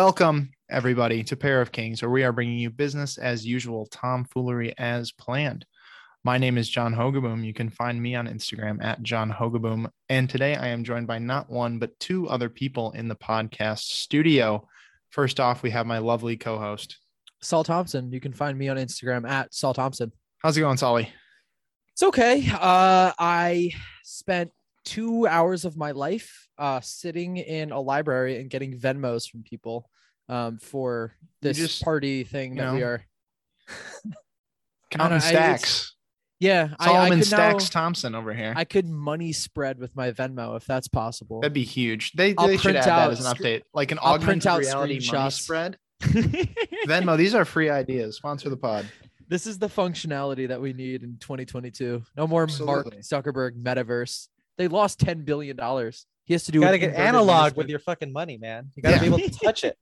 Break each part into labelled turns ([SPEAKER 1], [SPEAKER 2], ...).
[SPEAKER 1] Welcome, everybody, to Pair of Kings, where we are bringing you business as usual, tomfoolery as planned. My name is John Hogaboom. You can find me on Instagram at John Hogaboom. And today I am joined by not one, but two other people in the podcast studio. First off, we have my lovely co host.
[SPEAKER 2] Saul Thompson. You can find me on Instagram at Saul Thompson.
[SPEAKER 1] How's it going, Solly?
[SPEAKER 2] It's okay. Uh, I spent two hours of my life uh, sitting in a library and getting Venmos from people um, for this
[SPEAKER 1] just,
[SPEAKER 2] party thing
[SPEAKER 1] you
[SPEAKER 2] that we
[SPEAKER 1] know,
[SPEAKER 2] are.
[SPEAKER 1] Counting
[SPEAKER 2] I-
[SPEAKER 1] stacks.
[SPEAKER 2] Yeah, I, I
[SPEAKER 1] Solomon
[SPEAKER 2] could now,
[SPEAKER 1] Stacks Thompson over here.
[SPEAKER 2] I could money spread with my Venmo if that's possible.
[SPEAKER 1] That'd be huge. They,
[SPEAKER 2] I'll
[SPEAKER 1] they should
[SPEAKER 2] print
[SPEAKER 1] add
[SPEAKER 2] out
[SPEAKER 1] that as an
[SPEAKER 2] sc-
[SPEAKER 1] update, like an
[SPEAKER 2] I'll
[SPEAKER 1] augmented
[SPEAKER 2] print out
[SPEAKER 1] reality money
[SPEAKER 2] screenshots.
[SPEAKER 1] spread. Venmo, these are free ideas. Sponsor the pod.
[SPEAKER 2] this is the functionality that we need in 2022. No more Mark
[SPEAKER 1] Absolutely.
[SPEAKER 2] Zuckerberg metaverse. They lost 10 billion dollars. He has to do
[SPEAKER 3] You gotta
[SPEAKER 2] an
[SPEAKER 3] get
[SPEAKER 2] inverted
[SPEAKER 3] analog
[SPEAKER 2] management.
[SPEAKER 3] with your fucking money, man. You gotta
[SPEAKER 1] Yeah.
[SPEAKER 3] be able to touch it.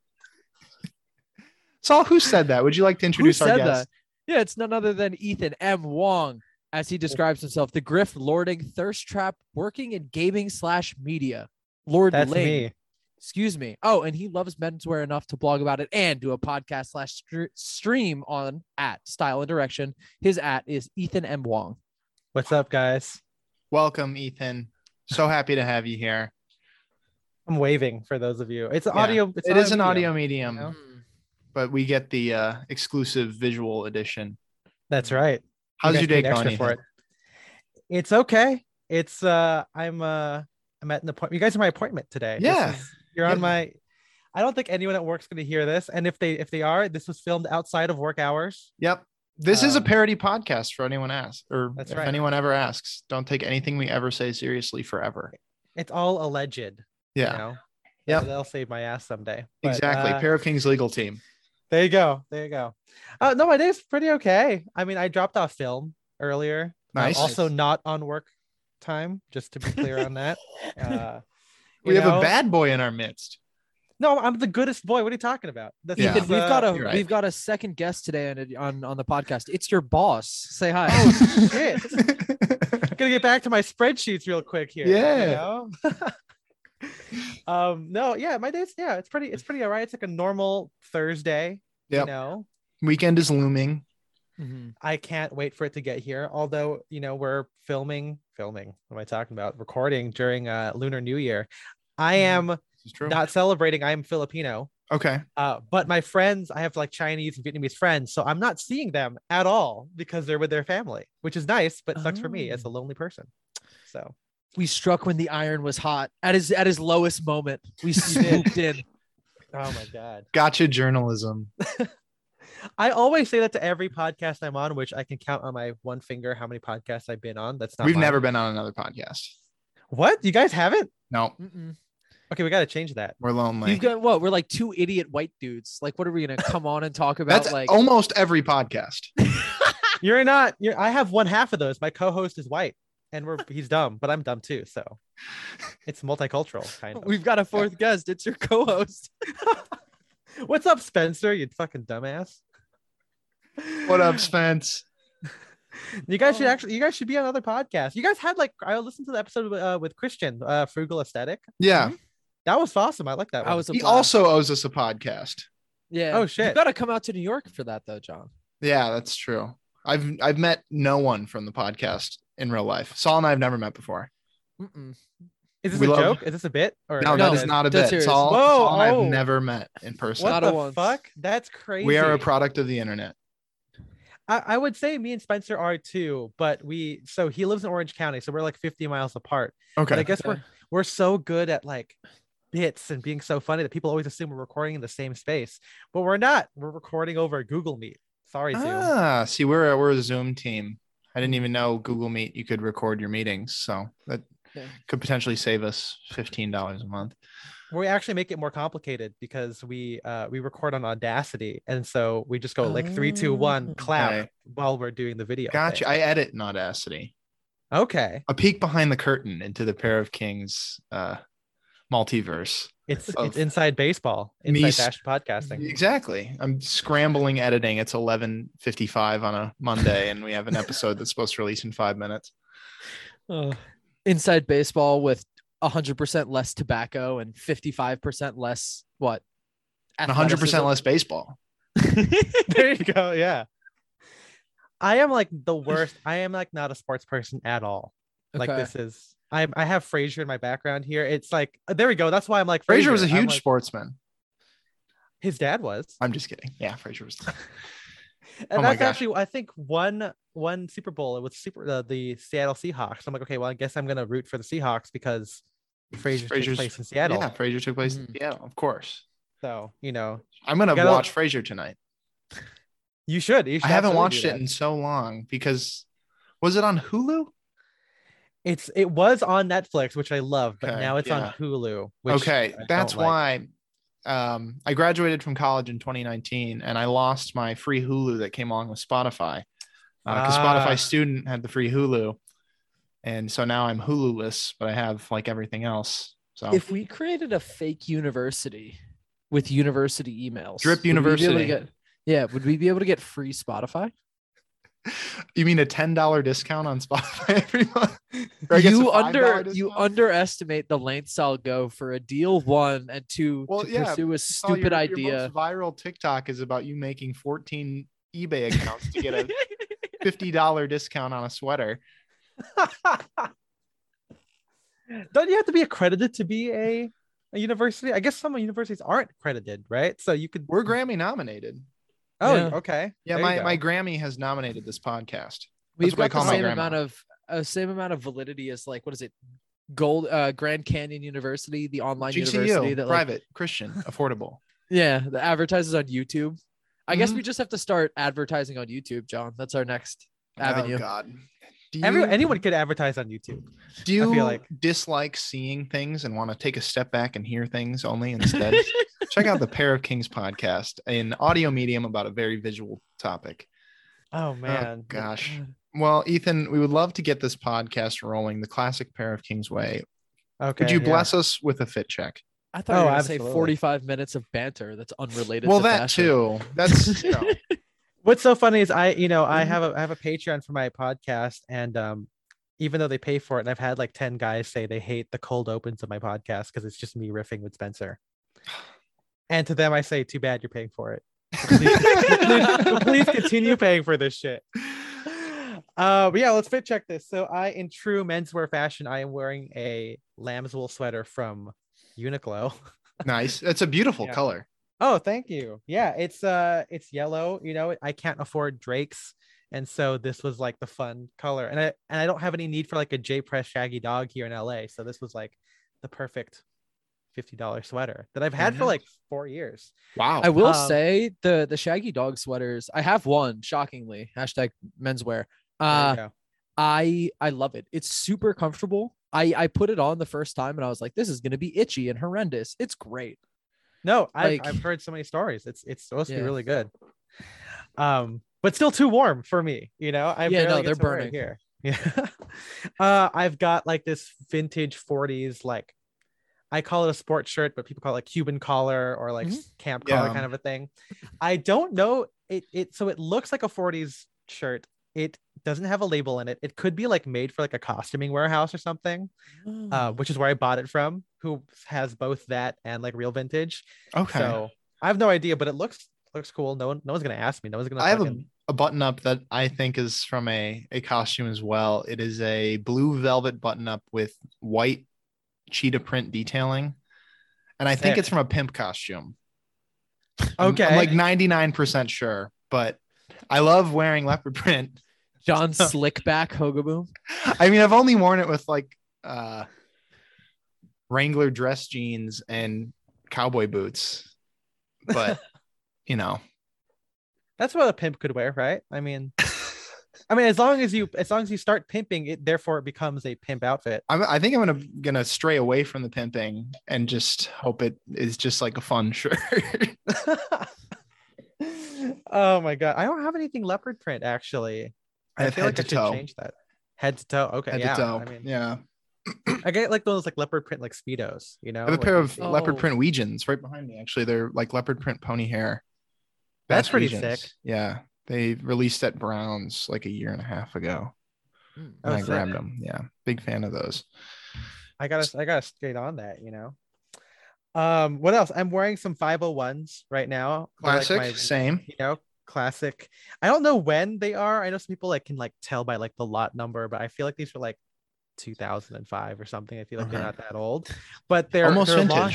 [SPEAKER 1] Saul, who said that? Would you like to introduce
[SPEAKER 2] Who
[SPEAKER 1] our
[SPEAKER 2] said
[SPEAKER 1] guest?
[SPEAKER 2] that? Yeah, it's none other than Ethan M. Wong, as he describes himself, the griff lording thirst trap, working in gaming slash media. Lord
[SPEAKER 3] That's
[SPEAKER 2] Ling,
[SPEAKER 3] me.
[SPEAKER 2] excuse me. Oh, and he loves menswear enough to blog about it and do a podcast slash str- stream on at Style and Direction. His at is Ethan M. Wong.
[SPEAKER 3] What's up, guys?
[SPEAKER 1] Welcome, Ethan. So happy to have you here.
[SPEAKER 3] I'm waving for those of you. It's an
[SPEAKER 1] Yeah.
[SPEAKER 3] audio. It's
[SPEAKER 1] It is an audio medium,
[SPEAKER 3] you know?
[SPEAKER 1] but we get the uh, exclusive visual edition.
[SPEAKER 3] That's right. You
[SPEAKER 1] How's
[SPEAKER 3] guys
[SPEAKER 1] your day
[SPEAKER 3] paid
[SPEAKER 1] going?
[SPEAKER 3] extra for
[SPEAKER 1] Ethan?
[SPEAKER 3] it. It's okay. It's uh, I'm uh, I'm at an appointment. You guys are my appointment today. This
[SPEAKER 1] Yeah.
[SPEAKER 3] is- you're
[SPEAKER 1] Yeah.
[SPEAKER 3] on my. I don't think anyone at work's gonna hear this, and if they if they are, this was filmed outside of work hours.
[SPEAKER 1] Yep. This is a
[SPEAKER 3] Um,
[SPEAKER 1] parody podcast for anyone asks, or
[SPEAKER 3] That's
[SPEAKER 1] if
[SPEAKER 3] right.
[SPEAKER 1] anyone ever asks, don't take anything we ever say seriously forever.
[SPEAKER 3] It's all alleged. Yeah.
[SPEAKER 1] Yeah,
[SPEAKER 3] You know?
[SPEAKER 1] Yep.
[SPEAKER 3] They'll save my ass someday. But,
[SPEAKER 1] exactly.
[SPEAKER 3] uh,
[SPEAKER 1] Pair of Kings legal team.
[SPEAKER 3] There you go. There you go. Uh, no, my day's pretty okay. I mean, I dropped off film earlier. Uh,
[SPEAKER 1] Nice.
[SPEAKER 3] also, not on work time, just to be clear on that. Uh,
[SPEAKER 1] we
[SPEAKER 3] you
[SPEAKER 1] have a
[SPEAKER 3] know-
[SPEAKER 1] bad boy in our midst.
[SPEAKER 3] No, I'm the goodest boy. What are you talking about? This
[SPEAKER 1] Yeah.
[SPEAKER 2] Ethan,
[SPEAKER 3] is,
[SPEAKER 2] we've
[SPEAKER 3] uh,
[SPEAKER 2] got a
[SPEAKER 1] you're right.
[SPEAKER 2] we've got a second guest today on it- on on the podcast. It's your boss. Say hi.
[SPEAKER 1] Oh.
[SPEAKER 3] shit. I'm gonna get back to my spreadsheets real quick here.
[SPEAKER 1] Yeah.
[SPEAKER 3] You know? um. No. Yeah. My day's yeah. It's pretty. It's pretty alright. It's like a normal Thursday.
[SPEAKER 1] Yep.
[SPEAKER 3] You know.
[SPEAKER 1] Weekend is looming.
[SPEAKER 2] Mhm.
[SPEAKER 3] I can't wait for it to get here. Although, you know, we're filming, filming. What am I talking about? Recording during uh, Lunar New Year. I
[SPEAKER 1] Mhm.
[SPEAKER 3] am
[SPEAKER 1] This is true.
[SPEAKER 3] not celebrating. I am Filipino,
[SPEAKER 1] okay.
[SPEAKER 3] uh, but my friends, I have like Chinese and Vietnamese friends, so I'm not seeing them at all because they're with their family, which is nice, but sucks for me
[SPEAKER 1] Oh.
[SPEAKER 3] as a lonely person. So
[SPEAKER 2] We struck when the iron was hot at his at his lowest moment. We swooped in.
[SPEAKER 3] Oh my god!
[SPEAKER 1] Gotcha journalism.
[SPEAKER 3] I always say that to every podcast I'm on, which I can count on my one finger how many podcasts I've been on. That's not
[SPEAKER 1] We've
[SPEAKER 3] mine.
[SPEAKER 1] never been on another podcast.
[SPEAKER 3] What you guys haven't?
[SPEAKER 1] No,
[SPEAKER 2] Mm-mm.
[SPEAKER 3] Okay, we got to change that.
[SPEAKER 1] we're lonely.
[SPEAKER 2] You've got what? We're like two idiot white dudes. Like, what are we gonna come on and talk about?
[SPEAKER 1] That's
[SPEAKER 2] like,
[SPEAKER 1] almost every podcast.
[SPEAKER 3] You're not. You're. I have one half of those. My co-host is white, and we're he's dumb, but I'm dumb too. So it's multicultural, kind of.
[SPEAKER 2] we've got a fourth guest. It's your co-host.
[SPEAKER 3] What's up, Spencer? You fucking dumbass.
[SPEAKER 1] What up, Spence?
[SPEAKER 3] You guys should
[SPEAKER 2] Oh.
[SPEAKER 3] actually. You guys should be on other podcasts. You guys had like. I listened to the episode uh, with Christian, uh, Frugal Aesthetic.
[SPEAKER 1] Yeah,
[SPEAKER 3] That was awesome. I like that.
[SPEAKER 2] I
[SPEAKER 3] one.
[SPEAKER 2] was a
[SPEAKER 1] he
[SPEAKER 2] blast.
[SPEAKER 1] also owes us a podcast.
[SPEAKER 2] yeah.
[SPEAKER 3] Oh,
[SPEAKER 2] You
[SPEAKER 3] shit.
[SPEAKER 2] gotta come out to New York for that though, John.
[SPEAKER 1] Yeah, that's true. I've I've met no one from the podcast in real life. Saul and I have never met before.
[SPEAKER 2] Mm-mm.
[SPEAKER 3] Is this
[SPEAKER 1] we
[SPEAKER 3] a
[SPEAKER 1] love-
[SPEAKER 3] joke? Is this a bit? Or
[SPEAKER 1] No,
[SPEAKER 2] no,
[SPEAKER 1] that is not a
[SPEAKER 2] dead
[SPEAKER 1] bit.
[SPEAKER 2] serious.
[SPEAKER 1] Saul,
[SPEAKER 3] Whoa,
[SPEAKER 1] Saul and I
[SPEAKER 3] oh.
[SPEAKER 1] have never met in person.
[SPEAKER 3] What
[SPEAKER 2] Not
[SPEAKER 3] the
[SPEAKER 2] a once.
[SPEAKER 3] fuck? That's crazy.
[SPEAKER 1] We are a product of the internet.
[SPEAKER 3] I, I would say me and Spencer are too, but we. So he lives in Orange County, so we're like 50 miles apart.
[SPEAKER 1] Okay.
[SPEAKER 3] But I guess we're we're so good at like bits and being so funny that people always assume we're recording in the same space, but we're not. We're recording over Google Meet. Sorry, Zoom.
[SPEAKER 1] ah, see, we're a, we're a Zoom team. I didn't even know Google Meet you could record your meetings, so that
[SPEAKER 2] Yeah.
[SPEAKER 1] could potentially save us fifteen dollars a month.
[SPEAKER 3] We actually make it more complicated because we uh, we record on Audacity, and so we just go like three, two, one,
[SPEAKER 2] Oh.
[SPEAKER 3] clap
[SPEAKER 1] Okay.
[SPEAKER 3] while we're doing the video.
[SPEAKER 1] Gotcha. I edit in Audacity.
[SPEAKER 3] thing. Okay,
[SPEAKER 1] A peek behind the curtain into the pair of kings uh, multiverse.
[SPEAKER 3] it's
[SPEAKER 1] Of
[SPEAKER 3] it's inside baseball,
[SPEAKER 1] me
[SPEAKER 3] inside
[SPEAKER 1] sp-
[SPEAKER 3] fashion podcasting.
[SPEAKER 1] Exactly. I'm scrambling editing. It's 11:55 on a Monday and we have an episode that's supposed to release in 5 minutes.
[SPEAKER 3] Ugh.
[SPEAKER 2] Inside baseball with hundred percent less tobacco and fifty-five percent less what
[SPEAKER 1] and 100% less baseball.
[SPEAKER 3] there you go. Yeah. I am like the worst. I am like not a sports person at all. Like
[SPEAKER 2] Okay.
[SPEAKER 3] this is I I have Frasier in my background here. It's like uh, there we go. That's why I'm like
[SPEAKER 1] Frazier was a
[SPEAKER 3] I'm
[SPEAKER 1] huge
[SPEAKER 3] like-
[SPEAKER 1] sportsman.
[SPEAKER 3] his dad was.
[SPEAKER 1] I'm just kidding. Yeah, Frazier was.
[SPEAKER 3] And
[SPEAKER 1] Oh my
[SPEAKER 3] that's
[SPEAKER 1] gosh.
[SPEAKER 3] actually, I think one one Super Bowl it was Super uh, the Seattle Seahawks. I'm like, okay, well, I guess I'm gonna root for the Seahawks because Frazier takes
[SPEAKER 1] Frazier's-
[SPEAKER 3] place in Seattle.
[SPEAKER 1] Yeah, Frazier took place in
[SPEAKER 2] Mhm.
[SPEAKER 1] Seattle, of course.
[SPEAKER 3] So you know,
[SPEAKER 1] I'm gonna
[SPEAKER 3] You gotta-
[SPEAKER 1] watch Frazier tonight.
[SPEAKER 3] you should. You should
[SPEAKER 1] I haven't
[SPEAKER 3] absolutely
[SPEAKER 1] watched
[SPEAKER 3] do
[SPEAKER 1] it
[SPEAKER 3] that.
[SPEAKER 1] in so long because was it on Hulu?
[SPEAKER 3] It's it was on Netflix, which I love, but
[SPEAKER 1] Okay,
[SPEAKER 3] now it's
[SPEAKER 1] yeah.
[SPEAKER 3] on Hulu. Which
[SPEAKER 1] okay,
[SPEAKER 3] I
[SPEAKER 1] that's
[SPEAKER 3] don't like.
[SPEAKER 1] why um, I graduated from college in 2019 and I lost my free Hulu that came along with Spotify because
[SPEAKER 3] Ah.
[SPEAKER 1] Spotify student had the free Hulu, and so now I'm Hululess, but I have like everything else. So
[SPEAKER 2] If we created a fake university with university emails,
[SPEAKER 1] Drip
[SPEAKER 2] would we be able to
[SPEAKER 1] University.
[SPEAKER 2] get- yeah, would we be able to get free Spotify?
[SPEAKER 1] you mean a ten dollar discount on Spotify every month? Or I guess
[SPEAKER 2] you
[SPEAKER 1] a $5
[SPEAKER 2] under you
[SPEAKER 1] discount?
[SPEAKER 2] underestimate the lengths I'll go for a deal one and two
[SPEAKER 1] Well,
[SPEAKER 2] to
[SPEAKER 1] yeah,
[SPEAKER 2] pursue a
[SPEAKER 1] saw your-
[SPEAKER 2] stupid
[SPEAKER 1] your
[SPEAKER 2] idea.
[SPEAKER 1] most viral TikTok is about you making 14 eBay accounts to get a $50 discount on a sweater.
[SPEAKER 3] Don't you have to be accredited to be a, a university? I guess some universities aren't accredited, right? So you could.
[SPEAKER 1] We're Grammy nominated.
[SPEAKER 3] Oh,
[SPEAKER 2] Yeah.
[SPEAKER 3] okay.
[SPEAKER 1] Yeah,
[SPEAKER 3] There you
[SPEAKER 1] my,
[SPEAKER 3] go.
[SPEAKER 1] my Grammy has nominated this podcast.
[SPEAKER 2] We've
[SPEAKER 1] what I
[SPEAKER 2] got the
[SPEAKER 1] call my
[SPEAKER 2] same
[SPEAKER 1] grandma.
[SPEAKER 2] amount of uh, same amount of validity as like what is it? Gold uh, Grand Canyon University, the online university
[SPEAKER 1] GCU,
[SPEAKER 2] that like,
[SPEAKER 1] private, Christian, affordable.
[SPEAKER 2] yeah, that advertises on YouTube. I guess
[SPEAKER 1] Mhm.
[SPEAKER 2] we just have to start advertising on YouTube, John. That's our next avenue.
[SPEAKER 1] Oh, God. Do you,
[SPEAKER 3] Every, anyone could advertise on YouTube.
[SPEAKER 1] do you
[SPEAKER 3] feel like-
[SPEAKER 1] dislike seeing things and want to take a step back and hear things only instead? Check out the Pair of Kings podcast, an audio medium about a very visual topic.
[SPEAKER 3] Oh man.
[SPEAKER 1] oh, gosh. Well, Ethan, we would love to get this podcast rolling the classic pair of Kings Way.
[SPEAKER 3] Okay.
[SPEAKER 1] Could you
[SPEAKER 3] yeah.
[SPEAKER 1] bless us with a fit check?
[SPEAKER 2] I thought you were
[SPEAKER 3] Oh,
[SPEAKER 2] going to say
[SPEAKER 3] absolutely.
[SPEAKER 2] 45 minutes of banter that's unrelated
[SPEAKER 1] well,
[SPEAKER 2] to
[SPEAKER 1] that
[SPEAKER 2] fashion.
[SPEAKER 1] too. That's you know,
[SPEAKER 3] What's so funny is I, you know, I have a I have a Patreon for my podcast, and um, even though they pay for it, and I've had like ten guys say they hate the cold opens of my podcast because it's just me riffing with Spencer. And to them, I say, too bad you're paying for it. please, please continue paying for this shit. Uh, but yeah, let's fit check this. So I, in true menswear fashion, I am wearing a lamb's wool sweater from Uniqlo.
[SPEAKER 1] nice. That's a beautiful
[SPEAKER 3] Yeah.
[SPEAKER 1] color.
[SPEAKER 3] Oh, thank you. Yeah, it's uh, it's yellow. You know, I can't afford Drake's, and so this was like the fun color. And I and I don't have any need for like a J Press shaggy dog here in LA, so this was like the perfect fifty dollars sweater that I've had for
[SPEAKER 1] Mhm.
[SPEAKER 3] like four years.
[SPEAKER 1] Wow.
[SPEAKER 2] I will
[SPEAKER 3] Um,
[SPEAKER 2] say the the shaggy dog sweaters. I have one, shockingly. Hashtag menswear.
[SPEAKER 3] There you
[SPEAKER 2] Uh,
[SPEAKER 3] go.
[SPEAKER 2] I I love it. It's super comfortable. I I put it on the first time and I was like, this is gonna be itchy and horrendous. It's great.
[SPEAKER 3] No, I've,
[SPEAKER 2] Like-
[SPEAKER 3] I've heard so many stories. It's it's supposed to
[SPEAKER 2] Yeah.
[SPEAKER 3] be really good. Um, but still too warm for me. You know, I
[SPEAKER 2] Yeah, no,
[SPEAKER 3] barely get
[SPEAKER 2] they're
[SPEAKER 3] to wear it
[SPEAKER 2] burning.
[SPEAKER 3] here. Yeah. uh, I've got like this vintage 40s, like I call it a sports shirt, but people call it like Cuban collar or like
[SPEAKER 2] Mhm.
[SPEAKER 3] s- camp collar
[SPEAKER 1] Yeah.
[SPEAKER 3] kind of a thing. I don't know it. It so it looks like a 40s shirt. It doesn't have a label in it. It could be like made for like a costuming warehouse or something, uh,
[SPEAKER 2] Mm-hmm.
[SPEAKER 3] which is where I bought it from. Who has both that and like real vintage?
[SPEAKER 1] okay.
[SPEAKER 3] So I have no idea, but it looks looks cool. No one no one's gonna ask me. No one's gonna.
[SPEAKER 1] I have a,
[SPEAKER 3] fucking-
[SPEAKER 1] a button up that I think is from a, a costume as well. It is a blue velvet button up with white cheetah print detailing. And I think
[SPEAKER 3] Sick.
[SPEAKER 1] it's from a pimp costume. I'm-
[SPEAKER 3] okay.
[SPEAKER 1] I'm like 99% sure, but I love wearing leopard print.
[SPEAKER 2] John Slickback Hogaboom.
[SPEAKER 1] I mean, I've only worn it with like uh Wrangler dress jeans and cowboy boots, but you know,
[SPEAKER 3] That's what a pimp could wear, right? I mean, I mean, as long as you as long as you start pimping, it therefore it becomes a pimp outfit.
[SPEAKER 1] I'm, I think I'm gonna gonna stray away from the pimping and just hope it is just like a fun shirt.
[SPEAKER 3] oh my god, I don't have anything leopard print actually.
[SPEAKER 1] I have head
[SPEAKER 3] I
[SPEAKER 1] to
[SPEAKER 3] should
[SPEAKER 1] toe.
[SPEAKER 3] change that. Head to toe. Okay,
[SPEAKER 1] Head
[SPEAKER 3] yeah.
[SPEAKER 1] to toe.
[SPEAKER 3] I mean,
[SPEAKER 1] yeah,
[SPEAKER 3] I get like those like leopard print like speedos. You know,
[SPEAKER 1] I have a
[SPEAKER 3] like
[SPEAKER 1] pair
[SPEAKER 3] you
[SPEAKER 1] of
[SPEAKER 3] see.
[SPEAKER 2] Oh.
[SPEAKER 1] leopard print Weegeans right behind me. Actually, they're like leopard print pony hair.
[SPEAKER 3] That's
[SPEAKER 1] Bass
[SPEAKER 3] pretty
[SPEAKER 1] Weegeans.
[SPEAKER 3] sick.
[SPEAKER 1] Yeah, they released at Browns like a year and a half ago,
[SPEAKER 3] Oh,
[SPEAKER 1] and I
[SPEAKER 3] sick.
[SPEAKER 1] grabbed them. Yeah, big fan of those.
[SPEAKER 3] I gotta I gotta skate on that. You know. Um, what else? I'm wearing some 501s right now. or, like,
[SPEAKER 1] Classic,
[SPEAKER 3] my-
[SPEAKER 1] same.
[SPEAKER 3] you know classic i don't know when they are i know some people like can like tell by like the lot number but i feel like these were like 2005 or something i feel like they're
[SPEAKER 1] Okay.
[SPEAKER 3] not that old but they're
[SPEAKER 1] Almost
[SPEAKER 3] they're
[SPEAKER 1] vintage.
[SPEAKER 3] long-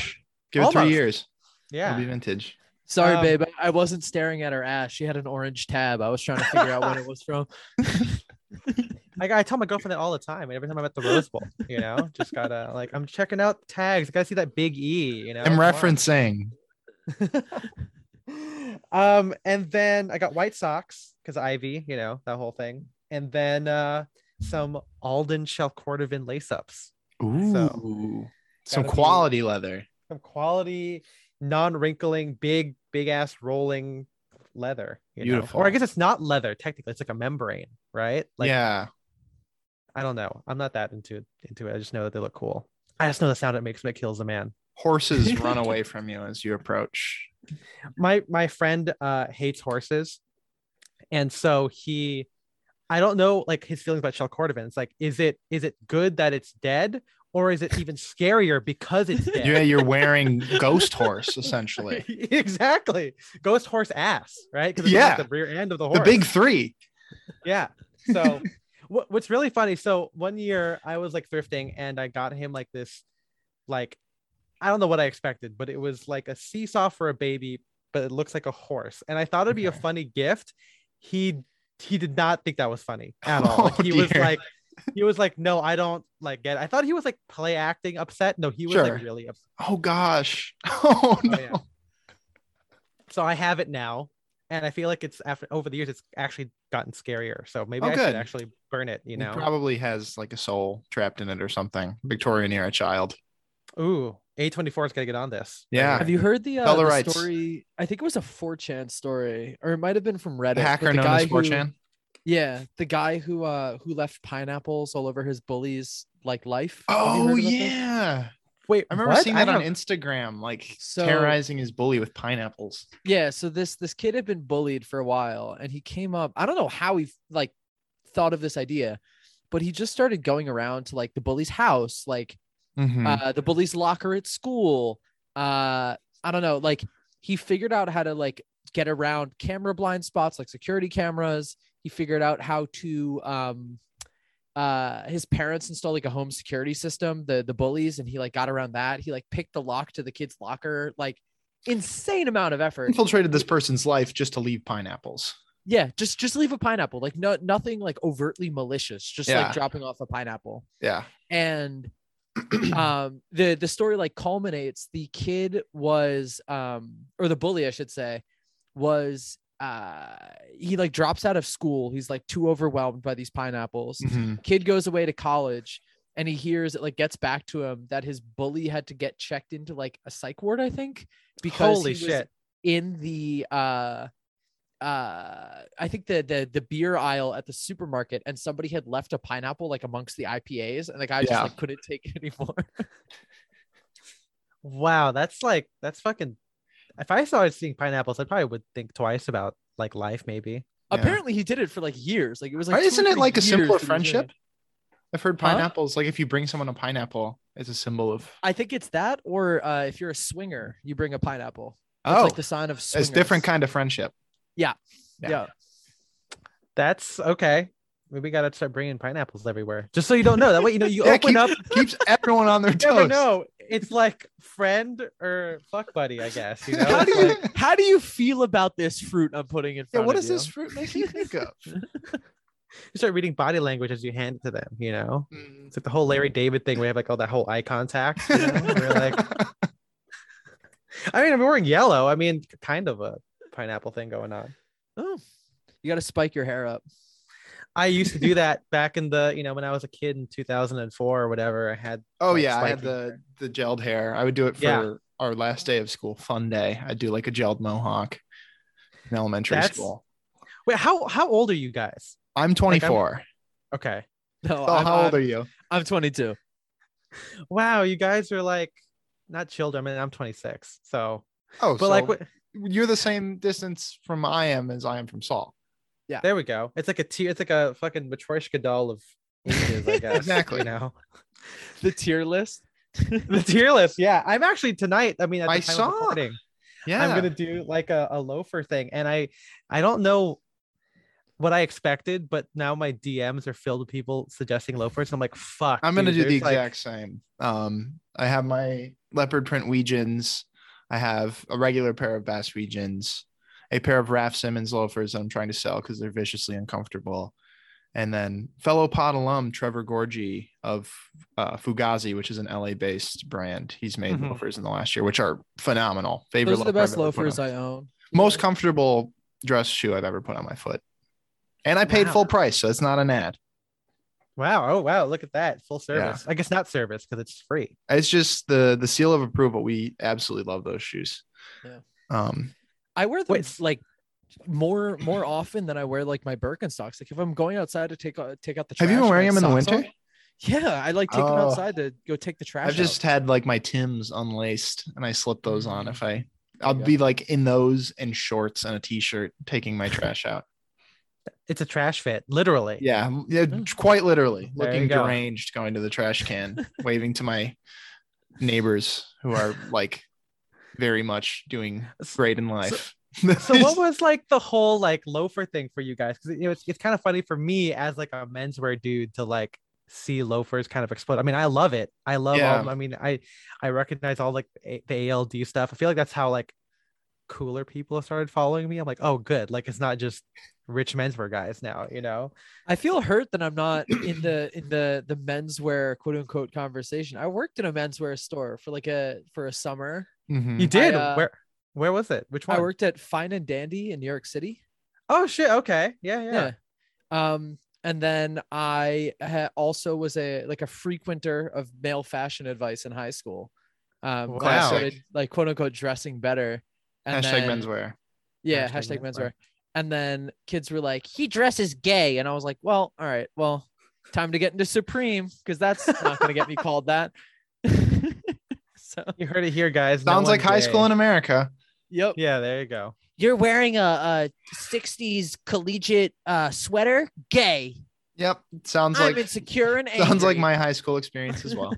[SPEAKER 1] Give it
[SPEAKER 3] Almost.
[SPEAKER 1] three years.
[SPEAKER 3] yeah
[SPEAKER 1] It'll be vintage.
[SPEAKER 2] Sorry,
[SPEAKER 3] Um,
[SPEAKER 2] babe. I wasn't staring at her ass. She had an orange tab. I was trying to figure out when it was from.
[SPEAKER 3] like i tell my girlfriend that all the time every time i'm at the rose bowl you know just gotta like i'm checking out tags i gotta see that big e you know
[SPEAKER 1] I'm
[SPEAKER 3] come on.
[SPEAKER 1] referencing.
[SPEAKER 3] um and then i got white socks because ivy you know that whole thing and then uh some alden shell cordovan lace-ups
[SPEAKER 1] Ooh. Some
[SPEAKER 3] Gotta be-
[SPEAKER 1] quality leather.
[SPEAKER 3] some quality, non-wrinkling, big, big ass rolling leather. You Know? Or
[SPEAKER 1] Beautiful.
[SPEAKER 3] I guess it's not leather technically. It's like a membrane, right? Like
[SPEAKER 1] yeah.
[SPEAKER 3] I don't know. I'm not that into into it. I just know that they look cool. I just know the sound it makes when it kills a man.
[SPEAKER 1] Horses run away from you as you approach.
[SPEAKER 3] My my friend uh hates horses. And so he I don't know like his feelings about Shell Cordovan. It's like, is it is it good that it's dead? Or is it even scarier because it's dead?
[SPEAKER 1] Yeah, you're wearing ghost horse essentially.
[SPEAKER 3] exactly. Ghost horse ass, right? 'Cause it's
[SPEAKER 1] Yeah.
[SPEAKER 3] like the rear end of the horse.
[SPEAKER 1] The big three.
[SPEAKER 3] yeah. So what, what's really funny? So one year I was like thrifting and I got him like this, like I don't know what I expected, but it was like a seesaw for a baby, but it looks like a horse, and I thought it'd be
[SPEAKER 1] Okay.
[SPEAKER 3] a funny gift. He he did not think that was funny at all. Like,
[SPEAKER 1] Oh,
[SPEAKER 3] he was
[SPEAKER 1] dear.
[SPEAKER 3] like. He was like, no, I don't like get. It. I thought he was like play acting upset. No, he was
[SPEAKER 1] Sure.
[SPEAKER 3] like really upset.
[SPEAKER 1] Oh gosh. Oh no.
[SPEAKER 3] yeah. So I have it now, and I feel like it's after over the years, it's actually gotten scarier. So maybe
[SPEAKER 1] Oh,
[SPEAKER 3] I
[SPEAKER 1] good.
[SPEAKER 3] should actually burn it. You
[SPEAKER 1] It
[SPEAKER 3] know,
[SPEAKER 1] probably has like a soul trapped in it or something. Victorian era child.
[SPEAKER 3] Ooh, A24 is gonna get on this. right
[SPEAKER 1] Yeah.
[SPEAKER 3] here.
[SPEAKER 2] Have you heard the, uh,
[SPEAKER 1] Tell the
[SPEAKER 2] the
[SPEAKER 1] rights.
[SPEAKER 2] story? I think it was a 4chan story, or it might have been from
[SPEAKER 1] The
[SPEAKER 2] Reddit. but
[SPEAKER 1] hacker
[SPEAKER 2] the
[SPEAKER 1] known
[SPEAKER 2] guy
[SPEAKER 1] as 4chan.
[SPEAKER 2] Who, yeah, the guy who uh who left pineapples all over his bullies like life. Have you
[SPEAKER 1] Oh
[SPEAKER 2] heard about that?
[SPEAKER 1] yeah.
[SPEAKER 3] Wait,
[SPEAKER 1] I remember
[SPEAKER 3] what?
[SPEAKER 1] seeing
[SPEAKER 3] I
[SPEAKER 1] that on
[SPEAKER 3] don't-
[SPEAKER 1] Instagram, like
[SPEAKER 2] So-
[SPEAKER 1] terrorizing his bully with pineapples.
[SPEAKER 2] Yeah, so this this kid had been bullied for a while, and he came up. I don't know how he like thought of this idea, but he just started going around to like the bully's house, like
[SPEAKER 1] Mhm.
[SPEAKER 2] uh, the bully's locker at school. Uh, I don't know. Like he figured out how to like get around camera blind spots, like security cameras. He figured out how to. Um, uh, his parents installed like a home security system, the the bullies, and he like got around that. He like picked the lock to the kid's locker, like insane amount of effort.
[SPEAKER 1] Infiltrated this person's life just to leave pineapples.
[SPEAKER 2] Yeah, just just leave a pineapple, like no nothing like overtly malicious, just
[SPEAKER 1] Yeah.
[SPEAKER 2] like dropping off a pineapple.
[SPEAKER 1] Yeah.
[SPEAKER 2] And um the the story like culminates the kid was um or the bully i should say was uh he like drops out of school he's like too overwhelmed by these pineapples
[SPEAKER 1] Mhm.
[SPEAKER 2] kid goes away to college and he hears it like gets back to him that his bully had to get checked into like a psych ward i think because
[SPEAKER 3] Holy
[SPEAKER 2] he was
[SPEAKER 3] shit!
[SPEAKER 2] in the uh uh i think the the the beer aisle at the supermarket and somebody had left a pineapple like amongst the ipas and the guy
[SPEAKER 1] Yeah.
[SPEAKER 2] just like couldn't take it anymore
[SPEAKER 3] Wow, that's like that's fucking. If I started seeing pineapples, I probably would think twice about like life. Maybe
[SPEAKER 1] Yeah.
[SPEAKER 2] apparently he did it for like years like it was like
[SPEAKER 1] Right,
[SPEAKER 2] two or
[SPEAKER 1] Isn't it
[SPEAKER 2] three
[SPEAKER 1] like a
[SPEAKER 2] years
[SPEAKER 1] symbol of
[SPEAKER 2] that he was doing
[SPEAKER 1] friendship?
[SPEAKER 2] it.
[SPEAKER 1] I've heard
[SPEAKER 2] Huh?
[SPEAKER 1] pineapples. Like if you bring someone a pineapple, it's a symbol of.
[SPEAKER 2] i think it's that or uh if you're a swinger you bring a pineapple it's
[SPEAKER 1] Oh,
[SPEAKER 2] like the sign of swingers.
[SPEAKER 1] it's different kind of friendship.
[SPEAKER 2] yeah.
[SPEAKER 1] yeah.
[SPEAKER 3] that's okay. Maybe we gotta start bringing pineapples everywhere, just so you don't know. That way, you know, you
[SPEAKER 1] Yeah,
[SPEAKER 3] open
[SPEAKER 1] keep-
[SPEAKER 3] up.
[SPEAKER 1] Keeps everyone on their
[SPEAKER 3] You never
[SPEAKER 1] toes.
[SPEAKER 3] know. It's like friend or fuck buddy, I guess. You know,
[SPEAKER 2] how do
[SPEAKER 3] It's
[SPEAKER 2] you
[SPEAKER 3] like-
[SPEAKER 2] how do you feel about this fruit i'm putting in
[SPEAKER 1] Yeah.
[SPEAKER 2] front
[SPEAKER 1] What
[SPEAKER 2] of
[SPEAKER 1] does this
[SPEAKER 2] you?
[SPEAKER 1] fruit make you think of?
[SPEAKER 3] you start reading body language as you hand it to them. You know,
[SPEAKER 1] Mm.
[SPEAKER 3] it's like the whole Larry David thing. We have like all that whole eye contact. You know? where you're like, I mean, I'm wearing yellow. I mean, kind of a pineapple thing going on.
[SPEAKER 2] oh you got to spike your hair up
[SPEAKER 3] I used to do that back in the, you know, when I was a kid in 2004 or whatever. I had,
[SPEAKER 1] Oh
[SPEAKER 3] like
[SPEAKER 1] yeah, I had
[SPEAKER 3] spiky
[SPEAKER 1] the the gelled hair. I would do it for
[SPEAKER 3] Yeah.
[SPEAKER 1] our last day of school, fun day. I'd do like a gelled mohawk in elementary
[SPEAKER 3] That's-
[SPEAKER 1] school.
[SPEAKER 3] wait, how, how old are you guys?
[SPEAKER 1] I'm 24.
[SPEAKER 3] Okay.
[SPEAKER 2] no
[SPEAKER 1] oh,
[SPEAKER 2] I'm,
[SPEAKER 1] how old
[SPEAKER 2] I'm,
[SPEAKER 1] are you?
[SPEAKER 2] I'm 22
[SPEAKER 3] Wow. You guys are like not children. I mean, I'm 26. So,
[SPEAKER 1] Oh,
[SPEAKER 3] but like,
[SPEAKER 1] so
[SPEAKER 3] what,
[SPEAKER 1] you're the same distance from I am as I am from Saul.
[SPEAKER 3] there we go. It's like a tier. It's like a fucking Matryoshka doll of ages, I guess.
[SPEAKER 1] Exactly.
[SPEAKER 3] You know,
[SPEAKER 2] the tier list
[SPEAKER 3] the tier list. Yeah, I'm actually tonight. I mean, at the
[SPEAKER 1] I
[SPEAKER 3] time of
[SPEAKER 1] saw.
[SPEAKER 3] recording,
[SPEAKER 1] Yeah.
[SPEAKER 3] I'm gonna do like a, a loafer thing, and I I don't know what I expected, but now my DMs are filled with people suggesting loafers. I'm like, fuck.
[SPEAKER 1] I'm gonna
[SPEAKER 3] dude,
[SPEAKER 1] do the
[SPEAKER 3] there's, like-
[SPEAKER 1] exact same. Um, I have my leopard print Weegens. I have a regular pair of Bass Weegens, a pair of Raf Simmons loafers that I'm trying to sell because they're viciously uncomfortable, and then fellow pod alum Trevor Gorgie of uh, Fugazi, which is an LA-based brand. He's made
[SPEAKER 3] Mhm.
[SPEAKER 1] loafers in the last year, which are phenomenal. Favorite
[SPEAKER 2] Mm-hmm. Those are the
[SPEAKER 1] loafer I've ever put
[SPEAKER 2] best loafers
[SPEAKER 1] on.
[SPEAKER 2] I own.
[SPEAKER 1] most comfortable dress shoe I've ever put on my foot, and I paid
[SPEAKER 3] Wow.
[SPEAKER 1] full price, so it's not an ad.
[SPEAKER 3] wow. Oh wow. Look at that. Full
[SPEAKER 1] Yeah.
[SPEAKER 3] service. I guess not service because it's free.
[SPEAKER 1] it's just the the seal of approval. We absolutely love those shoes.
[SPEAKER 2] Yeah.
[SPEAKER 1] Um,
[SPEAKER 2] I wear them
[SPEAKER 3] Wait, s-
[SPEAKER 2] like more more often than I wear like my Birkenstocks. Like if I'm going outside to take o- take out the trash,
[SPEAKER 1] have you been
[SPEAKER 2] and
[SPEAKER 1] wearing
[SPEAKER 2] I
[SPEAKER 1] them in the
[SPEAKER 2] have
[SPEAKER 1] winter?
[SPEAKER 2] socks on- Yeah, I like take them
[SPEAKER 1] Oh.
[SPEAKER 2] outside to go take the trash.
[SPEAKER 1] I've just had like my Tim's unlaced and I slip those on
[SPEAKER 3] Mm-hmm.
[SPEAKER 1] if I I'll
[SPEAKER 2] you go.
[SPEAKER 1] be like in those and shorts and a t-shirt taking my trash out.
[SPEAKER 3] It's a trash fit, literally.
[SPEAKER 1] Yeah, m- yeah,
[SPEAKER 2] Mm.
[SPEAKER 1] quite literally
[SPEAKER 3] Hmm. There you
[SPEAKER 1] looking
[SPEAKER 3] go.
[SPEAKER 1] deranged going to the trash can, waving to my neighbors who are like very much doing great in life.
[SPEAKER 3] so what was like the whole like loafer thing for you guys because you know it's, it's kind of funny for me as like a menswear dude to like see loafers kind of explode i mean i love it i love
[SPEAKER 1] Yeah.
[SPEAKER 3] all i mean i i recognize all like a- the ald stuff i feel like that's how like cooler people started following me i'm like oh good like it's not just rich menswear guys now you know
[SPEAKER 2] I feel hurt that I'm not in the in the the menswear quote unquote conversation. I worked in a menswear store for like a for a summer.
[SPEAKER 1] Mhm.
[SPEAKER 3] you did
[SPEAKER 2] uh,
[SPEAKER 3] where where was it which one
[SPEAKER 2] I worked at Fine and Dandy in New York City.
[SPEAKER 3] oh shit okay yeah yeah,
[SPEAKER 2] yeah. Um, and then I ha- also was a like a frequenter of male fashion advice in high school. Um, 'cause I
[SPEAKER 1] Wow.
[SPEAKER 2] started like quote unquote dressing better. And
[SPEAKER 1] hashtag
[SPEAKER 2] then-
[SPEAKER 1] menswear?
[SPEAKER 2] Yeah, hashtag,
[SPEAKER 3] Hashtag menswear.
[SPEAKER 2] menswear. And then kids were like, "He dresses gay," and I was like, "Well, all right, well, time to get into Supreme because that's not gonna get me called that." so,
[SPEAKER 3] you heard it here guys No
[SPEAKER 1] Sounds like
[SPEAKER 3] one's
[SPEAKER 1] high school
[SPEAKER 3] gay.
[SPEAKER 1] in America.
[SPEAKER 2] yep.
[SPEAKER 3] yeah there you go
[SPEAKER 2] You're wearing a, a '60s collegiate uh, sweater, gay.
[SPEAKER 1] Yep. Sounds
[SPEAKER 2] I'm
[SPEAKER 1] like
[SPEAKER 2] insecure and angry.
[SPEAKER 1] sounds like my high school experience as well.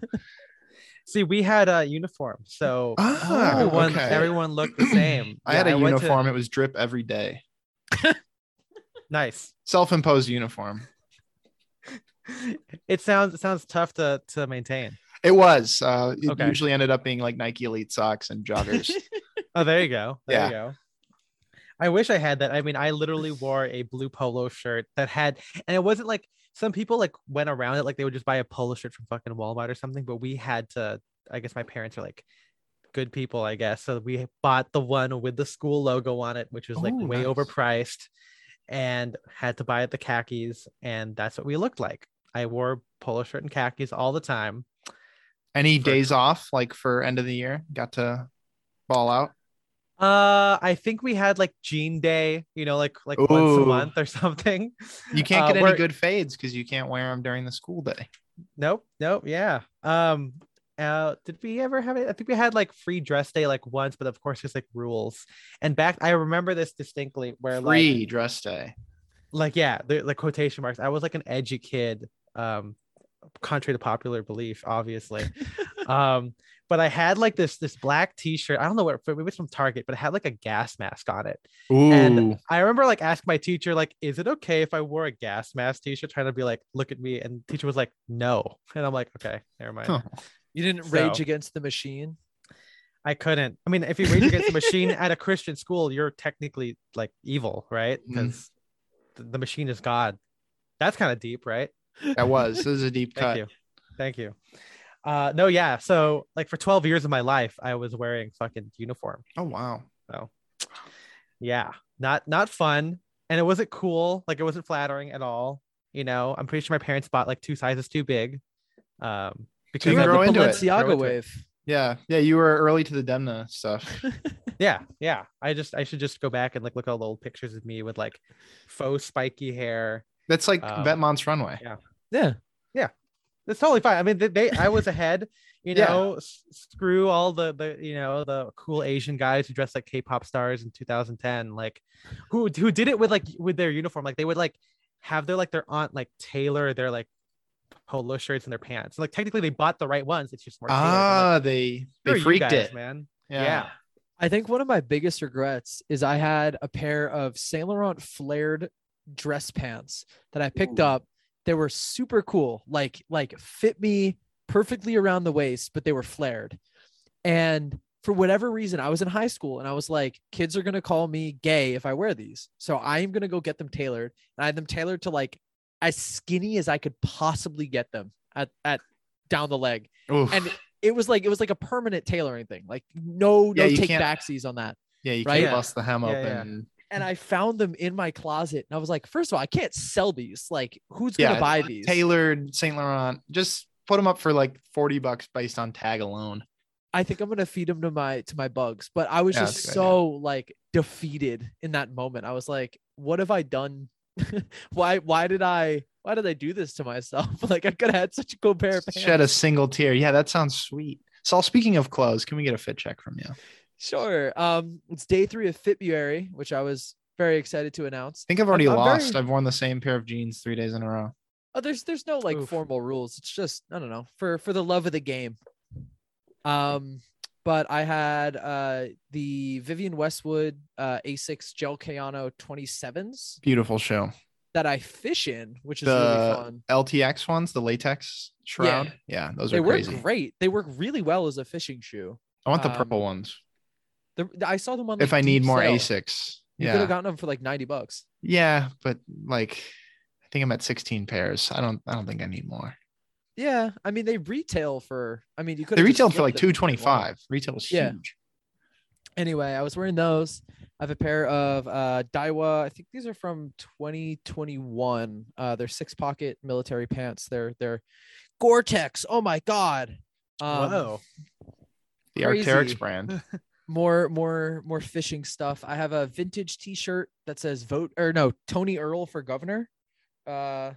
[SPEAKER 3] see we had a uniform so
[SPEAKER 1] Ah,
[SPEAKER 3] everyone
[SPEAKER 1] okay.
[SPEAKER 3] everyone looked the same.
[SPEAKER 1] I
[SPEAKER 3] Oh, Yeah,
[SPEAKER 1] had a
[SPEAKER 3] went to-
[SPEAKER 1] uniform. It was drip every day.
[SPEAKER 3] nice.
[SPEAKER 1] Self-imposed uniform.
[SPEAKER 3] It sounds it sounds tough to to maintain.
[SPEAKER 1] It was. Uh, it
[SPEAKER 3] Okay.
[SPEAKER 1] usually ended up being like Nike Elite socks and joggers.
[SPEAKER 3] Oh, there you go. There
[SPEAKER 1] Yeah.
[SPEAKER 3] you go. I wish I had that. I mean, I literally wore a blue polo shirt that had, and it wasn't like some people like went around it like they would just buy a polo shirt from fucking Walmart or something. But we had to. I guess my parents are like good people, I guess. So we bought the one with the school logo on it, which was like
[SPEAKER 1] Ooh,
[SPEAKER 3] way
[SPEAKER 1] Oh, nice.
[SPEAKER 3] overpriced, and had to buy it the khakis, and that's what we looked like. I wore polo shirt and khakis all the time.
[SPEAKER 1] Any
[SPEAKER 3] For-
[SPEAKER 1] days off, like for end of the year, got to ball out.
[SPEAKER 3] Uh, I think we had like jean day, you know, like like once a
[SPEAKER 1] Ooh.
[SPEAKER 3] month or something.
[SPEAKER 1] You can't
[SPEAKER 3] Uh,
[SPEAKER 1] get any
[SPEAKER 3] we're-
[SPEAKER 1] good fades because you can't wear them during the school day.
[SPEAKER 3] Nope, nope, yeah. Um, uh, did we ever have it? I think we had like free dress day like once, but of course there's like rules. And back, I remember this distinctly where
[SPEAKER 1] Free
[SPEAKER 3] like
[SPEAKER 1] dress day.
[SPEAKER 3] like yeah, the like quotation marks. I was like an edgy kid, um, contrary to popular belief, obviously. um, but I had like this this black T-shirt. I don't know where maybe it was from Target, but it had like a gas mask on it.
[SPEAKER 1] Ooh.
[SPEAKER 3] And I remember like asking my teacher, like, is it okay if I wore a gas mask t-shirt, trying to be like, look at me? And teacher was like, no. And I'm like, okay, never mind.
[SPEAKER 1] Huh.
[SPEAKER 2] You didn't rage
[SPEAKER 3] So-
[SPEAKER 2] against the machine.
[SPEAKER 3] I couldn't. I mean, if you rage against the machine at a Christian school, you're technically like evil, right?
[SPEAKER 1] Mm.
[SPEAKER 3] Because the machine is God. That's kind of deep, right?
[SPEAKER 1] that was. This is a deep
[SPEAKER 3] Thank
[SPEAKER 1] cut.
[SPEAKER 3] you. Thank you. Uh no, yeah. So like for 12 years of my life, I was wearing fucking uniform.
[SPEAKER 1] Oh wow.
[SPEAKER 3] yeah not not fun and it wasn't cool like it wasn't flattering at all you know i'm pretty sure my parents bought like two sizes too big um because
[SPEAKER 1] You
[SPEAKER 3] I
[SPEAKER 1] grow
[SPEAKER 3] would
[SPEAKER 1] into it.
[SPEAKER 3] grow
[SPEAKER 2] Balenciaga
[SPEAKER 3] into
[SPEAKER 2] wave.
[SPEAKER 1] Yeah. Yeah. You were early to the Demna stuff.
[SPEAKER 3] yeah yeah i just i should just go back and like look at all the old pictures of me with like faux spiky hair
[SPEAKER 1] That's like
[SPEAKER 3] Um,
[SPEAKER 1] Vetmont's runway.
[SPEAKER 2] Yeah.
[SPEAKER 3] it's totally fine i mean they, they i was ahead you
[SPEAKER 1] Yeah.
[SPEAKER 3] know s- screw all the the you know the cool asian guys who dressed like k-pop stars in 2010 like who who did it with like with their uniform like they would like have their like their aunt like tailor their like polo shirts and their pants. Like technically, they bought the right ones. It's just more. tailored. I'm like,
[SPEAKER 1] Ah, they
[SPEAKER 3] "Screw
[SPEAKER 1] they
[SPEAKER 3] you
[SPEAKER 1] freaked
[SPEAKER 3] guys,
[SPEAKER 1] it.
[SPEAKER 3] man.
[SPEAKER 1] Yeah.
[SPEAKER 3] yeah.
[SPEAKER 2] I think one of my biggest regrets is I had a pair of Saint Laurent flared dress pants that I picked
[SPEAKER 1] Ooh.
[SPEAKER 2] up. They were super cool, like like fit me perfectly around the waist, but they were flared. And for whatever reason, I was in high school and I was like, kids are gonna call me gay if I wear these, so I am gonna go get them tailored. And I had them tailored to like as skinny as I could possibly get them at at down the leg
[SPEAKER 1] Oof.
[SPEAKER 2] and it was like it was like a permanent tailoring thing. Like no
[SPEAKER 1] Yeah,
[SPEAKER 2] no
[SPEAKER 1] you
[SPEAKER 2] take
[SPEAKER 1] can't-
[SPEAKER 2] backsies on that.
[SPEAKER 1] yeah, you
[SPEAKER 2] right?
[SPEAKER 1] can't bust the hem
[SPEAKER 3] Yeah,
[SPEAKER 1] open.
[SPEAKER 3] yeah.
[SPEAKER 1] and-
[SPEAKER 2] And I found them in my closet and I was like, first of all, I can't sell these. Like who's
[SPEAKER 1] Yeah, uh,
[SPEAKER 2] gonna buy these?
[SPEAKER 1] Tailored Saint Laurent. Just put them up for like forty bucks based on tag alone.
[SPEAKER 2] I think I'm gonna feed them to my to my bugs. But I was
[SPEAKER 1] Yeah,
[SPEAKER 2] just
[SPEAKER 1] that's a good
[SPEAKER 2] so like defeated in that moment. I was like, what have I done? why why did I why did I do this to myself? like I could have had such a cool pair of pants.
[SPEAKER 1] Shed a single tear. Yeah, that sounds sweet. Saul, speaking of clothes, can we get a fit check from you? I
[SPEAKER 2] Sure. Um it's day three of February, which I was very excited to announce.
[SPEAKER 1] think I've already
[SPEAKER 2] I'm very-
[SPEAKER 1] lost. I've worn the same pair of jeans three days in a row.
[SPEAKER 2] Oh, there's there's no like
[SPEAKER 3] Oof.
[SPEAKER 2] formal rules. It's just I don't know for for the love of the game. Um, but I had uh the Vivian Westwood uh A6 Gel Keanu 27s
[SPEAKER 1] Beautiful show.
[SPEAKER 2] that I fish in, which is
[SPEAKER 1] The
[SPEAKER 2] really fun.
[SPEAKER 1] LTX ones, the latex shroud. Yeah, those
[SPEAKER 2] They
[SPEAKER 1] are
[SPEAKER 2] work
[SPEAKER 1] crazy.
[SPEAKER 2] great. They work really well as a fishing shoe.
[SPEAKER 1] I want the purple
[SPEAKER 2] Um,
[SPEAKER 1] ones
[SPEAKER 2] The, I saw them on.
[SPEAKER 1] if I
[SPEAKER 2] like,
[SPEAKER 1] need
[SPEAKER 2] deep
[SPEAKER 1] more
[SPEAKER 2] sale.
[SPEAKER 1] Asics.
[SPEAKER 2] you could
[SPEAKER 1] Yeah,
[SPEAKER 2] have gotten them for like ninety bucks.
[SPEAKER 1] yeah, but like, I think I'm at 16 pairs. I don't. I don't think I need more.
[SPEAKER 2] Yeah, I mean they retail for. I mean you could.
[SPEAKER 1] They retailed for like 225. Retail was
[SPEAKER 2] Yeah.
[SPEAKER 1] huge.
[SPEAKER 2] anyway, I was wearing those. I have a pair of uh, Daiwa. I think these are from 2021. Uh, they're six pocket military pants. They're they're Gore-Tex. Oh my god. Um,
[SPEAKER 3] Whoa.
[SPEAKER 1] The
[SPEAKER 2] Crazy.
[SPEAKER 1] Arcteryx brand.
[SPEAKER 2] More more more fishing stuff. I have a vintage T-shirt that says "Vote" or no Tony Earl for governor. Uh,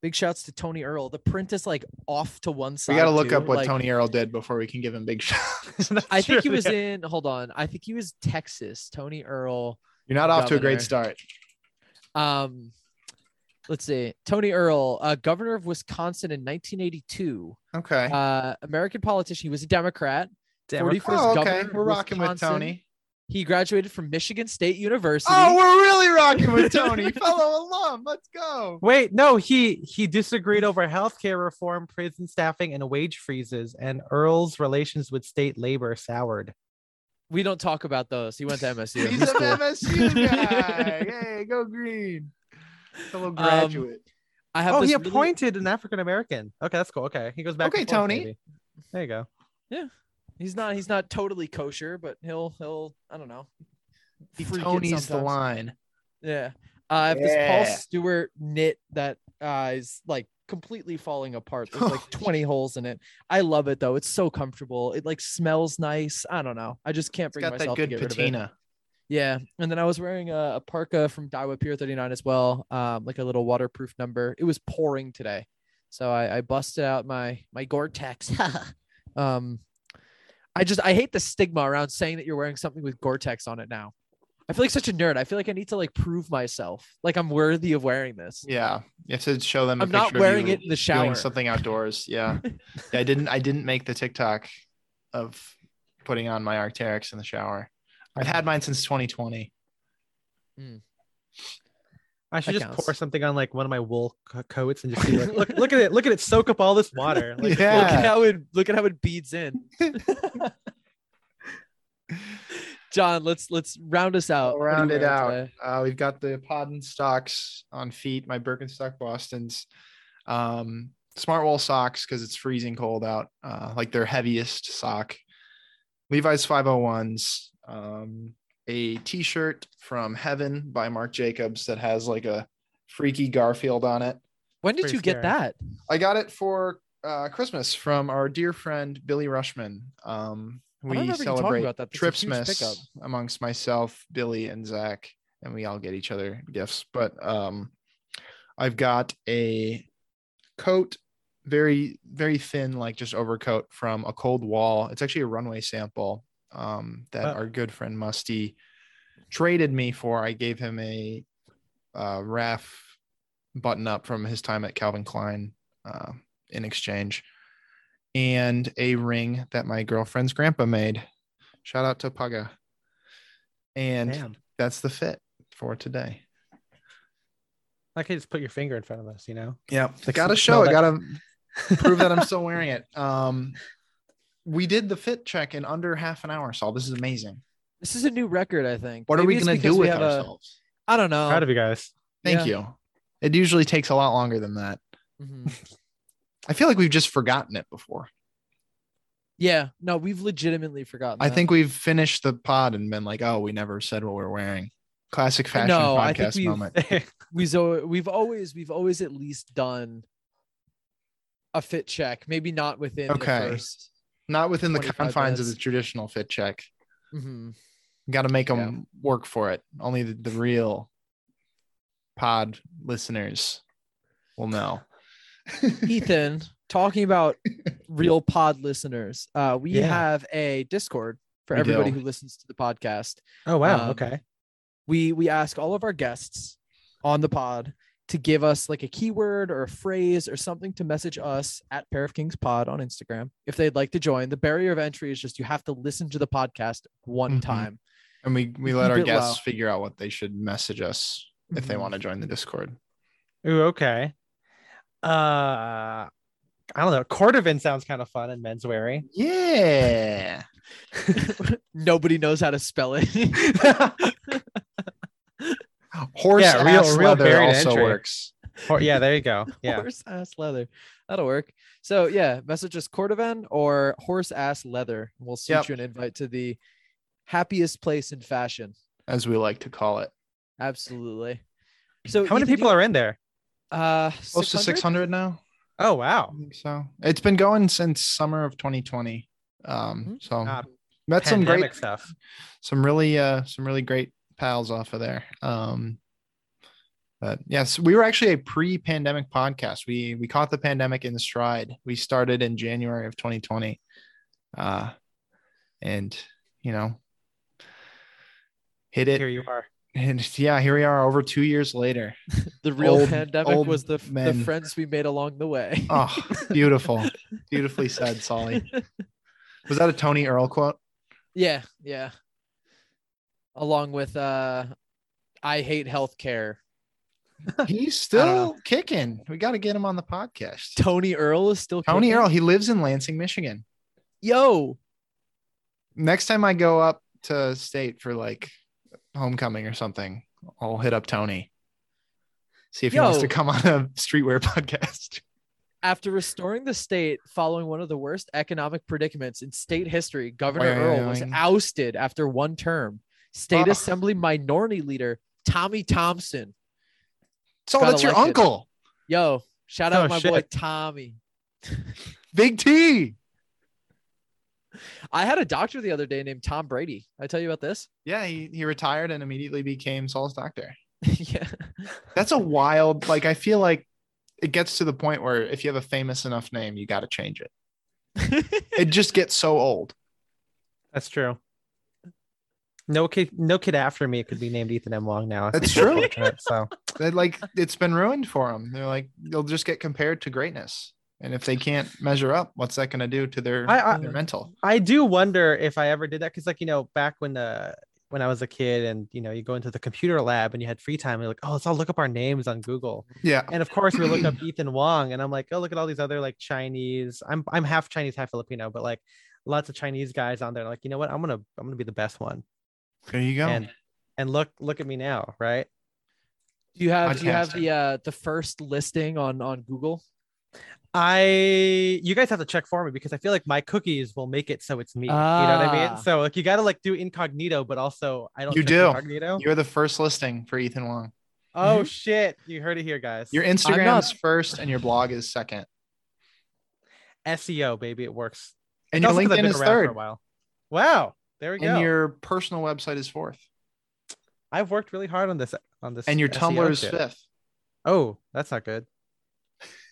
[SPEAKER 2] big shouts to Tony Earl. The print is like off to one side.
[SPEAKER 1] We got to look
[SPEAKER 2] too,
[SPEAKER 1] up what
[SPEAKER 2] like-
[SPEAKER 1] Tony Earl did before we can give him big shots.
[SPEAKER 2] I think he was in.
[SPEAKER 3] in.
[SPEAKER 2] Hold on. I think he was Texas. Tony Earl.
[SPEAKER 1] You're not off to a
[SPEAKER 2] Governor.
[SPEAKER 1] great start.
[SPEAKER 2] um let's see tony earl uh, governor of wisconsin in 1982
[SPEAKER 1] Okay.
[SPEAKER 2] uh american politician he was a democrat
[SPEAKER 3] Democrat.
[SPEAKER 2] 41st
[SPEAKER 1] oh, okay.
[SPEAKER 2] governor of
[SPEAKER 1] We're rocking with
[SPEAKER 2] Wisconsin.
[SPEAKER 1] Tony.
[SPEAKER 2] he graduated from michigan state university
[SPEAKER 1] Oh, we're really rocking with Tony, fellow alum. Let's go.
[SPEAKER 3] Wait, no, he he disagreed over healthcare reform, prison staffing, and wage freezes, and Earl's relations with state labor soured.
[SPEAKER 2] we don't talk about those he went to msu
[SPEAKER 1] He's
[SPEAKER 2] He's
[SPEAKER 1] an
[SPEAKER 2] cool.
[SPEAKER 1] MSU guy. Hey, go green. Fellow
[SPEAKER 2] Um,
[SPEAKER 1] graduate.
[SPEAKER 2] i have
[SPEAKER 3] Oh, he
[SPEAKER 2] this really-
[SPEAKER 3] appointed an African American. Okay, that's cool. Okay, he goes back. and
[SPEAKER 1] Okay,
[SPEAKER 3] forth,
[SPEAKER 1] Tony.
[SPEAKER 3] maybe. There you go.
[SPEAKER 2] he's not he's not totally kosher but he'll he'll i don't know
[SPEAKER 1] He
[SPEAKER 2] freak it
[SPEAKER 1] Tony's the
[SPEAKER 2] sometimes.
[SPEAKER 1] line.
[SPEAKER 2] yeah uh, i have this paul
[SPEAKER 1] Yeah.
[SPEAKER 2] stewart knit that uh is like completely falling apart there's like 20 holes in it i love it though it's so comfortable it like smells nice i don't know i just can't
[SPEAKER 1] It's
[SPEAKER 2] bring
[SPEAKER 1] got that
[SPEAKER 2] myself to
[SPEAKER 1] good
[SPEAKER 2] get rid of it.
[SPEAKER 1] patina.
[SPEAKER 2] Yeah, and then I was wearing a, a parka from Daiwa Pier 39 as well, um, like a little waterproof number. It was pouring today, so I, I busted out my my Gore-Tex. um, I just I hate the stigma around saying that you're wearing something with Gore-Tex on it now. I feel like such a nerd. I feel like I need to like prove myself, like I'm worthy of wearing this.
[SPEAKER 1] Yeah. You have to show them. a
[SPEAKER 2] I'm not
[SPEAKER 1] picture of
[SPEAKER 2] wearing
[SPEAKER 1] you
[SPEAKER 2] it in the
[SPEAKER 1] Doing
[SPEAKER 2] shower.
[SPEAKER 1] something outdoors. Yeah. Yeah, I didn't. I didn't make the TikTok of putting on my Arcteryx in the shower. I've had mine since 2020.
[SPEAKER 3] I should
[SPEAKER 2] That
[SPEAKER 3] just
[SPEAKER 2] counts.
[SPEAKER 3] pour something on like one of my wool co- coats and just be like, look, look at it, look at it, soak up all this water. Like,
[SPEAKER 1] Yeah.
[SPEAKER 2] Look at how it look at how it beads in. John, let's let's round us out.
[SPEAKER 1] I'll
[SPEAKER 2] What are you
[SPEAKER 1] round it
[SPEAKER 2] wearing
[SPEAKER 1] out.
[SPEAKER 2] today?
[SPEAKER 1] Uh, we've got the Podden stocks on feet, my Birkenstock Boston's, um, Smart Wool socks because it's freezing cold out, uh, like their heaviest sock, Levi's 501s, um, a t shirt from Heaven by Marc Jacobs that has like a freaky Garfield on it.
[SPEAKER 2] When did
[SPEAKER 3] Pretty
[SPEAKER 2] you get
[SPEAKER 3] scary.
[SPEAKER 2] that?
[SPEAKER 1] I got it for uh, Christmas from our dear friend Billy Rushman. Um,
[SPEAKER 2] don't
[SPEAKER 1] we
[SPEAKER 2] remember you talking
[SPEAKER 1] celebrate
[SPEAKER 2] about that. That's a huge pickup.
[SPEAKER 1] Tripsmas amongst myself, Billy, and Zach, and we all get each other gifts. But um, I've got a coat, very very thin, like just overcoat from a cold wall. It's actually a runway sample um, that
[SPEAKER 3] Wow.
[SPEAKER 1] our good friend Musty traded me for. I gave him a uh, RAF button up from his time at Calvin Klein uh, in exchange, and a ring that my girlfriend's grandpa made. Shout out to Paga. And
[SPEAKER 3] Damn.
[SPEAKER 1] that's the fit for today.
[SPEAKER 3] I could just put your finger in front of us, you know?
[SPEAKER 1] Yeah,
[SPEAKER 3] Like,
[SPEAKER 1] gotta
[SPEAKER 3] smell
[SPEAKER 1] show it.
[SPEAKER 3] that-
[SPEAKER 1] Gotta prove that I'm still wearing it. Um, we did the fit check in under half an hour, Saul. This is amazing.
[SPEAKER 2] This is a new record, I think.
[SPEAKER 1] What are
[SPEAKER 2] Maybe
[SPEAKER 1] we
[SPEAKER 2] it's
[SPEAKER 1] gonna
[SPEAKER 2] because
[SPEAKER 1] do
[SPEAKER 2] we
[SPEAKER 1] with
[SPEAKER 2] have a-
[SPEAKER 1] ourselves?
[SPEAKER 2] I don't
[SPEAKER 1] Oh.
[SPEAKER 2] know.
[SPEAKER 3] Proud of you guys.
[SPEAKER 1] Thank you. It usually takes a lot longer than that.
[SPEAKER 2] Mhm.
[SPEAKER 1] I feel like we've just forgotten it before.
[SPEAKER 2] Yeah. No, we've legitimately forgotten.
[SPEAKER 1] I
[SPEAKER 2] that.
[SPEAKER 1] think we've finished the pod and been like, oh, we never said what we're wearing. Classic fashion
[SPEAKER 2] No, I think
[SPEAKER 1] podcast
[SPEAKER 2] we've-
[SPEAKER 1] moment.
[SPEAKER 2] we so we've always we've always at least done a fit check. Maybe not within
[SPEAKER 1] Okay.
[SPEAKER 2] the 1st
[SPEAKER 1] Not within the
[SPEAKER 2] 25
[SPEAKER 1] confines of the
[SPEAKER 2] minutes.
[SPEAKER 1] traditional fit check.
[SPEAKER 2] Mm-hmm.
[SPEAKER 1] Got to make them work for it. Only the, the real pod listeners will know.
[SPEAKER 2] Ethan, talking about real pod listeners, uh, we
[SPEAKER 3] Yeah.
[SPEAKER 2] have a Discord for
[SPEAKER 1] We
[SPEAKER 2] everybody
[SPEAKER 1] do.
[SPEAKER 2] who listens to the podcast.
[SPEAKER 3] Oh wow.
[SPEAKER 2] Um,
[SPEAKER 3] okay.
[SPEAKER 2] We we ask all of our guests on the pod to give us like a keyword or a phrase or something to message us at Pair of Kings Pod on Instagram if they'd like to join. The barrier of entry is just you have to listen to the podcast one
[SPEAKER 1] Mhm.
[SPEAKER 2] time.
[SPEAKER 1] And we, we let
[SPEAKER 2] Keep
[SPEAKER 1] our
[SPEAKER 2] it
[SPEAKER 1] guests
[SPEAKER 2] low.
[SPEAKER 1] figure out what they should message us if they
[SPEAKER 2] Mhm.
[SPEAKER 1] want to join the Discord.
[SPEAKER 3] Ooh, okay. Uh I don't know. Cordovan sounds kind of fun in men's wearing.
[SPEAKER 1] Yeah.
[SPEAKER 2] Nobody knows how to spell it.
[SPEAKER 1] Horse
[SPEAKER 3] Yeah, real-
[SPEAKER 1] real, ass
[SPEAKER 3] real
[SPEAKER 1] leather
[SPEAKER 3] buried
[SPEAKER 1] also
[SPEAKER 3] entry.
[SPEAKER 1] works.
[SPEAKER 3] Or, yeah, there you go. Yeah.
[SPEAKER 2] Horse ass leather. That'll work. So yeah, message us Cordovan or horse ass leather. We'll shoot
[SPEAKER 1] Yep.
[SPEAKER 2] you an invite to the happiest place in fashion.
[SPEAKER 1] As we like to call it.
[SPEAKER 2] Absolutely. So
[SPEAKER 3] How many people are in there?
[SPEAKER 2] are uh
[SPEAKER 1] Close to 600 now. I
[SPEAKER 3] Oh wow.
[SPEAKER 1] think so. It's been going since summer of 2020. Um,
[SPEAKER 2] Mhm.
[SPEAKER 1] so
[SPEAKER 3] Ah,
[SPEAKER 1] met some great,
[SPEAKER 3] pandemic stuff.
[SPEAKER 1] some really, uh, some really great pals off of there. Um, but yes, we were actually a pre-pandemic podcast. We we caught the pandemic in stride. We started in January of 2020, uh, and you know, hit
[SPEAKER 3] Here
[SPEAKER 1] it.
[SPEAKER 3] you are.
[SPEAKER 1] And yeah, here we are, over two years later.
[SPEAKER 2] The real
[SPEAKER 1] old-
[SPEAKER 2] pandemic
[SPEAKER 1] old
[SPEAKER 2] was the, the
[SPEAKER 1] men.
[SPEAKER 2] friends we made along the way.
[SPEAKER 1] Oh, beautiful, beautifully said, Solly. Was that a Tony Earl quote?
[SPEAKER 2] yeah, yeah. Along with uh I hate healthcare.
[SPEAKER 1] He's
[SPEAKER 2] I don't know.
[SPEAKER 1] still kicking. We got to get him on the podcast.
[SPEAKER 2] Tony Earl is still
[SPEAKER 1] Tony
[SPEAKER 2] kicking?
[SPEAKER 1] Earl, he lives in Lansing, Michigan.
[SPEAKER 2] Yo,
[SPEAKER 1] Next time I go up to state for like homecoming or something, I'll hit up Tony. See if he wants
[SPEAKER 2] Yo.
[SPEAKER 1] to come on a streetwear podcast.
[SPEAKER 2] After restoring the state following one of the worst economic predicaments in state history, Governor Earl was
[SPEAKER 1] Wyoming.
[SPEAKER 2] ousted after one term. State
[SPEAKER 1] Oh.
[SPEAKER 2] Assembly Minority Leader Tommy Thompson.
[SPEAKER 1] So
[SPEAKER 2] Got
[SPEAKER 1] that's your
[SPEAKER 2] elected.
[SPEAKER 1] uncle,
[SPEAKER 2] Yo, shout out
[SPEAKER 3] Oh,
[SPEAKER 2] my boy
[SPEAKER 3] shit.
[SPEAKER 2] Tommy.
[SPEAKER 1] Big T.
[SPEAKER 2] I had a doctor the other day named Tom Brady. I tell you about this?
[SPEAKER 1] Yeah, he, he retired and immediately became Saul's doctor.
[SPEAKER 2] yeah.
[SPEAKER 1] That's a wild, like, I feel like it gets to the point where if you have a famous enough name, you got to change it. It just gets so old.
[SPEAKER 3] That's true. No kid no kid after me could be named Ethan M. Long now.
[SPEAKER 1] That's
[SPEAKER 3] It's
[SPEAKER 1] true.
[SPEAKER 3] unfortunate, so
[SPEAKER 1] they like it's been ruined for them. They're like they'll just get compared to greatness, and if they can't measure up, what's that going to do to their
[SPEAKER 3] I- I-
[SPEAKER 1] their mental?
[SPEAKER 3] I do wonder if I ever did that because, like, you know, back when the when I was a kid, and you know, you go into the computer lab and you had free time, and you're like, oh, let's all look up our names on Google.
[SPEAKER 1] Yeah,
[SPEAKER 3] And of course, we look up Ethan Wong, and I'm like, oh, look at all these other like Chinese. I'm I'm half Chinese, half Filipino, but like lots of Chinese guys on there. Like, you know what? I'm gonna I'm gonna be the best one.
[SPEAKER 1] there you go.
[SPEAKER 3] And and look look at me now, right?
[SPEAKER 2] do you have do you have
[SPEAKER 1] Podcast.
[SPEAKER 2] the uh the first listing on on Google?
[SPEAKER 3] I you guys have to check for me because I feel like my cookies will make it so it's me. you know what I
[SPEAKER 2] Ah.
[SPEAKER 3] mean? So like you gotta like do incognito, but also I don't
[SPEAKER 1] You
[SPEAKER 3] check
[SPEAKER 1] do.
[SPEAKER 3] incognito.
[SPEAKER 1] You're the first listing for Ethan Wong.
[SPEAKER 3] Oh shit! You heard it here, guys.
[SPEAKER 1] Your Instagram's first, and your blog is second,
[SPEAKER 3] SEO, E baby, it works.
[SPEAKER 1] and your
[SPEAKER 3] It's also 'cause I've
[SPEAKER 1] LinkedIn
[SPEAKER 3] been
[SPEAKER 1] is
[SPEAKER 3] around for
[SPEAKER 1] third,
[SPEAKER 3] a while. Wow, there we go.
[SPEAKER 1] and your personal website is fourth,
[SPEAKER 3] I've worked really hard on this. On this,
[SPEAKER 1] and your
[SPEAKER 3] SEO
[SPEAKER 1] Tumblr is
[SPEAKER 3] shit.
[SPEAKER 1] fifth.
[SPEAKER 3] Oh, that's not good.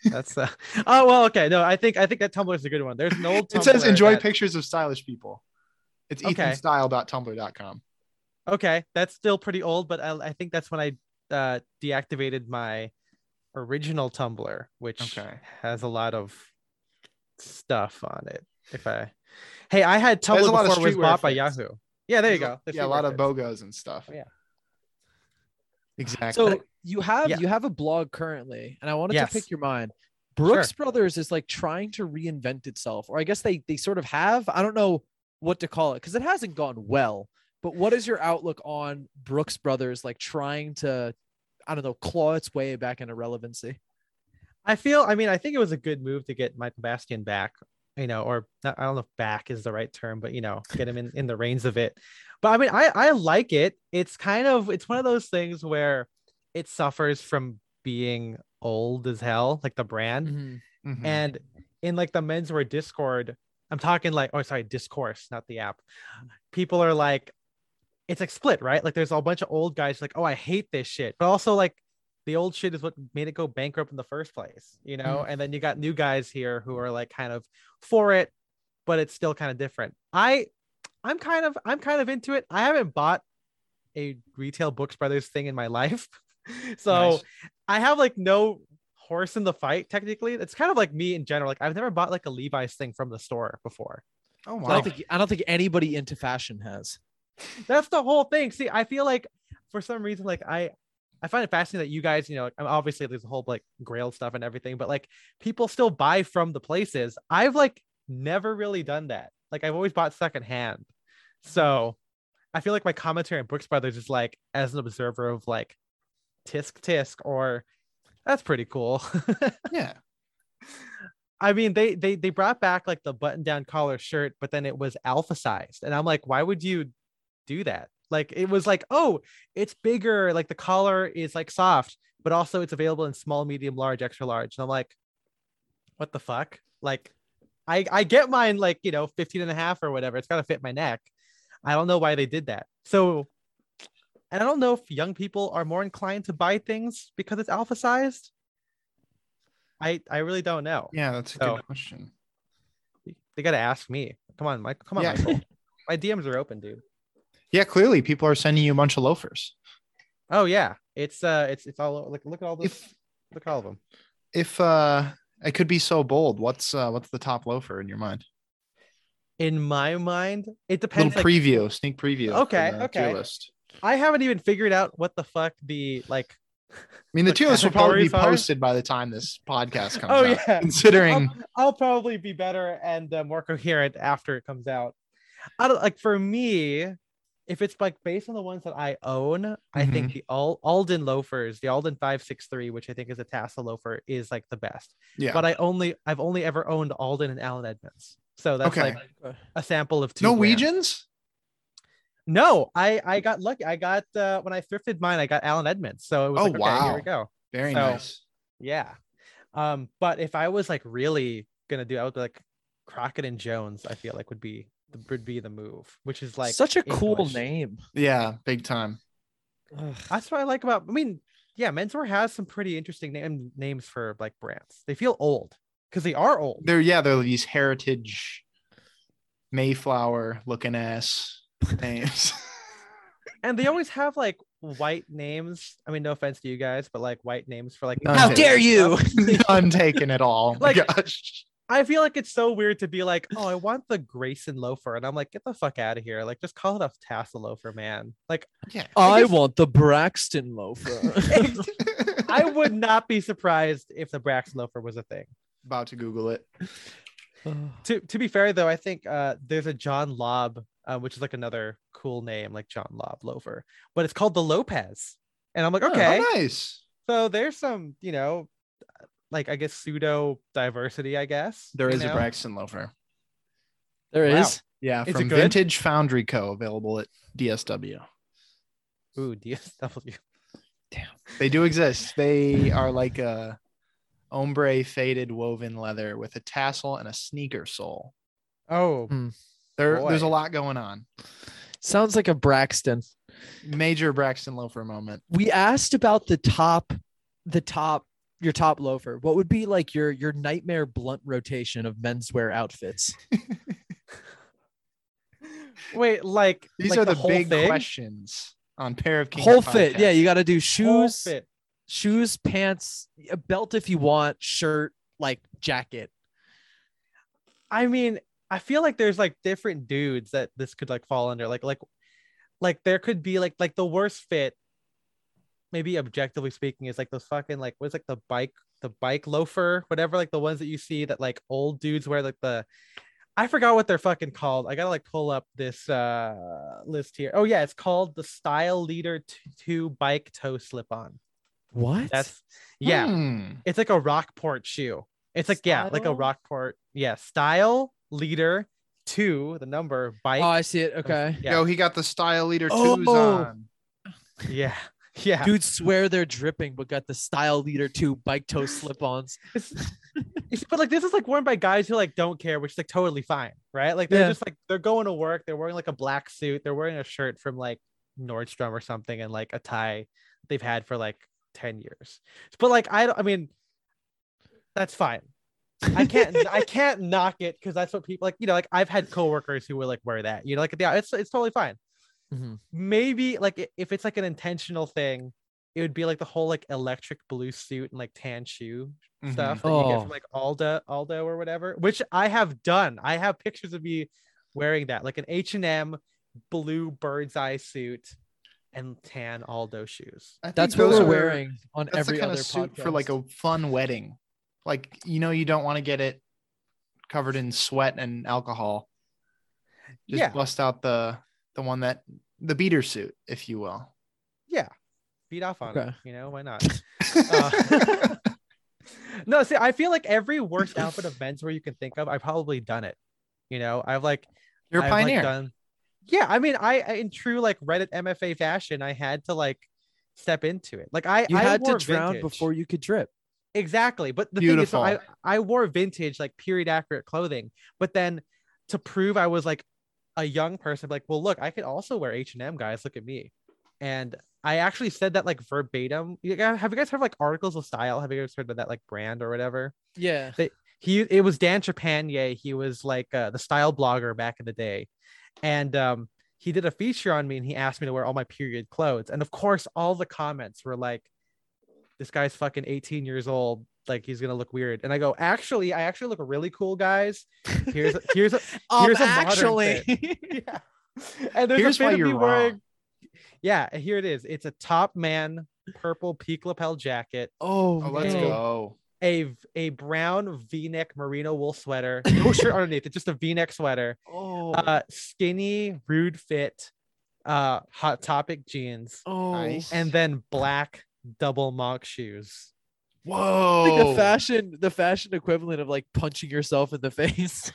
[SPEAKER 3] That's uh, oh well, okay. No, I think I think that Tumblr is a good one. There's an old.
[SPEAKER 1] It says
[SPEAKER 3] Tumblr
[SPEAKER 1] enjoy
[SPEAKER 3] that-
[SPEAKER 1] pictures of stylish people. It's
[SPEAKER 3] Okay.
[SPEAKER 1] ethanstyle.tumblr.com.
[SPEAKER 3] Okay, that's still pretty old, but I, I think that's when I uh, deactivated my original Tumblr, which
[SPEAKER 1] Okay.
[SPEAKER 3] has a lot of stuff on it. If I, hey, I had Tumblr
[SPEAKER 1] There's a lot of
[SPEAKER 3] before it was
[SPEAKER 1] streetwear
[SPEAKER 3] bought by
[SPEAKER 1] fits.
[SPEAKER 3] Yahoo. Yeah, there you go. The
[SPEAKER 1] Yeah, a
[SPEAKER 3] streetwear
[SPEAKER 1] lot of
[SPEAKER 3] fits.
[SPEAKER 1] bogos and stuff.
[SPEAKER 3] Oh, yeah.
[SPEAKER 1] Exactly.
[SPEAKER 2] So you have
[SPEAKER 3] Yeah.
[SPEAKER 2] you have a blog currently, and I wanted
[SPEAKER 3] Yes.
[SPEAKER 2] to pick your mind. Brooks Brothers is like trying to reinvent itself, or I guess they they sort of have. I don't know what to call it because it hasn't gone well. But what is your outlook on Brooks Brothers like trying to, I don't know, claw its way back into relevancy?
[SPEAKER 3] I feel. I mean, I think it was a good move to get Michael Bastian back. You know, or not, I don't know if back is the right term, but you know, get him in in the reins of it. But I mean, I I like it. It's kind of it's one of those things where it suffers from being old as hell, like the brand.
[SPEAKER 1] Mhm.
[SPEAKER 3] and in like the menswear discord i'm talking like oh sorry discourse not the app people are like it's like split right like there's a bunch of old guys like oh i hate this shit but also like the old shit is what made it go bankrupt in the first place you know and then you got new guys here who are like kind of for it but it's still kind of different i i'm kind of i'm kind of into it i haven't bought a retail books brothers thing in my life so
[SPEAKER 1] Nice.
[SPEAKER 3] I have like no horse in the fight technically. It's kind of like me in general. Like I've never bought like a Levi's thing from the store before.
[SPEAKER 1] oh
[SPEAKER 2] I
[SPEAKER 1] wow,
[SPEAKER 2] don't think I don't think anybody into fashion has.
[SPEAKER 3] That's the whole thing. See, I feel like for some reason like I I find it fascinating that you guys, you know, like, obviously there's a whole like grail stuff and everything, but like people still buy from the places. I've like never really done that. Like I've always bought secondhand. So I feel like my commentary on Brooks Brothers is like as an observer of like tisk tisk or that's pretty cool.
[SPEAKER 1] yeah,
[SPEAKER 3] I mean, they they they brought back like the button down collar shirt, but then it was alpha sized, and I'm like, why would you do that? Like, it was like, oh, it's bigger. Like the collar is like soft, but also it's available in small, medium, large, extra large. And I'm like, what the fuck? Like, I I get mine like you know 15 and a half or whatever. It's gotta fit my neck. I don't know why they did that. So, and I don't know if young people are more inclined to buy things because it's alpha sized. I I really don't know
[SPEAKER 1] yeah. That's a
[SPEAKER 3] So-
[SPEAKER 1] good question.
[SPEAKER 3] they gotta ask me. Come on, Mike. Come on,
[SPEAKER 1] Yeah.
[SPEAKER 3] Michael. My DMs are open, dude.
[SPEAKER 1] Yeah, clearly people are sending you a bunch of loafers.
[SPEAKER 3] Oh yeah, it's uh, it's it's all like look at all this.
[SPEAKER 1] If
[SPEAKER 3] Look at all of them.
[SPEAKER 1] if uh, I could be so bold, what's uh, what's the top loafer in your mind?
[SPEAKER 3] In my mind, it
[SPEAKER 1] Little
[SPEAKER 3] depends. like,
[SPEAKER 1] preview, sneak preview. for
[SPEAKER 3] Okay,
[SPEAKER 1] the tier
[SPEAKER 3] okay.
[SPEAKER 1] List.
[SPEAKER 3] I haven't even figured out what the fuck the like.
[SPEAKER 1] I mean, the
[SPEAKER 3] What
[SPEAKER 1] tier list will probably be
[SPEAKER 3] categories are?
[SPEAKER 1] posted by the time this podcast comes
[SPEAKER 3] Oh,
[SPEAKER 1] out.
[SPEAKER 3] yeah.
[SPEAKER 1] Considering,
[SPEAKER 3] I'll, I'll probably be better and uh, more coherent after it comes out. I don't like for me. If it's like based on the ones that I own, I
[SPEAKER 1] Mm-hmm.
[SPEAKER 3] think the Al- Alden loafers, the Alden five six three, which I think is a tassel loafer, is like the best.
[SPEAKER 1] yeah.
[SPEAKER 3] but I only I've only ever owned Alden and Allen Edmonds. So that's
[SPEAKER 1] Okay.
[SPEAKER 3] like a sample of two. brands.
[SPEAKER 1] Norwegians?
[SPEAKER 3] No, I I got lucky. I got uh, when I thrifted mine, I got Allen Edmonds. So it was
[SPEAKER 1] Oh,
[SPEAKER 3] like, okay, here
[SPEAKER 1] wow.
[SPEAKER 3] we go.
[SPEAKER 1] Very
[SPEAKER 3] So-
[SPEAKER 1] nice.
[SPEAKER 3] Yeah. Um, but if I was like really gonna do, I would like Crockett and Jones. I feel like would be would be the move, which is like
[SPEAKER 2] Such a cool
[SPEAKER 3] English.
[SPEAKER 2] name.
[SPEAKER 1] Yeah, big time.
[SPEAKER 2] Ugh.
[SPEAKER 3] That's what I like about. I mean, yeah, menswear has some pretty interesting name names for like brands. They feel old because they are old.
[SPEAKER 1] They're yeah, they're these heritage Mayflower looking ass names.
[SPEAKER 3] and they always have like white names. I mean, no offense to you guys, but like white names for like.
[SPEAKER 1] None How taken. dare
[SPEAKER 2] you!
[SPEAKER 1] None taken at all. Oh my
[SPEAKER 3] Like-
[SPEAKER 1] gosh.
[SPEAKER 3] I feel like it's so weird to be like, oh, I want the Grayson loafer, and I'm like, get the fuck out of here! Like, just call it a tassel loafer, man. Like,
[SPEAKER 1] Yeah.
[SPEAKER 2] I
[SPEAKER 3] guess-
[SPEAKER 2] want the Braxton loafer.
[SPEAKER 3] I would not be surprised if the Brax loafer was a thing.
[SPEAKER 1] About to Google it.
[SPEAKER 2] Ugh.
[SPEAKER 3] To to be fair though, I think uh, there's a John Lobb, uh, which is like another cool name, like John Lobb loafer, but it's called the Lopez, and I'm like,
[SPEAKER 1] Oh,
[SPEAKER 3] okay,
[SPEAKER 1] nice.
[SPEAKER 3] so there's some, you know, like I guess pseudo diversity, I guess
[SPEAKER 1] There
[SPEAKER 3] you
[SPEAKER 1] is a
[SPEAKER 3] know?
[SPEAKER 1] Braxton Loafer.
[SPEAKER 2] There is.
[SPEAKER 3] Wow.
[SPEAKER 1] Yeah,
[SPEAKER 3] Is it
[SPEAKER 1] from
[SPEAKER 3] good?
[SPEAKER 1] Vintage Foundry Co. available at DSW.
[SPEAKER 3] Ooh, DSW.
[SPEAKER 1] They do exist. They are like a ombre faded woven leather with a tassel and a sneaker sole.
[SPEAKER 3] Oh,
[SPEAKER 1] There,
[SPEAKER 3] Boy.
[SPEAKER 1] there's a lot going on.
[SPEAKER 2] Sounds like a Braxton.
[SPEAKER 1] Major Braxton Loafer moment.
[SPEAKER 2] We asked about the top, the top, your top loafer. What would be like your your nightmare blunt rotation of menswear outfits?
[SPEAKER 3] wait, like
[SPEAKER 1] These
[SPEAKER 3] like
[SPEAKER 1] are the,
[SPEAKER 3] whole
[SPEAKER 1] big
[SPEAKER 3] thing?
[SPEAKER 1] questions on pair of kings.
[SPEAKER 2] Whole fit. Yeah, you got to do
[SPEAKER 3] Whole
[SPEAKER 2] shoes,
[SPEAKER 3] fit.
[SPEAKER 2] shoes, pants, a belt if you want, shirt, like jacket.
[SPEAKER 3] I mean, I feel like there's like different dudes that this could like fall under. Like like like there could be like like the worst fit, maybe objectively speaking, is like those fucking like what's like the bike the bike loafer, whatever, like the ones that you see that like old dudes wear like the I forgot what they're fucking called. I gotta like pull up this uh list here. Oh yeah, it's called the Style Leader t- Two Bike Toe Slip On.
[SPEAKER 2] What?
[SPEAKER 3] That's yeah.
[SPEAKER 1] Hmm.
[SPEAKER 3] It's like a Rockport shoe. It's like yeah, like a
[SPEAKER 2] Style?
[SPEAKER 3] Rockport. Yeah, Style Leader Two, the number bike.
[SPEAKER 2] oh, I see it. Okay.
[SPEAKER 3] Yeah,
[SPEAKER 1] Yo, he got the style leader
[SPEAKER 2] Oh.
[SPEAKER 1] twos on.
[SPEAKER 3] yeah, yeah.
[SPEAKER 2] Dudes swear they're dripping, but got the style leader two bike toe slip-ons.
[SPEAKER 3] It's- it's- but like this is like worn by guys who like don't care, which is like totally fine, right? Like they're
[SPEAKER 2] Yeah.
[SPEAKER 3] just like they're going to work, they're wearing like a black suit, they're wearing a shirt from like Nordstrom or something, and like a tie they've had for like ten years. But like I, don't- I mean, that's fine. I can't, I can't knock it because that's what people like. You know, like I've had coworkers who would like wear that. You know, like yeah, it's it's totally fine.
[SPEAKER 2] Mhm.
[SPEAKER 3] Maybe like i- if it's like an intentional thing, it would be like the whole like electric blue suit and like tan shoe
[SPEAKER 1] Mm-hmm.
[SPEAKER 3] stuff that you get
[SPEAKER 2] Oh.
[SPEAKER 3] from like Alda, Aldo or whatever, which I have done. I have pictures of me wearing that, like an H and M blue bird's eye suit and tan Aldo shoes.
[SPEAKER 1] I think
[SPEAKER 2] That's what we're
[SPEAKER 1] are-
[SPEAKER 2] wearing on
[SPEAKER 1] That's
[SPEAKER 2] every
[SPEAKER 1] the kind
[SPEAKER 2] other
[SPEAKER 1] of suit
[SPEAKER 2] podcast.
[SPEAKER 1] for like a fun wedding. Like you know, you don't want to get it covered in sweat and alcohol. Just
[SPEAKER 3] Yeah.
[SPEAKER 1] bust out the the one that the beater suit, if you will.
[SPEAKER 3] Yeah, beat off on it.
[SPEAKER 2] Okay.
[SPEAKER 3] You know why not? Uh, no, see, I feel like every worst outfit of menswear you can think of, I've probably done it. You know, I've like
[SPEAKER 1] You're a
[SPEAKER 3] I've, like,
[SPEAKER 1] pioneer.
[SPEAKER 3] done- yeah, I mean, I I- in true like Reddit MFA fashion, I had to like step into it. Like I
[SPEAKER 2] you
[SPEAKER 3] I
[SPEAKER 2] had to
[SPEAKER 3] wore
[SPEAKER 2] drown
[SPEAKER 3] vintage.
[SPEAKER 2] before you could drip.
[SPEAKER 3] Exactly. But the
[SPEAKER 1] Beautiful.
[SPEAKER 3] thing is, so I, I wore vintage, like period accurate clothing. But then to prove I was like a young person, like, well, look, I could also wear H&M, guys. Look at me. And I actually said that like verbatim. You guys, have you guys heard of like articles of style? Have you guys heard of that like brand or whatever?
[SPEAKER 2] Yeah.
[SPEAKER 3] He it was Dan Trepanier. He was like uh, the style blogger back in the day. And um, he did a feature on me and he asked me to wear all my period clothes. And of course, all the comments were like, this guy's fucking 18 years old. Like he's gonna look weird. And I go, actually, I actually look really cool, guys. Here's a, here's a
[SPEAKER 2] Um,
[SPEAKER 3] Here's a modern yeah. And there's
[SPEAKER 1] Here's
[SPEAKER 3] a
[SPEAKER 1] why
[SPEAKER 3] fit of
[SPEAKER 1] you're
[SPEAKER 3] me
[SPEAKER 1] wrong.
[SPEAKER 3] wearing. Yeah, here it is. It's a top man purple peak lapel jacket,
[SPEAKER 2] oh,
[SPEAKER 1] Oh, let's
[SPEAKER 2] man.
[SPEAKER 1] go.
[SPEAKER 3] a v- a brown V-neck merino wool sweater, no shirt underneath. It's just a V-neck sweater.
[SPEAKER 2] Oh,
[SPEAKER 3] Uh, skinny, rude fit, uh, hot topic jeans,
[SPEAKER 2] oh.
[SPEAKER 1] nice.
[SPEAKER 3] and then black double mock shoes.
[SPEAKER 1] Whoa.
[SPEAKER 2] Like the fashion, the fashion equivalent of like punching yourself in the face.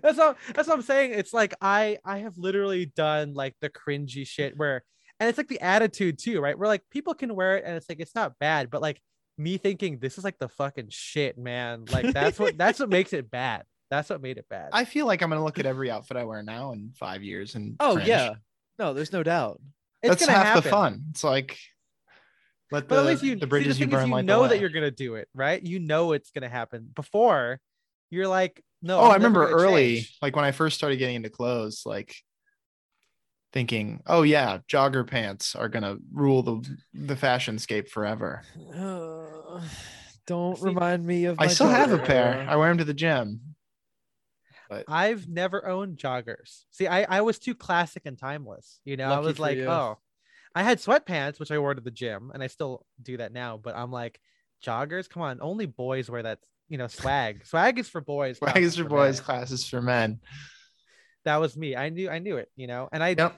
[SPEAKER 3] that's what that's what I'm saying. It's like I I have literally done like the cringy shit where and it's like the attitude too, right? Where like people can wear it and it's like it's not bad, but like me thinking this is like the fucking shit, man. Like that's what that's what makes it bad. That's what made it bad.
[SPEAKER 1] I feel like I'm gonna look at every outfit I wear now in five years and
[SPEAKER 2] oh
[SPEAKER 1] cringe.
[SPEAKER 2] yeah, no, there's no doubt.
[SPEAKER 3] it's
[SPEAKER 1] that's
[SPEAKER 3] gonna
[SPEAKER 1] half
[SPEAKER 3] happen.
[SPEAKER 1] the fun. It's like let the,
[SPEAKER 3] But at least you
[SPEAKER 1] the
[SPEAKER 3] see,
[SPEAKER 1] bridges
[SPEAKER 3] the
[SPEAKER 1] you
[SPEAKER 3] thing is
[SPEAKER 1] burn
[SPEAKER 3] you
[SPEAKER 1] light the
[SPEAKER 3] know that
[SPEAKER 1] way.
[SPEAKER 3] you're gonna do it, right? You know it's gonna happen. Before you're like, no.
[SPEAKER 1] oh,
[SPEAKER 3] I'm
[SPEAKER 1] I
[SPEAKER 3] never
[SPEAKER 1] remember
[SPEAKER 3] gonna
[SPEAKER 1] early,
[SPEAKER 3] change.
[SPEAKER 1] like when I first started getting into clothes, like thinking, "Oh yeah, jogger pants are gonna rule the the fashion scape forever."
[SPEAKER 2] Uh, don't
[SPEAKER 3] See,
[SPEAKER 2] remind me of.
[SPEAKER 1] I
[SPEAKER 2] my
[SPEAKER 1] still have a
[SPEAKER 2] daughter.
[SPEAKER 1] pair. I wear them to the gym.
[SPEAKER 3] I've never owned joggers. See, I, I was too classic and timeless. You know, I
[SPEAKER 2] Lucky
[SPEAKER 3] was
[SPEAKER 2] for
[SPEAKER 3] like,
[SPEAKER 2] you.
[SPEAKER 3] oh, I had sweatpants, which I wore to the gym, and I still do that now. But I'm like, joggers, come on, only boys wear that. You know, swag. Swag is for boys.
[SPEAKER 1] Wags
[SPEAKER 3] classes
[SPEAKER 1] for
[SPEAKER 3] Oh, for
[SPEAKER 1] boys,
[SPEAKER 3] men.
[SPEAKER 1] classes for men.
[SPEAKER 3] That was me. I knew, I knew it. You know, and I,
[SPEAKER 1] Yep.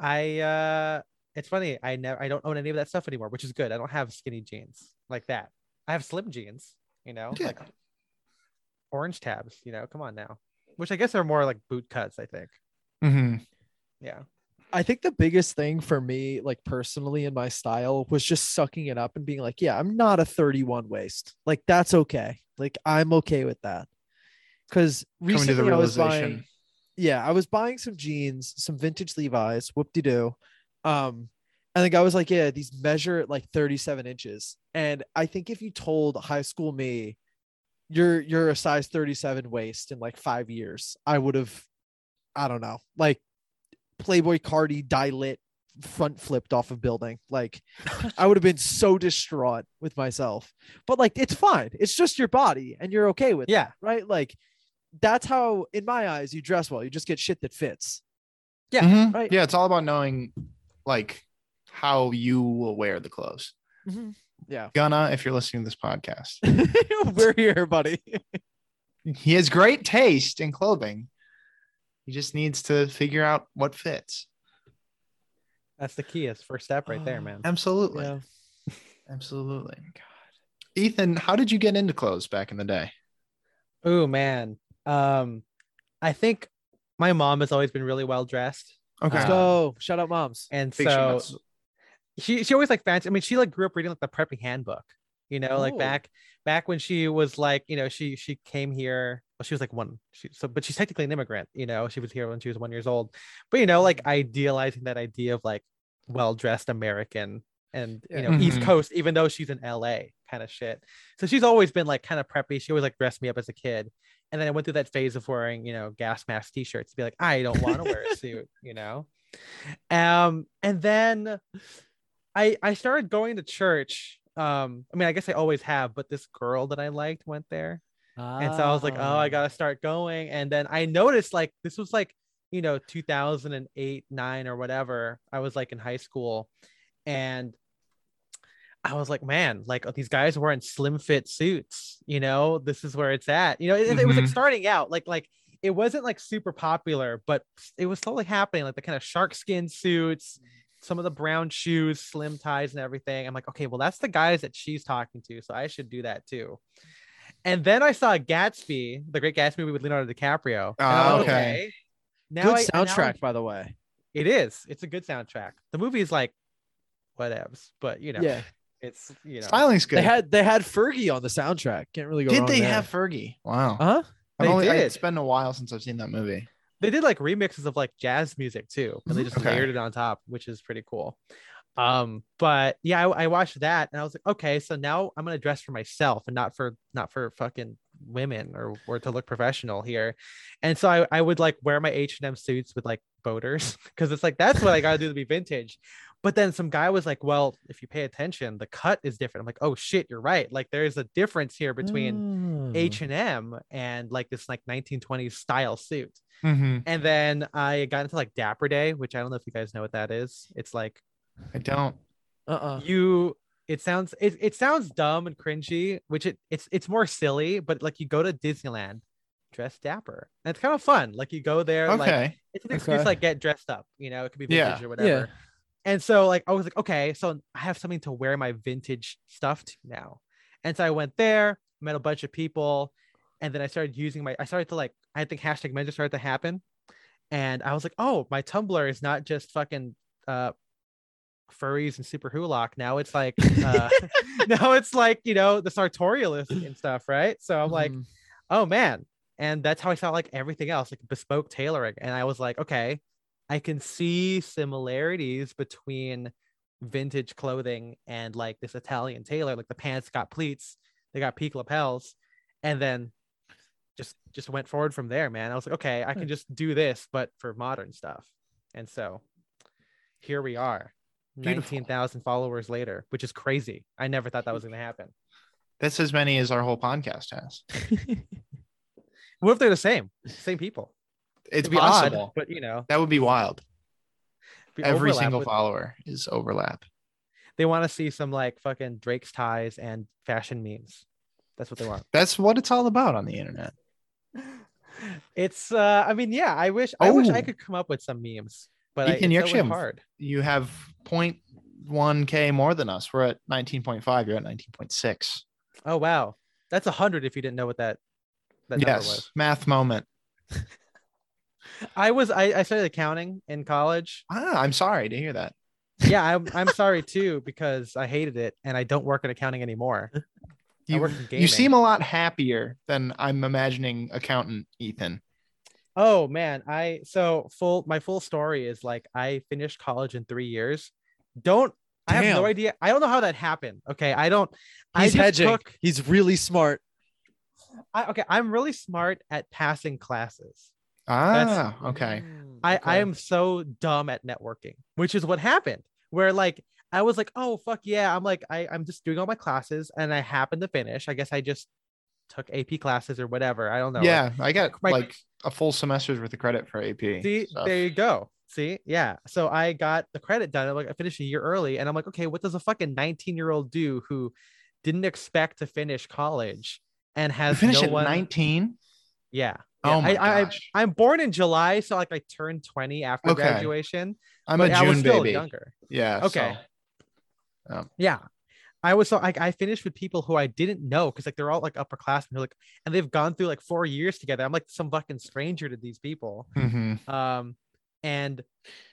[SPEAKER 3] I, uh, it's funny. I never, I don't own any of that stuff anymore, which is good. I don't have skinny jeans like that. I have slim jeans. You know,
[SPEAKER 1] Yeah.
[SPEAKER 3] like orange tabs. You know, come on now. Which I guess are more like boot cuts. I think.
[SPEAKER 1] Mhm.
[SPEAKER 3] Yeah.
[SPEAKER 2] I think the biggest thing for me, like personally in my style, was just sucking it up and being like, yeah, I'm not a 31 waist. Like that's okay. Like I'm okay with that. Because
[SPEAKER 1] Coming
[SPEAKER 2] recently
[SPEAKER 1] to the
[SPEAKER 2] I was buying,
[SPEAKER 1] realization.
[SPEAKER 2] yeah, I was buying some jeans, some vintage Levi's, whoop de doo. Um, and the guy was like, yeah, these measure like 37 inches. And I think if you told high school me, you're you're a size 37 waist in like five years, I would have, I don't know, like Playboy Cardi die lit front flipped off a building. Like I would have been so distraught with myself. But like it's fine. It's just your body and you're okay with it,
[SPEAKER 3] Yeah.
[SPEAKER 2] right? Like that's how in my eyes you dress well. You just get shit that fits.
[SPEAKER 3] Yeah,
[SPEAKER 1] Mhm.
[SPEAKER 2] right.
[SPEAKER 1] Yeah, it's all about knowing like how you will wear the clothes.
[SPEAKER 2] Yeah.
[SPEAKER 1] Gunna, if you're listening to this podcast,
[SPEAKER 2] We're here, buddy.
[SPEAKER 1] he has great taste in clothing. He just needs to figure out what fits.
[SPEAKER 3] That's the key. It's first step right
[SPEAKER 1] Um,
[SPEAKER 3] there,
[SPEAKER 2] Oh.
[SPEAKER 3] man.
[SPEAKER 1] Absolutely. Absolutely. God. Ethan, how did you get into clothes back in the day?
[SPEAKER 3] Oh man. Um, I think my mom has always been really well dressed,
[SPEAKER 1] Okay.
[SPEAKER 2] Let's
[SPEAKER 3] Uh,
[SPEAKER 2] go. Shout out moms.
[SPEAKER 3] and
[SPEAKER 1] Big shout
[SPEAKER 3] so
[SPEAKER 1] outs.
[SPEAKER 3] she she always like fancy. I mean, she like grew up reading like the prepping handbook. You know, like
[SPEAKER 2] Oh.
[SPEAKER 3] back back when she was like, you know, she she came here. Well, she was like one. She so, but she's technically an immigrant. You know, she was here when she was one years old. But you know, like idealizing that idea of like well dressed American and you know East
[SPEAKER 1] Mhm.
[SPEAKER 3] Coast, even though she's in LA kind of shit. So she's always been like kind of preppy. She always like dressed me up as a kid. And then I went through that phase of wearing, you know, gas mask t-shirts to be like, I don't want to wear a suit, you know? Um, and then I I started going to church. Um, I mean, I guess I always have, but this girl that I liked went there. And so I was like, oh,
[SPEAKER 2] Ah. Um,
[SPEAKER 3] I gotta start going. And then I noticed like this was like, you know, 2008, nine or whatever. I was like in high school and I was like, man, like oh, these guys wearing slim fit suits, you know, this is where it's at. You know, it, it was like
[SPEAKER 1] Mhm.
[SPEAKER 3] starting out, like, like it wasn't like super popular, but it was slowly happening, like the kind of shark skin suits, some of the brown shoes, slim ties, and everything. I'm like, okay, well, that's the guys that she's talking to. So I should do that too. And then I saw Gatsby, the great Gatsby movie with Leonardo DiCaprio. and I'm
[SPEAKER 1] Ah,
[SPEAKER 3] like,
[SPEAKER 1] okay.
[SPEAKER 3] Now I-
[SPEAKER 2] Oh, Good
[SPEAKER 3] now I
[SPEAKER 2] soundtrack, by the way.
[SPEAKER 3] it is. It's a good soundtrack. The movie is like whatevs, but you know,
[SPEAKER 2] Yeah.
[SPEAKER 3] it's you know,
[SPEAKER 1] Styling's good.
[SPEAKER 2] They had they had Fergie on the soundtrack. Can't really go
[SPEAKER 1] did
[SPEAKER 2] wrong
[SPEAKER 1] they
[SPEAKER 2] there.
[SPEAKER 1] have Fergie? Wow.
[SPEAKER 2] Huh?
[SPEAKER 1] I've
[SPEAKER 3] Oh, they
[SPEAKER 1] only, I-
[SPEAKER 3] did.
[SPEAKER 1] It's been a while since I've seen that movie.
[SPEAKER 3] they did like remixes of like jazz music too, and they just
[SPEAKER 1] Okay.
[SPEAKER 3] layered it on top, which is pretty cool. Um, but yeah, I, I watched that and I was like, okay, so now I'm gonna dress for myself and not for not for fucking women or or to look professional here. And so I, I would like wear my H and M suits with like boaters because it's like that's what I gotta do to be vintage. But then some guy was like, well, if you pay attention, the cut is different. I'm like, oh shit, you're right. Like there's a difference here between
[SPEAKER 2] Mm.
[SPEAKER 3] H and M and like this like 1920s style suit.
[SPEAKER 1] Mm-hmm.
[SPEAKER 3] And then I got into like Dapper Day, which I don't know if you guys know what that is. It's like
[SPEAKER 1] I don't.
[SPEAKER 2] Uh uh
[SPEAKER 3] you it sounds it, it sounds dumb and cringy, which it it's it's more silly, but like you go to Disneyland dressed dapper. And it's kind of fun. Like you go there, like
[SPEAKER 1] Okay.
[SPEAKER 3] it's an excuse
[SPEAKER 2] Okay.
[SPEAKER 3] to, like get dressed up, you know, it could be
[SPEAKER 1] Yeah.
[SPEAKER 3] vintage or whatever. And so like I was like, okay, so I have something to wear my vintage stuff to now. And so I went there, met a bunch of people, and then I started using my I started to like I think hashtag mentor started to happen. And I was like, oh, my Tumblr is not just fucking uh furries and super hulock. Now it's like uh now it's like, you know, the sartorialist and stuff, right? So I'm
[SPEAKER 2] Mm.
[SPEAKER 3] like, oh man and that's how i saw like everything else like bespoke tailoring and i was like okay i can see similarities between vintage clothing and like this italian tailor like the pants got pleats they got peak lapels and then just just went forward from there man i was like okay
[SPEAKER 1] Hmm.
[SPEAKER 3] i can just do this but for modern stuff and so here we are
[SPEAKER 1] Beautiful.
[SPEAKER 3] 19000 followers later which is crazy i never thought that was going to happen
[SPEAKER 1] That's as many as our whole podcast has.
[SPEAKER 3] what if they're the same same people
[SPEAKER 1] It's
[SPEAKER 3] It'd be odd,
[SPEAKER 1] possible.
[SPEAKER 3] but you know
[SPEAKER 1] that would be wild.
[SPEAKER 3] be
[SPEAKER 1] Every
[SPEAKER 3] overlap
[SPEAKER 1] single
[SPEAKER 3] with-
[SPEAKER 1] follower is overlap.
[SPEAKER 3] They want to see some like fucking Drake's ties and fashion memes. That's what they want.
[SPEAKER 1] That's what it's all about on the internet.
[SPEAKER 3] it's uh I mean, yeah, I wish I wish I
[SPEAKER 1] Oh.
[SPEAKER 3] could come up with some memes, but I,
[SPEAKER 1] Ethan,
[SPEAKER 3] it's
[SPEAKER 1] you
[SPEAKER 3] always
[SPEAKER 1] actually have-
[SPEAKER 3] hard.
[SPEAKER 1] You have 0.1k more than us. We're at 19.5. You're at 19.6.
[SPEAKER 3] Oh wow. That's a hundred if you didn't know what that that number
[SPEAKER 1] Yes. Math moment.
[SPEAKER 3] was. I was I, I started accounting in college.
[SPEAKER 1] Ah, I'm sorry to hear that.
[SPEAKER 3] Yeah, I'm I'm sorry too, because I hated it and I don't work in accounting anymore. I
[SPEAKER 1] You,
[SPEAKER 3] work in gaming.
[SPEAKER 1] you seem a lot happier than I'm imagining accountant Ethan.
[SPEAKER 3] Oh man, I so full my full story is like I finished college in three years. Don't I have
[SPEAKER 2] Damn.
[SPEAKER 3] no idea. I don't know how that happened. Okay, I don't.
[SPEAKER 2] He's
[SPEAKER 3] I just
[SPEAKER 2] hedging.
[SPEAKER 3] took.
[SPEAKER 2] He's really smart.
[SPEAKER 3] I, okay, I'm really smart at passing classes.
[SPEAKER 1] Ah, okay.
[SPEAKER 3] I, I
[SPEAKER 2] okay.
[SPEAKER 3] am so dumb at networking, which is what happened. Where like I was like, oh fuck yeah. I'm like, I, I'm just doing all my classes and I happen to finish. I guess I just took AP classes or whatever. I don't know.
[SPEAKER 1] yeah, I got
[SPEAKER 3] My-
[SPEAKER 1] like a full semester's worth of credit for AP.
[SPEAKER 3] See,
[SPEAKER 1] stuff.
[SPEAKER 3] there you go. See, yeah. So I got the credit done. I'm like, I finished a year early, and I'm like, okay, what does a fucking 19 year old do who didn't expect to finish college and
[SPEAKER 1] You
[SPEAKER 3] has
[SPEAKER 1] finish
[SPEAKER 3] no
[SPEAKER 1] at
[SPEAKER 3] one?
[SPEAKER 1] 19.
[SPEAKER 3] Yeah.
[SPEAKER 1] Oh
[SPEAKER 3] yeah.
[SPEAKER 1] my
[SPEAKER 3] I,
[SPEAKER 1] gosh.
[SPEAKER 3] I, I'm born in July, so like I turned 20 after
[SPEAKER 1] Okay.
[SPEAKER 3] graduation.
[SPEAKER 1] I'm
[SPEAKER 3] but
[SPEAKER 1] a
[SPEAKER 3] I was
[SPEAKER 1] June
[SPEAKER 3] still
[SPEAKER 1] baby.
[SPEAKER 3] younger.
[SPEAKER 1] Yeah.
[SPEAKER 3] Okay.
[SPEAKER 1] so-
[SPEAKER 3] Yeah. I was so like I finished with people who I didn't know because like they're all like upperclassmen who like and they've gone through like four years together. I'm like some fucking stranger to these people.
[SPEAKER 1] Mhm.
[SPEAKER 3] Um and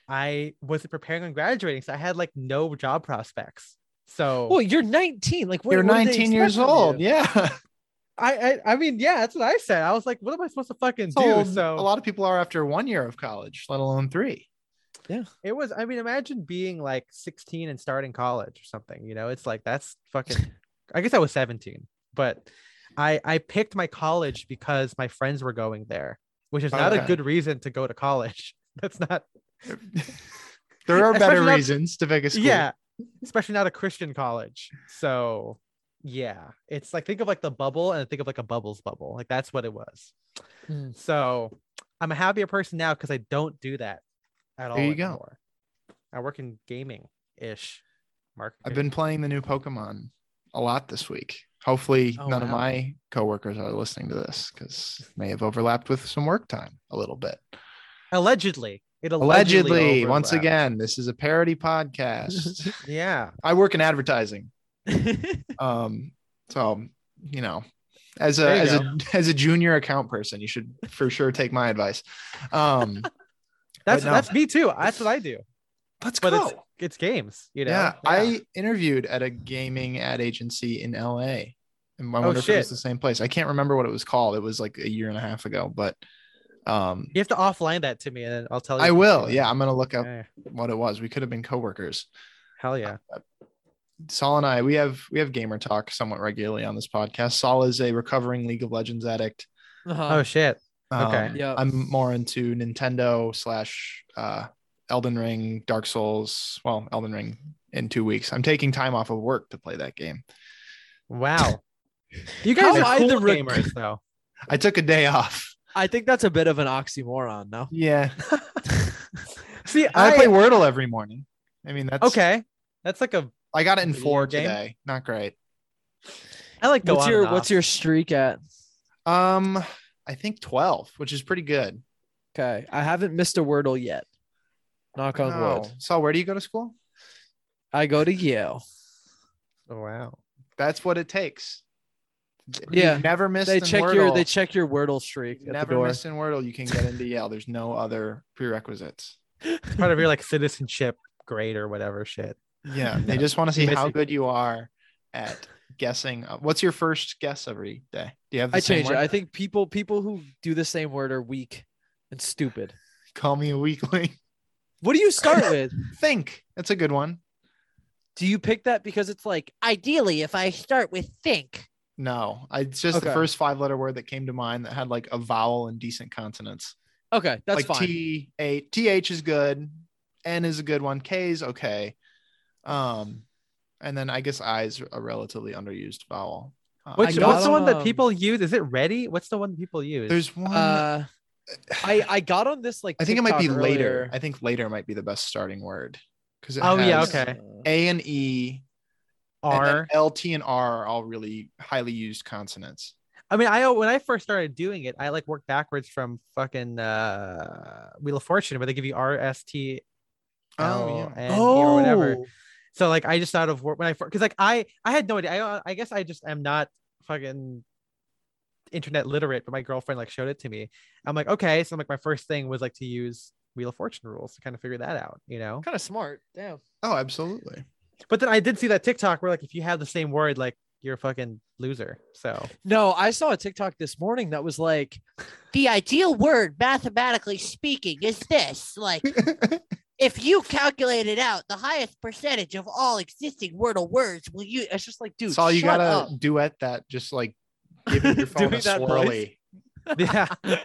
[SPEAKER 3] I wasn't preparing on graduating, so I had like no job prospects. So
[SPEAKER 2] Well, you're 19. Like, what,
[SPEAKER 1] You're
[SPEAKER 2] what do they
[SPEAKER 1] 19 years
[SPEAKER 2] expect from
[SPEAKER 1] old.
[SPEAKER 2] you?
[SPEAKER 1] Yeah.
[SPEAKER 3] I, I I mean, yeah, that's what I said. I was like, what am I supposed to fucking
[SPEAKER 1] That's how
[SPEAKER 3] do?
[SPEAKER 1] old
[SPEAKER 3] So
[SPEAKER 1] a lot of people are after one year of college, let alone three.
[SPEAKER 3] it was I mean, imagine being like 16 and starting college or something, you know? It's like that's fucking I guess I was 17, but I I picked my college because my friends were going there, which is not
[SPEAKER 1] Okay.
[SPEAKER 3] a good reason to go to college. That's not
[SPEAKER 1] There are better
[SPEAKER 3] Especially not-
[SPEAKER 1] reasons to pick a school.
[SPEAKER 3] yeah, especially not a Christian college. So yeah, it's like think of like the bubble and think of like a bubbles bubble. Like that's what it was.
[SPEAKER 1] Hmm.
[SPEAKER 2] Mm.
[SPEAKER 3] So I'm a happier person now because I don't do that at all
[SPEAKER 1] There you go.
[SPEAKER 3] anymore. I work in gaming ish. Mark,
[SPEAKER 1] I've been playing the new Pokemon a lot this week. Hopefully,
[SPEAKER 2] Oh,
[SPEAKER 1] none of
[SPEAKER 2] wow.
[SPEAKER 1] my coworkers are listening to this because may have overlapped with some work time a little bit.
[SPEAKER 3] allegedly it allegedly,
[SPEAKER 1] Allegedly, once
[SPEAKER 3] overlapped.
[SPEAKER 1] again, this is a parody podcast.
[SPEAKER 3] Yeah,
[SPEAKER 1] I work in advertising, um, so you know, as a
[SPEAKER 3] There you
[SPEAKER 1] as a as a junior account person, you should for sure take my advice. Um,
[SPEAKER 3] that's
[SPEAKER 1] no.
[SPEAKER 3] that's me too. That's what I do.
[SPEAKER 1] let's
[SPEAKER 3] But
[SPEAKER 1] go.
[SPEAKER 3] It's games, you know.
[SPEAKER 1] yeah, I interviewed at a gaming ad agency in LA. And I wonder if it was
[SPEAKER 3] Oh, shit.
[SPEAKER 1] the same place. I can't remember what it was called. It was like a year and a half ago, but um
[SPEAKER 3] you have to offline that to me, and then I'll tell you.
[SPEAKER 1] I
[SPEAKER 3] if it's
[SPEAKER 1] will.
[SPEAKER 3] you.
[SPEAKER 1] Yeah, I'm gonna look up
[SPEAKER 3] Okay.
[SPEAKER 1] what it was. We could have been coworkers.
[SPEAKER 3] Hell yeah.
[SPEAKER 1] Saul and I, we have we have gamer talk somewhat regularly on this podcast. Saul is a recovering League of Legends addict.
[SPEAKER 2] Uh-huh.
[SPEAKER 1] Uh,
[SPEAKER 3] Oh shit. Okay.
[SPEAKER 1] Um,
[SPEAKER 2] Yeah.
[SPEAKER 1] I'm more into Nintendo slash uh Elden Ring, Dark Souls. Well, Elden Ring in two weeks. I'm taking time off of work to play that game.
[SPEAKER 3] Wow. You
[SPEAKER 2] guys
[SPEAKER 3] guys
[SPEAKER 2] are
[SPEAKER 3] are
[SPEAKER 2] cool
[SPEAKER 3] the
[SPEAKER 2] rec-
[SPEAKER 3] gamers though.
[SPEAKER 1] I took a day off.
[SPEAKER 2] I think that's a bit of an oxymoron, no?
[SPEAKER 1] Yeah.
[SPEAKER 3] See,
[SPEAKER 1] I,
[SPEAKER 3] I,
[SPEAKER 1] play Wordle every morning. I mean, that's
[SPEAKER 3] okay. That's like a
[SPEAKER 1] I got it in
[SPEAKER 3] Video
[SPEAKER 1] four
[SPEAKER 3] game?
[SPEAKER 1] today. Not great.
[SPEAKER 3] I like go
[SPEAKER 2] what's
[SPEAKER 3] on
[SPEAKER 2] your
[SPEAKER 3] and
[SPEAKER 2] what's
[SPEAKER 3] off.
[SPEAKER 2] your streak at?
[SPEAKER 1] Um, I think 12, which is pretty good.
[SPEAKER 2] Okay. I haven't missed a wordle yet. Knock on wood.
[SPEAKER 1] Oh, So, where do you go to school?
[SPEAKER 2] I go to Yale.
[SPEAKER 3] Oh, wow.
[SPEAKER 1] That's what it takes. You
[SPEAKER 2] Yeah.
[SPEAKER 1] never miss.
[SPEAKER 2] They
[SPEAKER 1] in
[SPEAKER 2] check
[SPEAKER 1] Wordle.
[SPEAKER 2] your they check your wordle streak at the
[SPEAKER 1] never
[SPEAKER 2] door.
[SPEAKER 1] miss in Wordle. You can get into Yale. There's no other prerequisites.
[SPEAKER 3] It's part of your like citizenship grade or whatever shit.
[SPEAKER 1] Yeah, they just want to see
[SPEAKER 3] miss
[SPEAKER 1] how
[SPEAKER 3] it.
[SPEAKER 1] good you are at guessing. uh, What's your first guess every day? Do you have the
[SPEAKER 2] I
[SPEAKER 1] same
[SPEAKER 2] changed it.
[SPEAKER 1] word?
[SPEAKER 2] I think people people who do the same word are weak and stupid.
[SPEAKER 1] Call me a weakling.
[SPEAKER 2] What do you start with?
[SPEAKER 1] Think. That's a good one.
[SPEAKER 2] Do you pick that because it's like ideally if I start with think?
[SPEAKER 1] No, I, it's just the
[SPEAKER 2] Okay.
[SPEAKER 1] first five letter word that came to mind that had like a vowel and decent consonants.
[SPEAKER 2] Okay,
[SPEAKER 1] like
[SPEAKER 2] that's fine.
[SPEAKER 1] T A TH is good, N is a good one, K is okay. Um, and then I guess I is a relatively underused vowel. Uh,
[SPEAKER 3] Which,
[SPEAKER 2] got
[SPEAKER 3] what's the one that
[SPEAKER 2] um,
[SPEAKER 3] people use? Is it ready? What's the one people use?
[SPEAKER 1] there's one.
[SPEAKER 2] Uh, I I got on this like
[SPEAKER 1] I think it might be
[SPEAKER 2] TikTok
[SPEAKER 1] later.
[SPEAKER 2] earlier.
[SPEAKER 1] I think later might be the best starting word because
[SPEAKER 3] Oh, yeah, okay.
[SPEAKER 2] Uh,
[SPEAKER 1] A and E, and then
[SPEAKER 3] R.
[SPEAKER 1] L, T, and R are all really highly used consonants.
[SPEAKER 3] I mean, I when I first started doing it, I like worked backwards from fucking uh Wheel of Fortune, where they give you R S T
[SPEAKER 1] Oh, yeah.
[SPEAKER 3] L N E or whatever.
[SPEAKER 2] Oh!
[SPEAKER 3] So like I just thought of wor- when I because like I I had no idea. I uh, I guess I just am not fucking internet literate, but my girlfriend like showed it to me. I'm like, okay, so like my first thing was like to use Wheel of Fortune rules to kind of figure that out, you know.
[SPEAKER 2] Kind of smart. Damn.
[SPEAKER 1] Oh, absolutely.
[SPEAKER 3] But then I did see that TikTok where like if you have the same word, like you're a fucking loser. So
[SPEAKER 2] No, I saw a TikTok this morning that was like,
[SPEAKER 4] the ideal word mathematically speaking is this like if you calculated out the highest percentage of all existing wordle words will you
[SPEAKER 2] it's just like, dude,
[SPEAKER 1] Saul, you
[SPEAKER 2] shut
[SPEAKER 1] gotta
[SPEAKER 2] up.
[SPEAKER 1] duet that. Just like give your phone a
[SPEAKER 2] Doing that voice?
[SPEAKER 1] swirly.
[SPEAKER 3] yeah.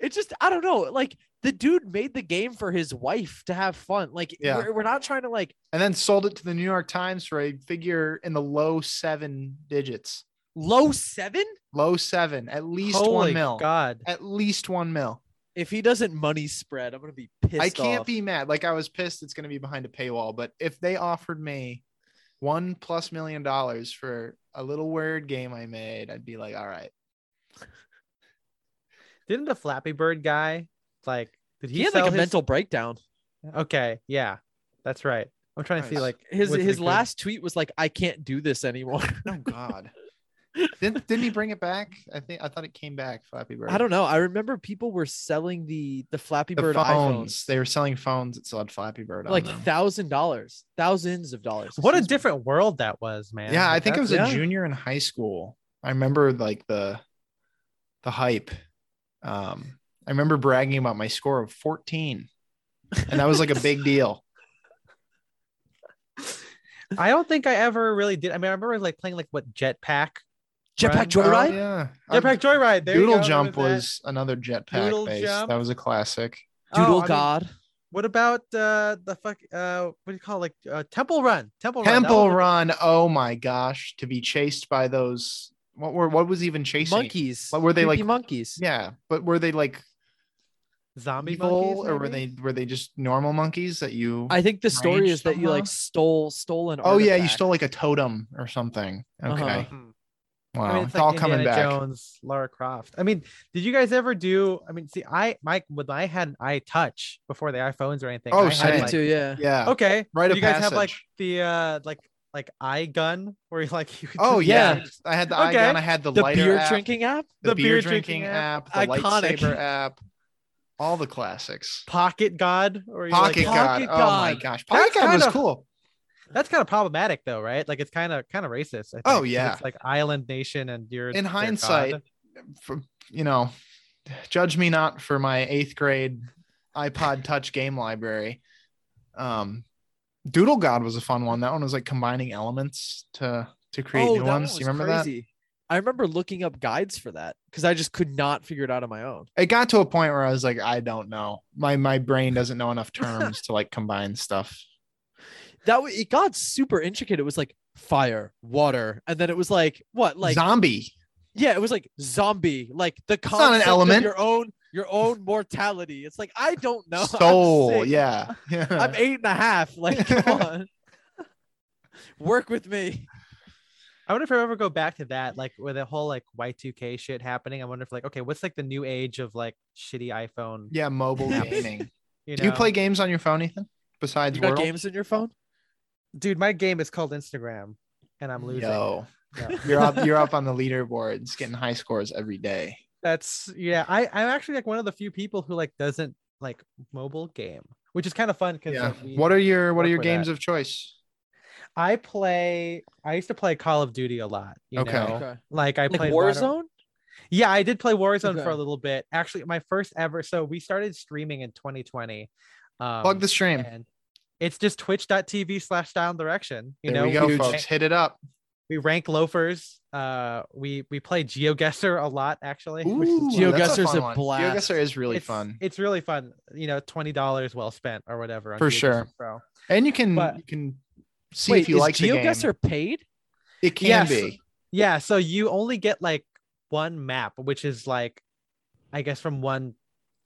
[SPEAKER 2] It's just I don't know. Like the dude made the game for his wife to have fun. Like
[SPEAKER 1] Yeah.
[SPEAKER 2] we're, we're not trying to like
[SPEAKER 1] and then sold it to the New York Times for a figure in the low seven digits,
[SPEAKER 2] low seven.
[SPEAKER 1] low seven, at least
[SPEAKER 3] Holy
[SPEAKER 1] one mil,
[SPEAKER 3] God.
[SPEAKER 1] at least one mil.
[SPEAKER 2] If he doesn't money spread, I'm gonna be pissed.
[SPEAKER 1] I can't
[SPEAKER 2] off.
[SPEAKER 1] be mad. Like I was pissed it's going to be behind a paywall, but if they offered me one plus million dollars for a little word game I made, I'd be like, all right.
[SPEAKER 3] Didn't the Flappy Bird guy like? Did he,
[SPEAKER 2] He had
[SPEAKER 3] sell
[SPEAKER 2] like a
[SPEAKER 3] his-
[SPEAKER 2] mental breakdown.
[SPEAKER 3] Okay, yeah, that's right. I'm trying to see
[SPEAKER 1] Nice.
[SPEAKER 3] like
[SPEAKER 2] His
[SPEAKER 3] what's the
[SPEAKER 2] his
[SPEAKER 3] good-
[SPEAKER 2] last tweet was like, "I can't do this anymore."
[SPEAKER 1] Oh God. didn't, didn't he bring it back? I think I thought it came back. Flappy Bird.
[SPEAKER 2] I don't know. I remember people were selling the the Flappy
[SPEAKER 1] The
[SPEAKER 2] Bird
[SPEAKER 1] phones.
[SPEAKER 2] iPhones
[SPEAKER 1] They were selling phones that still had Flappy Bird on
[SPEAKER 2] like
[SPEAKER 1] them.
[SPEAKER 2] thousand dollars, thousands of dollars.
[SPEAKER 3] What a
[SPEAKER 2] Excuse me.
[SPEAKER 3] different world that was, man.
[SPEAKER 1] yeah, I think I was
[SPEAKER 3] That's-
[SPEAKER 1] a
[SPEAKER 2] yeah.
[SPEAKER 1] junior in high school. I remember like the the hype. Um, I remember bragging about my score of 14. And that was like a big deal.
[SPEAKER 3] I don't think I ever really did. I mean, I remember like playing like what Jetpack,
[SPEAKER 2] Jetpack
[SPEAKER 3] Run-
[SPEAKER 1] Oh,
[SPEAKER 2] Joyride.
[SPEAKER 1] yeah. I-
[SPEAKER 3] Jetpack Joyride. There you
[SPEAKER 1] Doodle
[SPEAKER 3] go,
[SPEAKER 1] Jump
[SPEAKER 3] remember that.
[SPEAKER 1] was another jetpack
[SPEAKER 3] Doodle
[SPEAKER 1] base.
[SPEAKER 3] Jump.
[SPEAKER 1] That was a classic.
[SPEAKER 3] Oh,
[SPEAKER 2] Doodle
[SPEAKER 3] I mean,
[SPEAKER 2] God.
[SPEAKER 3] what about uh the fuck? Uh, what do you call it? Like uh, Temple Run. Temple Run. that
[SPEAKER 1] Temple
[SPEAKER 3] was-
[SPEAKER 1] Run. Oh my gosh, to be chased by those what were what was even chasing?
[SPEAKER 2] monkeys.
[SPEAKER 1] What were they,
[SPEAKER 2] Creepy
[SPEAKER 1] like-
[SPEAKER 2] Monkeys.
[SPEAKER 1] Yeah, but were they like
[SPEAKER 3] Zombie
[SPEAKER 1] evil
[SPEAKER 3] monkeys,
[SPEAKER 1] or were
[SPEAKER 3] maybe?
[SPEAKER 1] they were they just normal monkeys that you
[SPEAKER 2] I think the story
[SPEAKER 1] Range
[SPEAKER 2] is that you
[SPEAKER 1] somehow?
[SPEAKER 2] like stole stole an.
[SPEAKER 1] Oh yeah, you
[SPEAKER 2] artifact.
[SPEAKER 1] stole like a totem or something. Okay.
[SPEAKER 2] Uh-huh.
[SPEAKER 3] Mhm.
[SPEAKER 1] Wow.
[SPEAKER 3] I mean,
[SPEAKER 1] it's,
[SPEAKER 3] like
[SPEAKER 1] all
[SPEAKER 3] Indiana
[SPEAKER 1] coming back.
[SPEAKER 3] Jones, Lara Croft. I mean, did you guys ever do? I mean, see, I Mike when I had an iTouch before the iPhones or anything.
[SPEAKER 1] Oh,
[SPEAKER 3] I
[SPEAKER 1] so
[SPEAKER 2] I
[SPEAKER 3] had,
[SPEAKER 2] did
[SPEAKER 3] like-
[SPEAKER 2] too. Yeah.
[SPEAKER 1] Yeah.
[SPEAKER 3] Okay,
[SPEAKER 1] Right
[SPEAKER 3] Do
[SPEAKER 1] of
[SPEAKER 3] you guys have like
[SPEAKER 1] passage.
[SPEAKER 3] the uh like like eye gun where you like you could
[SPEAKER 1] Oh
[SPEAKER 3] just-
[SPEAKER 1] yeah.
[SPEAKER 2] Yeah.
[SPEAKER 1] I had the
[SPEAKER 3] Okay.
[SPEAKER 1] icon, I had the,
[SPEAKER 2] The
[SPEAKER 1] lighter
[SPEAKER 2] beer
[SPEAKER 1] app,
[SPEAKER 2] drinking app.
[SPEAKER 1] the, beer, drinking, app, the
[SPEAKER 2] Iconic.
[SPEAKER 1] lightsaber app, all the classics.
[SPEAKER 3] pocket god or you
[SPEAKER 1] Pocket,
[SPEAKER 3] like,
[SPEAKER 1] God.
[SPEAKER 2] Pocket
[SPEAKER 1] Oh my
[SPEAKER 2] God.
[SPEAKER 1] gosh.
[SPEAKER 3] That's
[SPEAKER 1] Pocket God was
[SPEAKER 3] kinda-
[SPEAKER 1] cool.
[SPEAKER 3] that's kind of problematic though, right? Like it's kind of kind of racist. I think,
[SPEAKER 1] Oh,
[SPEAKER 3] 'cause
[SPEAKER 1] yeah.
[SPEAKER 3] it's like island nation and you're
[SPEAKER 1] In
[SPEAKER 3] their
[SPEAKER 1] hindsight,
[SPEAKER 3] god.
[SPEAKER 1] for you know, judge me not for my eighth grade iPod Touch game library. Um, Doodle God was a fun one. That one was like combining elements to to create
[SPEAKER 2] oh,
[SPEAKER 1] new
[SPEAKER 2] that one
[SPEAKER 1] ones. Do you
[SPEAKER 2] was
[SPEAKER 1] remember that?
[SPEAKER 2] crazy. I remember looking up guides for that because I just could not figure it out on my own.
[SPEAKER 1] It got to a point where I was like, I don't know. My my brain doesn't know enough terms to like combine stuff.
[SPEAKER 2] That w- it got super intricate. It was like fire, water, and then it was like what, like
[SPEAKER 1] Zombie.
[SPEAKER 2] yeah, it was like zombie, like the
[SPEAKER 1] not an
[SPEAKER 2] concept
[SPEAKER 1] element.
[SPEAKER 2] of your own your own mortality. It's like I don't know. I'm
[SPEAKER 1] Soul.
[SPEAKER 2] sick.
[SPEAKER 1] Yeah. Yeah.
[SPEAKER 2] I'm eight and a half. Like, come on. Work with me.
[SPEAKER 3] I wonder if I ever go back to that, like with the whole like Y2K shit happening. I wonder if like okay, what's like the new age of like shitty iPhone?
[SPEAKER 1] yeah, mobile
[SPEAKER 2] Yeah.
[SPEAKER 1] gaming.
[SPEAKER 3] You
[SPEAKER 1] Do you
[SPEAKER 3] know?
[SPEAKER 1] play games on your phone, Ethan? Besides
[SPEAKER 2] You got
[SPEAKER 1] World?
[SPEAKER 2] games in your phone?
[SPEAKER 3] dude? My game is called Instagram, and I'm losing.
[SPEAKER 1] Yo.
[SPEAKER 3] No.
[SPEAKER 1] You're up you're up on the leaderboards getting high scores every day.
[SPEAKER 3] That's yeah. I I'm actually like one of the few people who like doesn't like mobile game, which is kind of fun because
[SPEAKER 1] Yeah. What are your what
[SPEAKER 3] work
[SPEAKER 1] are your
[SPEAKER 3] with
[SPEAKER 1] games
[SPEAKER 3] that.
[SPEAKER 1] of choice?
[SPEAKER 3] I play. I used to play Call of Duty a lot. You
[SPEAKER 1] Okay.
[SPEAKER 3] Know? Like I
[SPEAKER 2] Like
[SPEAKER 3] played
[SPEAKER 2] Warzone?
[SPEAKER 3] Modern- Yeah, I did play Warzone
[SPEAKER 2] Okay.
[SPEAKER 3] for a little bit. Actually, my first ever. So we started streaming in 2020. Um,
[SPEAKER 1] Plug the stream.
[SPEAKER 3] and it's just twitch.tv slash down direction. You
[SPEAKER 1] there
[SPEAKER 3] know,
[SPEAKER 1] we go,
[SPEAKER 3] we,
[SPEAKER 1] folks. Hit it up.
[SPEAKER 3] we rank loafers. Uh, we we play GeoGuessr a lot actually. which is
[SPEAKER 1] Ooh,
[SPEAKER 3] fun.
[SPEAKER 1] that's
[SPEAKER 2] GeoGuessr's
[SPEAKER 1] fun
[SPEAKER 2] a
[SPEAKER 1] one.
[SPEAKER 2] blast.
[SPEAKER 1] GeoGuessr is really
[SPEAKER 3] it's,
[SPEAKER 1] fun,
[SPEAKER 3] It's really fun. You know, twenty dollars well spent or whatever. on
[SPEAKER 1] For
[SPEAKER 3] GeoGuessr
[SPEAKER 1] sure.
[SPEAKER 3] Pro.
[SPEAKER 1] and you can
[SPEAKER 3] but-
[SPEAKER 1] you can see
[SPEAKER 2] Wait,
[SPEAKER 1] if you
[SPEAKER 2] is
[SPEAKER 1] like the game.
[SPEAKER 2] GeoGuessr paid?
[SPEAKER 1] It can
[SPEAKER 3] Yes.
[SPEAKER 1] be.
[SPEAKER 3] Yeah, so you only get like one map, which is like, I guess from one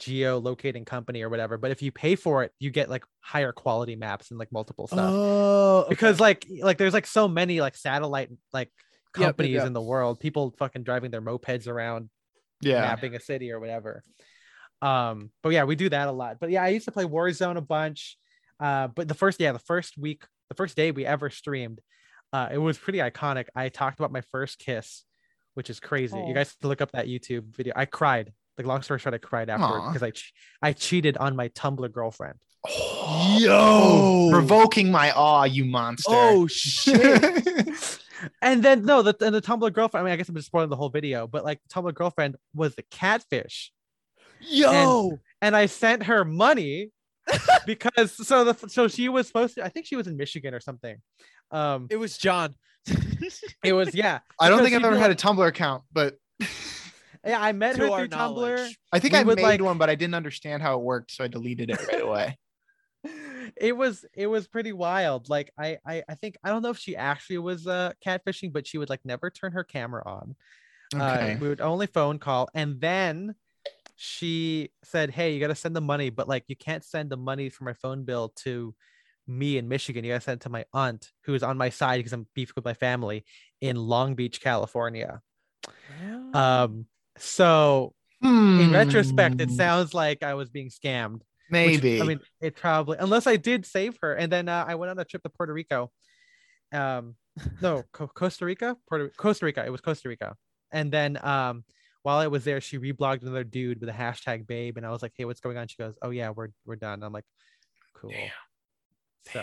[SPEAKER 3] geolocating company or whatever. But if you pay for it, you get like higher quality maps and like multiple stuff.
[SPEAKER 2] Oh,
[SPEAKER 3] Because like like there's like so many like satellite like
[SPEAKER 2] Yep, yep,
[SPEAKER 3] companies
[SPEAKER 2] yep.
[SPEAKER 3] in the world, people fucking driving their mopeds around
[SPEAKER 1] Yeah.
[SPEAKER 3] mapping a city or whatever. Um, but yeah, we do that a lot. But yeah, I used to play Warzone a bunch. Uh, but the first, yeah, the first week, the first day we ever streamed, uh, it was pretty iconic. I talked about my first kiss, which is crazy.
[SPEAKER 2] Aw.
[SPEAKER 1] Oh.
[SPEAKER 3] You guys have to look up that YouTube video. I cried. Like long story short, I cried afterward
[SPEAKER 1] Aw.
[SPEAKER 3] because I ch- I cheated on my Tumblr girlfriend.
[SPEAKER 1] Yo, provoking my awe, you monster.
[SPEAKER 2] oh shit.
[SPEAKER 3] And then no, the and the Tumblr girlfriend. I mean, I guess I'm just spoiling the whole video, but like the Tumblr girlfriend was the catfish.
[SPEAKER 2] Yo.
[SPEAKER 3] and I sent her money because so the so she was supposed to I think she was in Michigan or something. Um
[SPEAKER 2] It was John.
[SPEAKER 3] it was yeah.
[SPEAKER 1] I don't
[SPEAKER 3] because
[SPEAKER 1] think I've
[SPEAKER 3] she'd be
[SPEAKER 1] ever had a Tumblr account, but
[SPEAKER 3] Yeah, I met her
[SPEAKER 2] to our
[SPEAKER 3] through
[SPEAKER 2] knowledge.
[SPEAKER 1] I think
[SPEAKER 3] We
[SPEAKER 1] I
[SPEAKER 3] would,
[SPEAKER 1] made
[SPEAKER 3] like-
[SPEAKER 1] one, but I didn't understand how it worked, so I deleted it right away.
[SPEAKER 3] Tumblr. It was it was pretty wild. Like I I, I think I don't know if she actually was uh, catfishing, but she would like never turn her camera on.
[SPEAKER 1] Okay.
[SPEAKER 3] Uh, we would only phone call, and then she said, "Hey, you got to send the money, but like you can't send the money for my phone bill to me in Michigan. You got to send it to my aunt who is on my side because I'm beefing with my family in Long Beach, California." Um, so in retrospect, it
[SPEAKER 1] Hmm,
[SPEAKER 3] sounds like I was being scammed. which,
[SPEAKER 1] maybe.
[SPEAKER 3] I mean, it probably unless I did save her, and then uh, I went on a trip to Puerto Rico. Um, no, Co- Costa Rica, Puerto Costa Rica. It was Costa Rica, and then um, while I was there, she reblogged another dude with a hashtag babe, and I was like, "Hey, what's going on?" She goes, "Oh yeah, we're we're done." I'm like, "Cool."
[SPEAKER 1] Damn.
[SPEAKER 3] So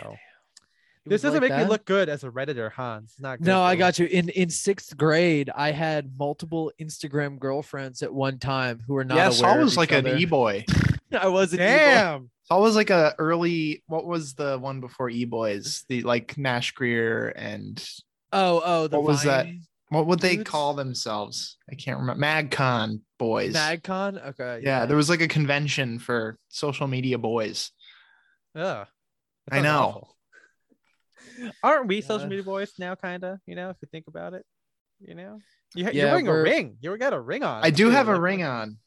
[SPEAKER 2] It was
[SPEAKER 3] this doesn't
[SPEAKER 2] like
[SPEAKER 3] make me
[SPEAKER 2] that?
[SPEAKER 3] look good as a redditor, Hans. It's not. Good
[SPEAKER 2] No,
[SPEAKER 3] for
[SPEAKER 2] I
[SPEAKER 3] me.
[SPEAKER 2] got you. In in sixth grade, I had multiple Instagram girlfriends at one time who were not.
[SPEAKER 1] yeah,
[SPEAKER 2] aware
[SPEAKER 1] Saul
[SPEAKER 2] of
[SPEAKER 1] was
[SPEAKER 2] each
[SPEAKER 1] like
[SPEAKER 2] other.
[SPEAKER 1] an e- e-boy.
[SPEAKER 2] I was an e-boy.
[SPEAKER 3] Damn.
[SPEAKER 1] Saul was like a early. What was the one before e-boys? The like Nash Greer and
[SPEAKER 2] Oh, oh, the
[SPEAKER 1] What was that?
[SPEAKER 2] Vine
[SPEAKER 1] what would they
[SPEAKER 2] Dudes?
[SPEAKER 1] call themselves? I can't remember. MagCon boys.
[SPEAKER 2] MagCon. Okay.
[SPEAKER 1] yeah, there was like a convention for social media boys.
[SPEAKER 3] Ugh. That
[SPEAKER 1] I
[SPEAKER 3] sounds
[SPEAKER 1] know.
[SPEAKER 3] awful. Aren't we
[SPEAKER 2] Yeah.
[SPEAKER 3] social media boys now? Kind of, you know, if you think about it, you know, you, ha-
[SPEAKER 2] Yeah,
[SPEAKER 3] you're wearing a
[SPEAKER 2] we're-
[SPEAKER 3] ring. You got a ring on.
[SPEAKER 1] I do
[SPEAKER 3] too,
[SPEAKER 1] have a
[SPEAKER 3] like,
[SPEAKER 1] ring on.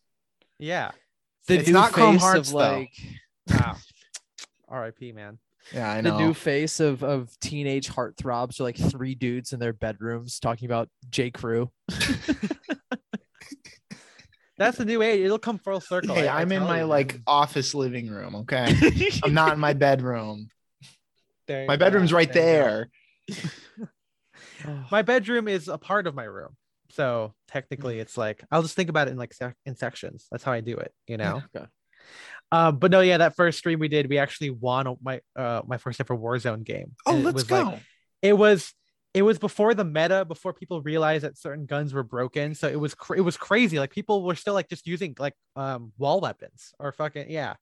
[SPEAKER 3] Yeah.
[SPEAKER 2] the
[SPEAKER 1] It's
[SPEAKER 2] new
[SPEAKER 1] not Chrome
[SPEAKER 2] face
[SPEAKER 1] Hearts,
[SPEAKER 2] of
[SPEAKER 1] though.
[SPEAKER 2] like
[SPEAKER 3] Wow. R.I.P. Man.
[SPEAKER 1] Yeah, I
[SPEAKER 2] the
[SPEAKER 1] know.
[SPEAKER 2] new face of of teenage heartthrobs are like three dudes in their bedrooms talking about J Crew.
[SPEAKER 3] That's the new age. It'll come full circle.
[SPEAKER 1] hey,
[SPEAKER 3] I- I
[SPEAKER 1] I'm in
[SPEAKER 3] tell
[SPEAKER 1] my
[SPEAKER 3] you,
[SPEAKER 1] like
[SPEAKER 3] man.
[SPEAKER 1] office living room.
[SPEAKER 2] Oh,
[SPEAKER 1] Okay, I'm not in my bedroom.
[SPEAKER 3] There
[SPEAKER 1] My
[SPEAKER 3] you go,
[SPEAKER 1] bedroom's right
[SPEAKER 3] you go.
[SPEAKER 1] there.
[SPEAKER 2] Oh,
[SPEAKER 3] My bedroom is a part of my room, so technically, it's like I'll just think about it in like sec- in sections. That's how I do it. You know.
[SPEAKER 2] okay.
[SPEAKER 3] Um, but no, yeah, that first stream we did, we actually won a- my uh my first ever Warzone game.
[SPEAKER 1] Oh,
[SPEAKER 3] And it
[SPEAKER 1] let's
[SPEAKER 3] was,
[SPEAKER 1] go.
[SPEAKER 3] Like, it was it was before the meta, before people realized that certain guns were broken. So it was cr- it was crazy. Like people were still like just using like um wall weapons or fucking yeah,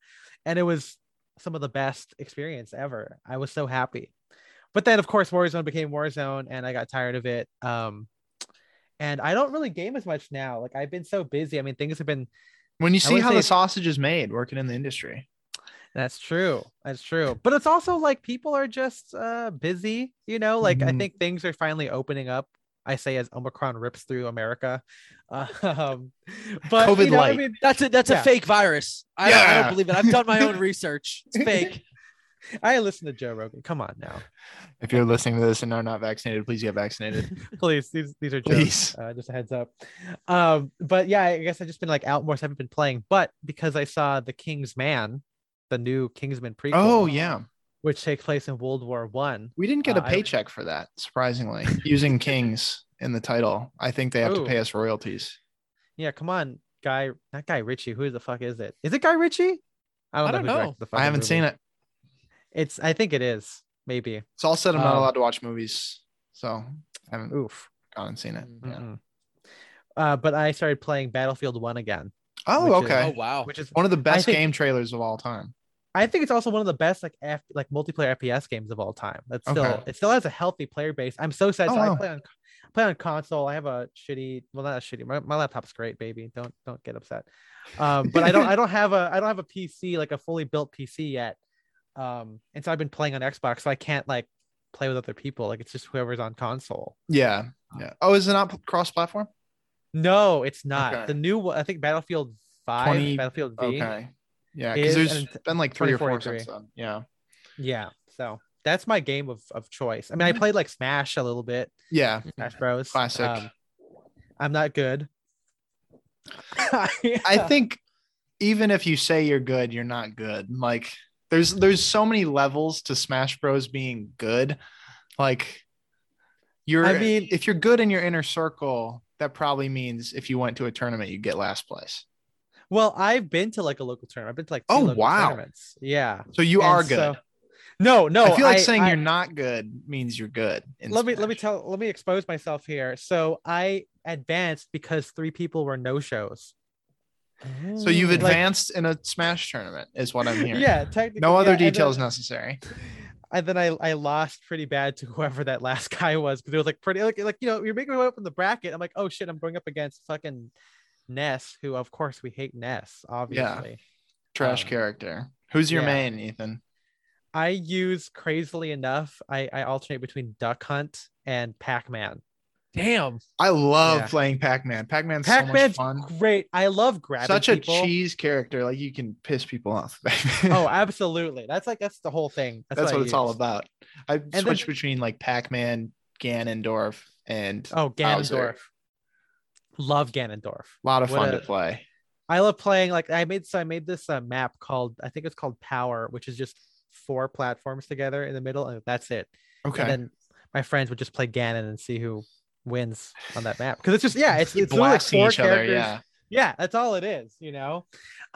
[SPEAKER 3] and it was some of the best experience ever. I was so happy. But then of course Warzone became Warzone, and I got tired of it. Um, and I don't really game as much now. Like I've been so busy. I mean, things have been
[SPEAKER 1] when you
[SPEAKER 3] I
[SPEAKER 1] see
[SPEAKER 3] would
[SPEAKER 1] how
[SPEAKER 3] say
[SPEAKER 1] the
[SPEAKER 3] it's-
[SPEAKER 1] sausage is made, working in the industry.
[SPEAKER 3] That's true. That's true. But it's also like people are just uh busy, you know, like I
[SPEAKER 1] Mhm.
[SPEAKER 3] think things are finally opening up. I say as Omicron rips through America. Um but
[SPEAKER 1] COVID
[SPEAKER 3] you know, I
[SPEAKER 1] light.
[SPEAKER 3] mean
[SPEAKER 2] That's a that's
[SPEAKER 3] Yeah.
[SPEAKER 2] a fake virus. I, don't, I
[SPEAKER 1] Yeah.
[SPEAKER 2] don't believe it. I've done my own research. It's fake.
[SPEAKER 3] I listen to Joe Rogan. Come on now.
[SPEAKER 1] If you're listening to this and are not vaccinated, please get vaccinated.
[SPEAKER 3] Please, these these are jokes.
[SPEAKER 1] Please.
[SPEAKER 3] Uh, just a heads up. Um, but yeah, I guess I've just been like out more, so I haven't been playing. But because I saw the King's Man, the new Kingsman prequel,
[SPEAKER 1] Oh yeah,
[SPEAKER 3] which takes place in World War One.
[SPEAKER 1] we didn't get a
[SPEAKER 3] Uh, I-
[SPEAKER 1] paycheck for that. Surprisingly, using kings in the title, I think they have
[SPEAKER 3] Ooh.
[SPEAKER 1] to pay us royalties.
[SPEAKER 3] Yeah, come on, guy. Not Guy Ritchie. Who the fuck is it? Is it Guy Ritchie?
[SPEAKER 2] I don't
[SPEAKER 3] who
[SPEAKER 2] know.
[SPEAKER 3] directed the
[SPEAKER 1] I haven't seen it.
[SPEAKER 3] It's. I think it is. Maybe.
[SPEAKER 1] Saul said I'm not
[SPEAKER 3] Um,
[SPEAKER 1] allowed to watch movies, so I haven't
[SPEAKER 3] Oof. Mm-hmm.
[SPEAKER 1] gone and seen it. Yeah.
[SPEAKER 3] Mm-mm. Uh, but I started playing Battlefield One again,
[SPEAKER 1] Oh,
[SPEAKER 3] Which is-
[SPEAKER 1] okay.
[SPEAKER 2] Oh wow.
[SPEAKER 3] which is.
[SPEAKER 1] One of the best
[SPEAKER 3] think-
[SPEAKER 1] game trailers of all time.
[SPEAKER 3] I think it's also one of the best like F, like multiplayer FPS games of all time. That's still.
[SPEAKER 1] Okay.
[SPEAKER 3] It still has a healthy player base. I'm so sad.
[SPEAKER 1] Oh,
[SPEAKER 3] so I
[SPEAKER 1] wow.
[SPEAKER 3] play on. Play on console. I have a shitty. Well, not a shitty. My, my laptop's great, baby. Don't don't get upset. Um, but I don't. I don't have a. I don't have a PC like a fully built PC yet. Um, and so I've been playing on Xbox, so I can't like play with other people. Like it's just whoever's on console.
[SPEAKER 1] Yeah.
[SPEAKER 3] Um,
[SPEAKER 1] Yeah. Oh, is it not cross platform?
[SPEAKER 3] No, it's not.
[SPEAKER 1] Okay.
[SPEAKER 3] The new one, I think Battlefield 5,
[SPEAKER 1] 20
[SPEAKER 3] Battlefield V.
[SPEAKER 1] Okay. Yeah, because
[SPEAKER 3] Is
[SPEAKER 1] there's
[SPEAKER 3] an-
[SPEAKER 1] been like three or four
[SPEAKER 3] 2043.
[SPEAKER 1] since then. Yeah.
[SPEAKER 3] Yeah. So that's my game of, of choice. I
[SPEAKER 1] Mm-hmm.
[SPEAKER 3] mean, I played like Smash a little bit,
[SPEAKER 1] Yeah.
[SPEAKER 3] Smash Bros.
[SPEAKER 1] Classic.
[SPEAKER 3] Um, I'm not good.
[SPEAKER 1] I think even if you say you're good, you're not good. Like there's there's so many levels to Smash Bros being good. Like you're
[SPEAKER 3] I mean-
[SPEAKER 1] if you're good in your inner circle, that probably means if you went to a tournament, you'd get last place.
[SPEAKER 3] Well, I've been to like a local tournament. I've been to like two
[SPEAKER 1] Oh,
[SPEAKER 3] local
[SPEAKER 1] wow.
[SPEAKER 3] tournaments. Yeah.
[SPEAKER 1] So you
[SPEAKER 3] And
[SPEAKER 1] are good.
[SPEAKER 3] so- no, no.
[SPEAKER 1] I feel like saying
[SPEAKER 3] I-
[SPEAKER 1] you're not good means you're good. in
[SPEAKER 3] let me let me
[SPEAKER 1] Smash.
[SPEAKER 3] tell let me expose myself here. So I advanced because three people were no shows.
[SPEAKER 1] So you've
[SPEAKER 2] Ooh.
[SPEAKER 3] like-
[SPEAKER 1] advanced in a Smash tournament, is what I'm hearing.
[SPEAKER 3] Yeah, technically.
[SPEAKER 1] No other
[SPEAKER 3] yeah, and then-
[SPEAKER 1] details necessary.
[SPEAKER 3] and then I, I lost pretty bad to whoever that last guy was because it was like pretty like, like you know you're making my way up in the bracket. I'm like oh shit, I'm going up against fucking Ness, who of course we hate Ness, obviously.
[SPEAKER 1] Trash
[SPEAKER 3] Um,
[SPEAKER 1] character. Who's your
[SPEAKER 3] yeah.
[SPEAKER 1] main, Ethan?
[SPEAKER 3] I use crazily enough, I, I alternate between Duck Hunt and Pac-Man.
[SPEAKER 2] Damn.
[SPEAKER 1] I love
[SPEAKER 3] Yeah.
[SPEAKER 1] playing Pac-Man. Pac-man's so much
[SPEAKER 3] Pac-Man's
[SPEAKER 1] fun.
[SPEAKER 3] great. I love grabbing
[SPEAKER 1] Such a
[SPEAKER 3] people.
[SPEAKER 1] cheese character. Like you can piss people off.
[SPEAKER 3] oh, absolutely. That's like that's the whole thing. That's,
[SPEAKER 1] that's, what,
[SPEAKER 3] I
[SPEAKER 1] it's all
[SPEAKER 3] use.
[SPEAKER 1] about. I
[SPEAKER 3] then-
[SPEAKER 1] switch between like Pac-Man, Ganondorf, and a
[SPEAKER 3] Oh,
[SPEAKER 1] Bowser.
[SPEAKER 3] Ganondorf. Love Ganondorf.
[SPEAKER 1] lot of
[SPEAKER 3] What
[SPEAKER 1] fun
[SPEAKER 3] a-
[SPEAKER 1] to play.
[SPEAKER 3] I love playing like I made so I made this uh, map called I think it's called Power, which is just four platforms together in the middle, and that's it.
[SPEAKER 1] Okay.
[SPEAKER 3] And then my friends would just play Ganon and see who wins on that map because it's just yeah, it's it's literally like
[SPEAKER 1] blasting
[SPEAKER 3] four
[SPEAKER 1] each other.
[SPEAKER 3] characters.
[SPEAKER 1] Yeah.
[SPEAKER 3] Yeah, that's all it is, you know.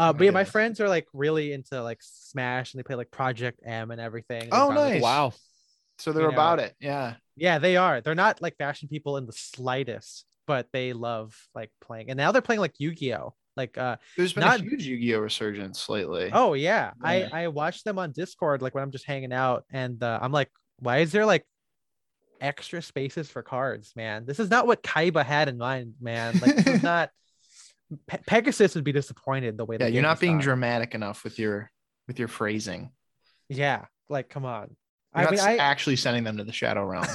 [SPEAKER 1] my
[SPEAKER 3] Uh, but yeah, my
[SPEAKER 1] goodness.
[SPEAKER 3] friends are like really into like Smash and they play like Project M and everything. and
[SPEAKER 1] Oh,
[SPEAKER 3] Project-
[SPEAKER 1] nice.
[SPEAKER 2] Wow.
[SPEAKER 1] So they're
[SPEAKER 3] you know.
[SPEAKER 1] about it. Yeah.
[SPEAKER 3] Yeah, they are. They're not like fashion people in the slightest, but they love like playing. And now they're playing like Yu-Gi-Oh. Like uh
[SPEAKER 1] There's been
[SPEAKER 3] Not-
[SPEAKER 1] a huge Yu-Gi-Oh resurgence lately.
[SPEAKER 3] oh yeah,
[SPEAKER 1] Yeah.
[SPEAKER 3] I I watch them on Discord like when I'm just hanging out and uh, I'm like, why is there like extra spaces for cards, man? This is not what Kaiba had in mind, man. Like this is not Pe- Pegasus would be disappointed the way
[SPEAKER 1] yeah.
[SPEAKER 3] the
[SPEAKER 1] You're
[SPEAKER 3] game
[SPEAKER 1] not
[SPEAKER 3] is
[SPEAKER 1] being
[SPEAKER 3] done.
[SPEAKER 1] dramatic enough with your with your phrasing.
[SPEAKER 3] Yeah, like come on.
[SPEAKER 1] You're
[SPEAKER 3] I mean,
[SPEAKER 1] not
[SPEAKER 3] I
[SPEAKER 1] actually sending them to the shadow realm.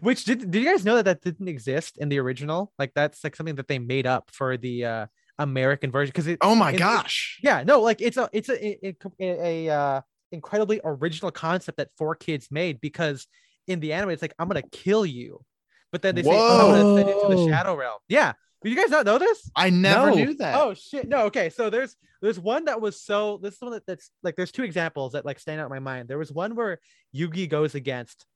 [SPEAKER 3] which did did you guys know that that didn't exist in the original? Like that's like something that they made up for the uh American version because it.
[SPEAKER 1] oh my
[SPEAKER 3] it-
[SPEAKER 1] gosh.
[SPEAKER 3] Yeah, no, like it's a it's a a, a, a uh, incredibly original concept that four kids made because in the anime it's like I'm gonna kill you, but then they say oh, I'm gonna send you to the
[SPEAKER 2] Whoa.
[SPEAKER 3] shadow realm. Yeah, did you guys not know this?
[SPEAKER 1] I never
[SPEAKER 2] No.
[SPEAKER 1] knew that.
[SPEAKER 3] Oh shit! No, okay. So there's there's one that was so this is one that, that's like there's two examples that like stand out in my mind. There was one where Yugi goes against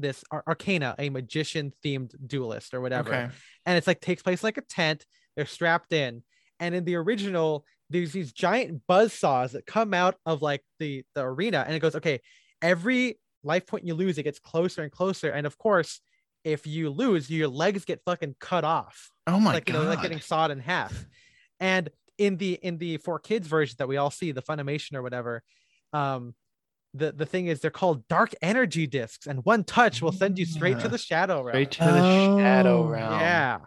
[SPEAKER 3] this Ar- Arcana, a magician themed duelist or whatever,
[SPEAKER 1] okay.
[SPEAKER 3] and it's like takes place in, like a tent. They're strapped in, and in the original, there's these giant buzz saws that come out of like the the arena, and it goes okay. Every life point you lose, it gets closer and closer, and of course, if you lose, your legs get fucking cut off
[SPEAKER 1] Oh my
[SPEAKER 3] like
[SPEAKER 1] god.
[SPEAKER 3] you know like getting sawed in half and in the in the for kids version that we all see the funimation or whatever um the the thing is they're called dark energy discs and one touch will send you straight to
[SPEAKER 1] Yeah.
[SPEAKER 3] the shadow realm
[SPEAKER 1] Straight to the shadow
[SPEAKER 2] Oh,
[SPEAKER 1] realm.
[SPEAKER 3] yeah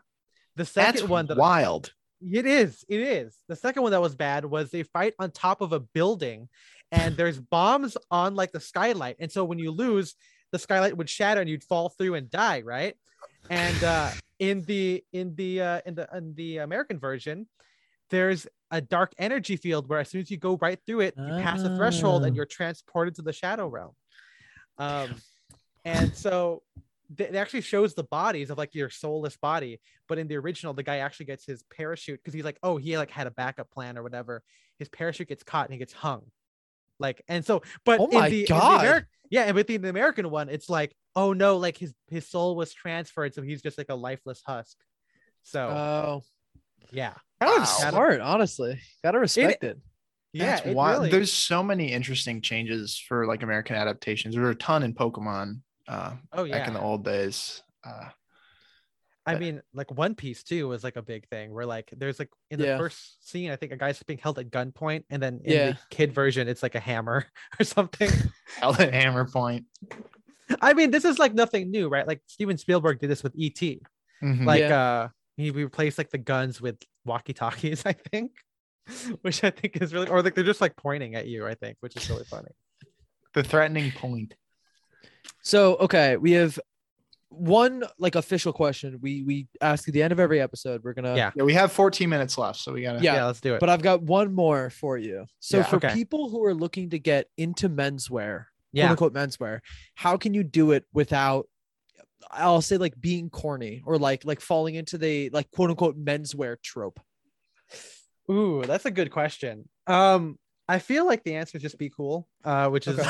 [SPEAKER 3] the second
[SPEAKER 1] Um, That's
[SPEAKER 3] one that
[SPEAKER 1] wild.
[SPEAKER 3] it is it is the second one that was bad was they fight on top of a building and there's bombs on like the skylight and so when you lose the skylight would shatter and you'd fall through and die right and uh in the in the uh in the in the american version there's a dark energy field where as soon as you go right through it you pass the threshold
[SPEAKER 2] Ah.
[SPEAKER 3] and
[SPEAKER 1] Oh.
[SPEAKER 3] you're transported to the shadow realm um and so th- it actually shows the bodies of like your soulless body but in the original the guy actually gets his parachute because he's like oh he like had a backup plan or whatever his parachute gets caught and he gets hung like and so but
[SPEAKER 2] Oh my
[SPEAKER 3] in the, in the
[SPEAKER 2] God.
[SPEAKER 3] Ameri- yeah and with the, the american one it's like oh no like his his soul was transferred so he's just like a lifeless husk so
[SPEAKER 2] Oh,
[SPEAKER 3] yeah
[SPEAKER 2] kind
[SPEAKER 1] Wow.
[SPEAKER 2] of smart, honestly. Gotta respect it.
[SPEAKER 3] yeah
[SPEAKER 1] That's
[SPEAKER 3] it
[SPEAKER 1] wild.
[SPEAKER 3] really-
[SPEAKER 1] There's so many interesting changes for like American adaptations. There were a ton in Pokemon uh,
[SPEAKER 3] oh yeah
[SPEAKER 1] back in the old days. Uh,
[SPEAKER 3] I mean, like One Piece too was like a big thing where like there's like in the
[SPEAKER 2] Yeah.
[SPEAKER 3] first scene, I think a guy's being held at gunpoint, and then in
[SPEAKER 2] Yeah.
[SPEAKER 3] the kid version, it's like a hammer or something.
[SPEAKER 1] held at Hammer Point.
[SPEAKER 3] I mean, this is like nothing new, right? Like Steven Spielberg did this with E.T.
[SPEAKER 2] Mm-hmm.
[SPEAKER 1] Mhm.
[SPEAKER 3] Like uh he replaced like the guns with walkie-talkies, I think. Which I think is really or like they're just like pointing at you, I think, which is really funny.
[SPEAKER 1] the threatening point.
[SPEAKER 2] So okay, we have one like official question. We we ask at the end of every episode. We're gonna
[SPEAKER 3] Yeah.
[SPEAKER 1] Yeah, we have 14 minutes left, so we gotta.
[SPEAKER 2] Yeah,
[SPEAKER 3] Yeah, let's do it.
[SPEAKER 2] but I've got one more for you. So
[SPEAKER 3] Yeah.
[SPEAKER 2] for
[SPEAKER 3] Okay.
[SPEAKER 2] people who are looking to get into menswear,
[SPEAKER 3] yeah.
[SPEAKER 2] quote unquote menswear, how can you do it without I'll say like being corny or like like falling into the like quote unquote menswear trope.
[SPEAKER 3] Ooh, that's a good question. Um, I feel like the answer is just be cool, uh, which is well,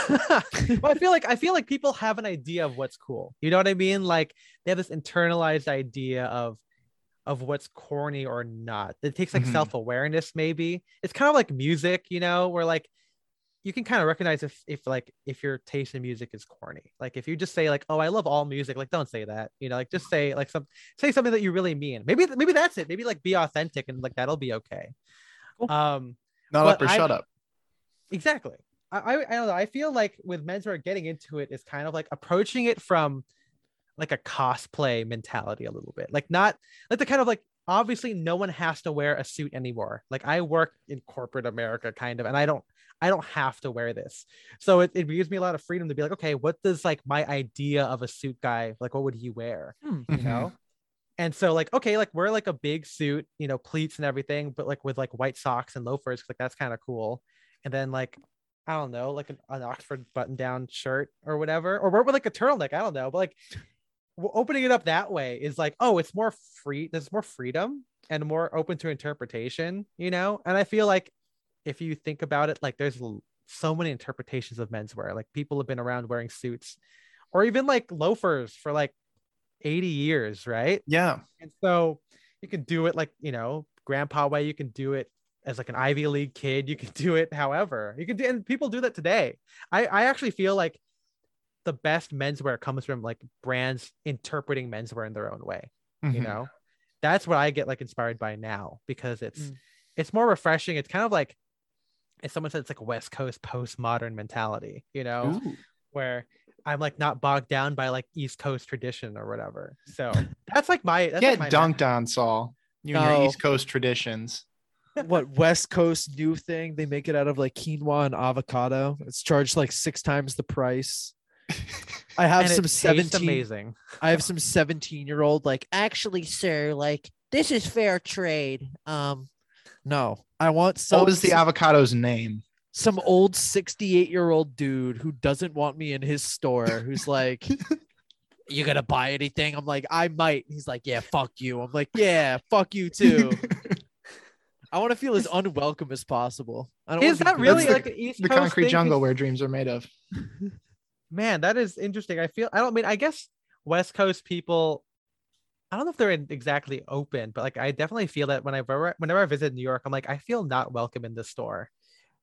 [SPEAKER 3] I feel like I feel like people have an idea of what's cool. You know what I mean? Like they have this internalized idea of of what's corny or not. It takes like
[SPEAKER 1] Mhm.
[SPEAKER 3] self-awareness, maybe. It's kind of like music, you know, where like you can kind of recognize if if like if your taste in music is corny. Like if you just say like, oh, I love all music, like don't say that. You know, like just say like some say something that you really mean. Maybe maybe that's it. Maybe like be authentic and like that'll be okay.
[SPEAKER 2] Cool.
[SPEAKER 3] Um
[SPEAKER 1] Not
[SPEAKER 3] But
[SPEAKER 1] up or
[SPEAKER 3] I-
[SPEAKER 1] shut up.
[SPEAKER 3] exactly I, I i don't know i feel like with menswear getting into it is kind of like approaching it from like a cosplay mentality a little bit like not like the kind of like obviously no one has to wear a suit anymore. Like I work in corporate America kind of, and I don't I don't have to wear this. So it, it gives me a lot of freedom to be like, okay, what does like my idea of a suit guy, like what would he wear? You
[SPEAKER 1] Mhm.
[SPEAKER 3] know? And so like, okay, like wear like a big suit, you know, pleats and everything, but like with like white socks and loafers, 'cause, like that's kind of cool. And then like I don't know, like an, an Oxford button-down shirt or whatever, or wear with like a turtleneck. I don't know, but like w- opening it up that way is like, oh, it's more free. There's more freedom and more open to interpretation, you know. And I feel like if you think about it, like there's l- so many interpretations of menswear. Like people have been around wearing suits, or even like loafers for like 80 years, right?
[SPEAKER 1] Yeah.
[SPEAKER 3] And so you can do it like, you know, grandpa way, you can do it as like an Ivy League kid, you can do it however. You can do and people do that today. I I actually feel like the best menswear comes from like brands interpreting menswear in their own way, you
[SPEAKER 1] Mhm.
[SPEAKER 3] know. That's what I get like inspired by now because it's
[SPEAKER 2] Mm.
[SPEAKER 3] it's more refreshing. It's kind of like as someone said, it's like West Coast postmodern mentality, you know,
[SPEAKER 1] Ooh.
[SPEAKER 3] where I'm like not bogged down by like East Coast tradition or whatever. So that's like my that's
[SPEAKER 1] Get
[SPEAKER 3] like my
[SPEAKER 1] dunked on, Saul. You and
[SPEAKER 2] No.
[SPEAKER 1] your East Coast traditions.
[SPEAKER 2] what West Coast new thing? They make it out of like quinoa and avocado. It's charged like six times the price. I have
[SPEAKER 3] And it
[SPEAKER 2] some
[SPEAKER 3] tastes
[SPEAKER 2] seventeen.
[SPEAKER 3] amazing
[SPEAKER 2] I have some seventeen-year-old like
[SPEAKER 4] Actually, sir, like this is fair trade. Um,
[SPEAKER 2] no. I want
[SPEAKER 1] So
[SPEAKER 2] some.
[SPEAKER 1] what was the avocado's name?
[SPEAKER 2] some old 68 year old dude who doesn't want me in his store who's like you gonna buy anything i'm like i might And he's like yeah fuck you i'm like yeah fuck you too i want to feel as unwelcome as possible I don't
[SPEAKER 3] is
[SPEAKER 2] wanna
[SPEAKER 3] that
[SPEAKER 2] be
[SPEAKER 3] really
[SPEAKER 1] the-
[SPEAKER 2] visited.
[SPEAKER 3] like an east
[SPEAKER 1] the
[SPEAKER 3] Coast
[SPEAKER 1] concrete
[SPEAKER 3] thing?
[SPEAKER 1] jungle where dreams are made of.
[SPEAKER 3] man that is interesting i feel i don't mean i guess west coast people i don't know if they're in- exactly open but like i definitely feel that whenever whenever i visit new york i'm like i feel not welcome in this store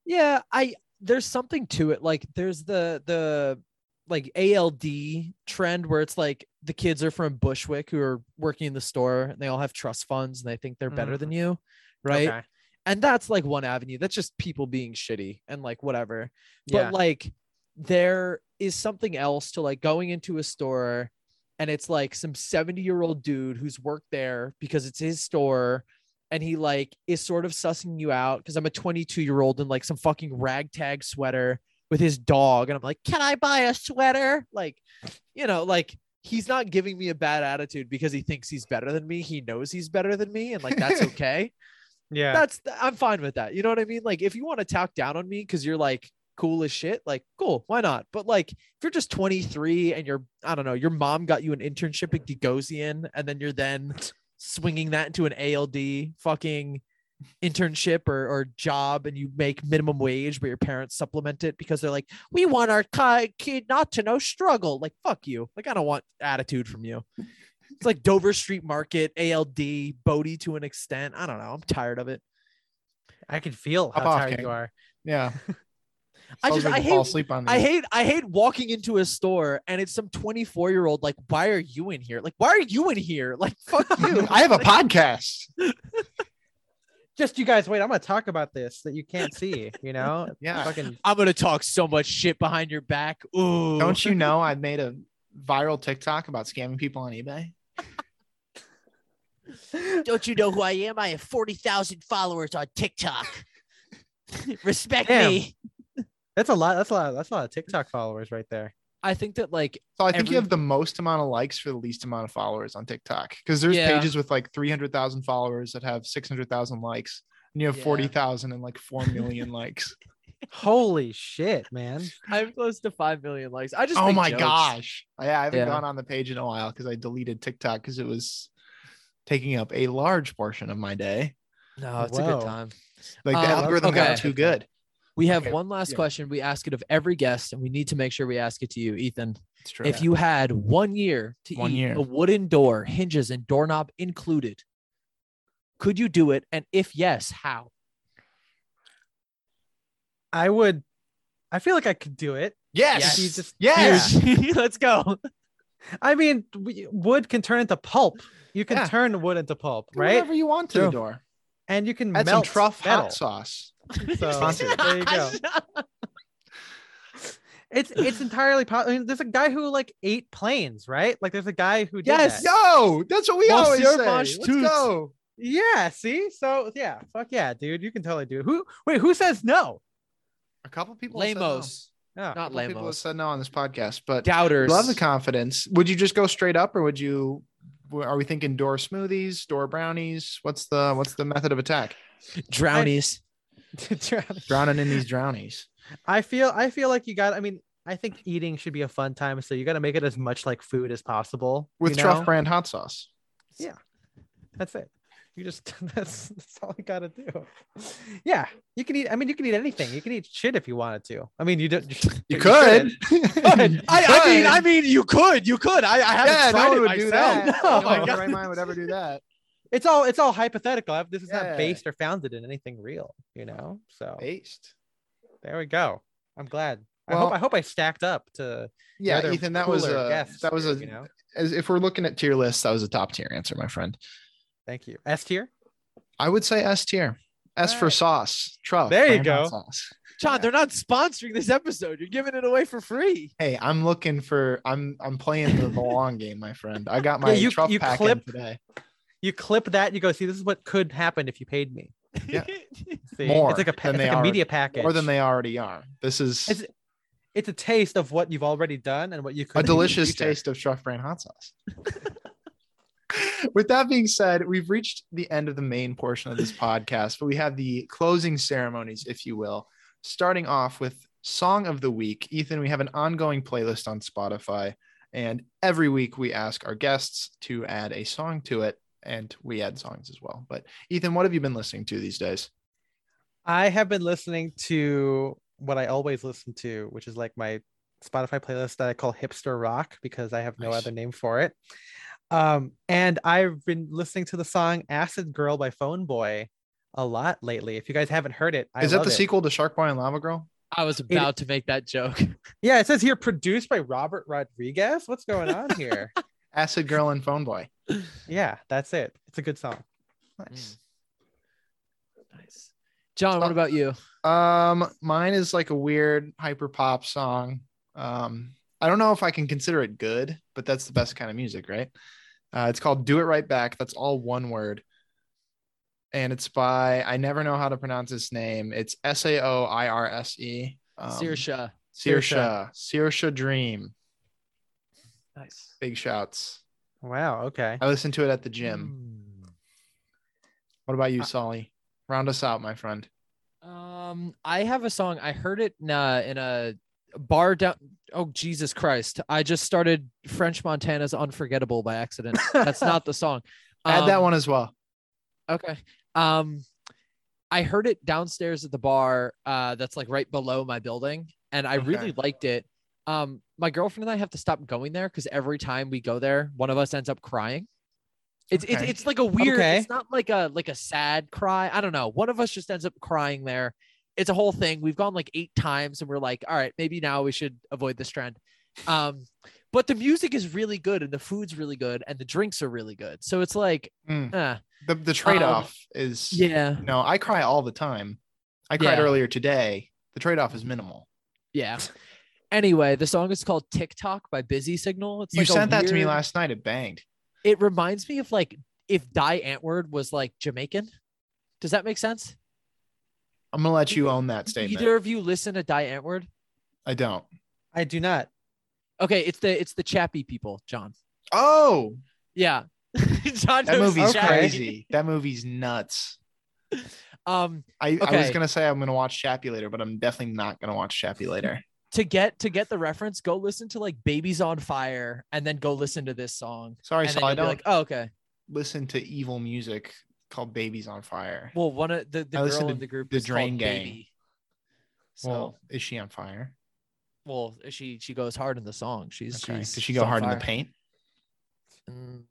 [SPEAKER 2] yeah i there's something to it like there's the the like ald trend where it's like the kids are from bushwick who are working in the store and they all have trust funds and they think they're better
[SPEAKER 3] Mhm.
[SPEAKER 2] than you right
[SPEAKER 3] Okay.
[SPEAKER 2] and that's like one avenue that's just people being shitty and like whatever
[SPEAKER 3] yeah
[SPEAKER 2] but like there is something else to like going into a store and it's like some 70 year old dude who's worked there because it's his store and he like is sort of sussing you out because i'm a 22 year old in like some fucking ragtag sweater with his dog and i'm like can i buy a sweater like you know like he's not giving me a bad attitude because he thinks he's better than me he knows he's better than me and like that's okay
[SPEAKER 3] yeah
[SPEAKER 2] that's th- I'm fine with that. You know what I mean? Like if you want to talk down on me because you're like cool as shit, like cool, why not? But like if you're just 23 and you're I don't know, your mom got you an internship at Gagosian and then you're then swinging that into an ALD fucking internship or, or job and you make minimum wage but your parents supplement it because they're like we want our ki- kid not to know struggle like fuck you like i don't want attitude from you it's like dover street market ald bodie to an extent i don't know i'm tired of it
[SPEAKER 3] i can feel how
[SPEAKER 1] Hop off,
[SPEAKER 3] tired
[SPEAKER 1] King.
[SPEAKER 3] you are
[SPEAKER 1] Yeah.
[SPEAKER 2] I
[SPEAKER 1] Sounds
[SPEAKER 2] just-
[SPEAKER 1] like
[SPEAKER 2] I
[SPEAKER 1] you fall
[SPEAKER 2] hate-
[SPEAKER 1] asleep on
[SPEAKER 2] I
[SPEAKER 1] these.
[SPEAKER 2] hate I hate walking into a store and it's some 24 year old like why are you in here like why are you in here like fuck you
[SPEAKER 1] I have a podcast.
[SPEAKER 3] just you guys wait i'm gonna talk about this that you can't see you know
[SPEAKER 1] Yeah.
[SPEAKER 3] fucking
[SPEAKER 2] I'm gonna talk so much shit behind your back ooh
[SPEAKER 1] Don't you know I made a viral TikTok about scamming people on eBay?
[SPEAKER 4] don't you know who I am? I have forty thousand followers on TikTok. Respect
[SPEAKER 3] Damn.
[SPEAKER 4] me.
[SPEAKER 3] that's a lot that's a lot that's a lot of tiktok followers right there
[SPEAKER 2] I think that like
[SPEAKER 1] So I think
[SPEAKER 2] Every-
[SPEAKER 1] you have the most amount of likes for the least amount of followers on TikTok because there's
[SPEAKER 2] Yeah.
[SPEAKER 1] pages with like 300,000 followers that have 600,000 likes and you have
[SPEAKER 2] Yeah.
[SPEAKER 1] 40,000 and like 4 million likes.
[SPEAKER 3] holy shit man
[SPEAKER 2] I'm close to five million likes I just
[SPEAKER 1] Oh
[SPEAKER 2] make
[SPEAKER 1] my
[SPEAKER 2] jokes.
[SPEAKER 1] gosh. Yeah, I haven't
[SPEAKER 3] Yeah.
[SPEAKER 1] gone on the page in a while because I deleted TikTok because it was taking up a large portion of my day.
[SPEAKER 2] no it's a
[SPEAKER 3] Whoa.
[SPEAKER 2] good time
[SPEAKER 1] Like the
[SPEAKER 2] Um,
[SPEAKER 1] algorithm
[SPEAKER 2] okay.
[SPEAKER 1] got too good.
[SPEAKER 2] we have
[SPEAKER 1] Okay,
[SPEAKER 2] one last
[SPEAKER 1] yeah.
[SPEAKER 2] question we ask it of every guest and we need to make sure we ask it to you Ethan
[SPEAKER 1] It's true.
[SPEAKER 2] if you had one year to
[SPEAKER 1] One
[SPEAKER 2] eat
[SPEAKER 1] year.
[SPEAKER 2] a wooden door hinges and doorknob included could you do it and if yes how
[SPEAKER 3] i would i feel like i could do it
[SPEAKER 1] yes.
[SPEAKER 3] If you just
[SPEAKER 1] Yes.
[SPEAKER 2] Huge. let's go
[SPEAKER 3] I mean, we- wood can turn into pulp. You can
[SPEAKER 1] Yeah.
[SPEAKER 3] turn wood into pulp,
[SPEAKER 1] Do
[SPEAKER 3] right?
[SPEAKER 1] Whatever you want to,
[SPEAKER 3] True.
[SPEAKER 1] door.
[SPEAKER 3] And you can
[SPEAKER 1] Add some
[SPEAKER 3] melt
[SPEAKER 1] truff
[SPEAKER 3] metal.
[SPEAKER 1] hot sauce.
[SPEAKER 3] So there you go. It's it's entirely possible. I mean, there's a guy who like ate planes, right? Like there's a guy who did
[SPEAKER 2] Yes.
[SPEAKER 3] that.
[SPEAKER 1] Yo, that's what we
[SPEAKER 2] Monsieur
[SPEAKER 1] always say.
[SPEAKER 2] Mange
[SPEAKER 1] Let's
[SPEAKER 2] Toots.
[SPEAKER 1] go.
[SPEAKER 3] Yeah, see? So yeah, fuck yeah, dude. You can totally do it. Who wait, who says no?
[SPEAKER 1] A couple people have said no.
[SPEAKER 2] Lamos,
[SPEAKER 3] No.
[SPEAKER 1] A
[SPEAKER 2] not
[SPEAKER 1] couple people have
[SPEAKER 2] Lamos.
[SPEAKER 1] said no on this podcast, but
[SPEAKER 2] Doubters.
[SPEAKER 1] love the confidence. Would you just go straight up, or would you? Are we thinking door smoothies, door brownies? What's the what's the method of attack?
[SPEAKER 2] Drownies.
[SPEAKER 3] Travis,
[SPEAKER 1] Drowning in these drownies.
[SPEAKER 3] I feel I feel like you got I mean, I think eating should be a fun time, so you gotta make it as much like food as possible.
[SPEAKER 1] with
[SPEAKER 3] you
[SPEAKER 1] truff
[SPEAKER 3] know?
[SPEAKER 1] brand hot sauce.
[SPEAKER 3] That's it. You just that's that's all you gotta do. Yeah, you can eat. I mean, you can eat anything. You can eat shit if you wanted to. I mean, you don't.
[SPEAKER 1] You
[SPEAKER 3] shouldn't.
[SPEAKER 1] could.
[SPEAKER 2] I, I mean, I mean, you could, you could. I, I haven't
[SPEAKER 1] yeah,
[SPEAKER 2] tried
[SPEAKER 1] no
[SPEAKER 2] it
[SPEAKER 1] one would do
[SPEAKER 2] myself.
[SPEAKER 1] that. No
[SPEAKER 3] No.
[SPEAKER 1] one in their right mind would ever do that.
[SPEAKER 3] It's all it's all hypothetical. I've- This is
[SPEAKER 1] Yeah.
[SPEAKER 3] not based or founded in anything real. You know. So
[SPEAKER 1] Based.
[SPEAKER 3] there we go. I'm glad. I
[SPEAKER 1] Well-
[SPEAKER 3] hope I hope I stacked up to the
[SPEAKER 1] Yeah,
[SPEAKER 3] other
[SPEAKER 1] Ethan, that was
[SPEAKER 3] cooler
[SPEAKER 1] a
[SPEAKER 3] guests
[SPEAKER 1] that was
[SPEAKER 3] here,
[SPEAKER 1] a
[SPEAKER 3] you know.
[SPEAKER 1] as if we're looking at tier lists, that was a top tier answer, my friend.
[SPEAKER 3] Thank you. S tier.
[SPEAKER 1] I would say S tier. S for
[SPEAKER 3] Alright.
[SPEAKER 1] sauce, truff.
[SPEAKER 3] There you
[SPEAKER 1] brand hot
[SPEAKER 3] go.
[SPEAKER 1] sauce.
[SPEAKER 2] John, they're not sponsoring this episode. You're giving it away for free.
[SPEAKER 1] Hey, I'm looking for. I'm I'm playing the, the long game, my friend. I got my
[SPEAKER 3] you-
[SPEAKER 1] truff
[SPEAKER 3] you
[SPEAKER 1] pack
[SPEAKER 3] clip-
[SPEAKER 1] in today.
[SPEAKER 3] You clip that. You go see. This is what could happen if you paid me. See?
[SPEAKER 1] More
[SPEAKER 3] It's like a pa-
[SPEAKER 1] than
[SPEAKER 3] it's
[SPEAKER 1] they
[SPEAKER 3] like a
[SPEAKER 1] are-
[SPEAKER 3] media package.
[SPEAKER 1] More than they already are. This is
[SPEAKER 3] It's- It's a taste of what you've already done and what you
[SPEAKER 1] a
[SPEAKER 3] could. do in the
[SPEAKER 1] delicious
[SPEAKER 3] future.
[SPEAKER 1] taste of truff brand hot sauce. With that being said, we've reached the end of the main portion of this podcast, but we have the closing ceremonies, if you will, starting off with Song of the Week. Ethan, we have an ongoing playlist on Spotify, and every week we ask our guests to add a song to it, and we add songs as well. But Ethan, what have you been listening to these days?
[SPEAKER 3] I have been listening to what I always listen to, which is like my Spotify playlist that I call hipster rock because I have no
[SPEAKER 1] Nice.
[SPEAKER 3] other name for it. Um, and I've been listening to the song Acid Girl by Phone Boy a lot lately. If you guys haven't heard it, I
[SPEAKER 1] Is that
[SPEAKER 3] love
[SPEAKER 1] the
[SPEAKER 3] it.
[SPEAKER 1] sequel to Shark Boy and Lava Girl?
[SPEAKER 2] I was about to make that joke.
[SPEAKER 3] Yeah, it says here produced by Robert Rodriguez. What's going on here?
[SPEAKER 1] Acid Girl and Phone Boy.
[SPEAKER 3] yeah, that's it. It's a good song. Mm.
[SPEAKER 1] Nice.
[SPEAKER 2] Nice. John, what about you?
[SPEAKER 1] Um, mine is like a weird hyper pop song. Um, I don't know if I can consider it good, but that's the best kind of music, right? Uh, it's called "Do It Right Back." That's all one word, and it's by I never know how to pronounce his name. It's S A O I R S E. Um,
[SPEAKER 2] Sirsha.
[SPEAKER 1] Sirsha. Sirsha Dream.
[SPEAKER 2] Nice.
[SPEAKER 1] Big shouts.
[SPEAKER 3] Wow. Okay. Hmm.
[SPEAKER 1] I listened to it at the
[SPEAKER 2] Mm.
[SPEAKER 1] gym. What about you,
[SPEAKER 2] Uh,
[SPEAKER 1] Solly? Round us out, my friend.
[SPEAKER 2] Um, I have a song. I heard it in a, in a bar down. Oh Jesus Christ! I just started French Montana's "Unforgettable" by accident. That's not the song.
[SPEAKER 1] Add that
[SPEAKER 2] Um,
[SPEAKER 1] one as well.
[SPEAKER 2] Okay. Um, I heard it downstairs at the bar. Uh, that's like right below my building, and I really
[SPEAKER 1] Okay.
[SPEAKER 2] liked it. Um, my girlfriend and I have to stop going there because every time we go there, one of us ends up crying. It's it's
[SPEAKER 1] Okay.
[SPEAKER 2] it's like a weird.
[SPEAKER 3] Okay.
[SPEAKER 2] It's not like a like a sad cry. I don't know. One of us just ends up crying there. It's a whole thing. We've gone like eight times, and we're like, all right, maybe now we should avoid this trend. Um, but the music is really good, and the food's really good, and the drinks are really good. So it's like,
[SPEAKER 1] Mm.
[SPEAKER 2] eh,
[SPEAKER 1] The the trade off
[SPEAKER 2] um,
[SPEAKER 1] is
[SPEAKER 2] yeah.
[SPEAKER 1] No, I cry all the time. I cried
[SPEAKER 2] Yeah.
[SPEAKER 1] earlier today. The trade off is minimal.
[SPEAKER 2] Yeah. Anyway, the song is called TikTok by Busy Signal. It's
[SPEAKER 1] you
[SPEAKER 2] like a
[SPEAKER 1] sent that to me
[SPEAKER 2] weird-
[SPEAKER 1] last night. It banged.
[SPEAKER 2] It reminds me of like if Die Antwoord was like Jamaican. Does that make sense?
[SPEAKER 1] I'm gonna let you own that statement.
[SPEAKER 2] Either of you listen to Die Antwoord?
[SPEAKER 1] I don't.
[SPEAKER 3] I do not.
[SPEAKER 2] Okay, it's the it's the Chappie people, John.
[SPEAKER 1] Oh,
[SPEAKER 2] Yeah. John
[SPEAKER 1] that
[SPEAKER 2] knows
[SPEAKER 1] movie's
[SPEAKER 2] Chappie.
[SPEAKER 1] crazy. That movie's nuts.
[SPEAKER 2] Um
[SPEAKER 1] I, I was
[SPEAKER 2] Okay.
[SPEAKER 1] gonna say I'm gonna watch Chappie later, but I'm definitely not gonna watch Chappie later.
[SPEAKER 2] to get to get the reference, go listen to like Babies on Fire and then go listen to this song.
[SPEAKER 1] Sorry,
[SPEAKER 2] and then
[SPEAKER 1] Saul. I
[SPEAKER 2] you'll be
[SPEAKER 1] don't
[SPEAKER 2] like, oh okay.
[SPEAKER 1] listen to evil music called Babies on Fire. Well,
[SPEAKER 2] Well, one of the, the
[SPEAKER 1] I listened
[SPEAKER 2] girl
[SPEAKER 1] to
[SPEAKER 2] in the group
[SPEAKER 1] The
[SPEAKER 2] is called
[SPEAKER 1] Drain Gang.
[SPEAKER 2] Baby. So
[SPEAKER 1] is she on fire?
[SPEAKER 2] well she she goes hard in the song she's,
[SPEAKER 1] Okay.
[SPEAKER 2] she's
[SPEAKER 1] Does she go
[SPEAKER 2] on
[SPEAKER 1] hard in
[SPEAKER 2] fire.
[SPEAKER 1] the paint?
[SPEAKER 2] Mm,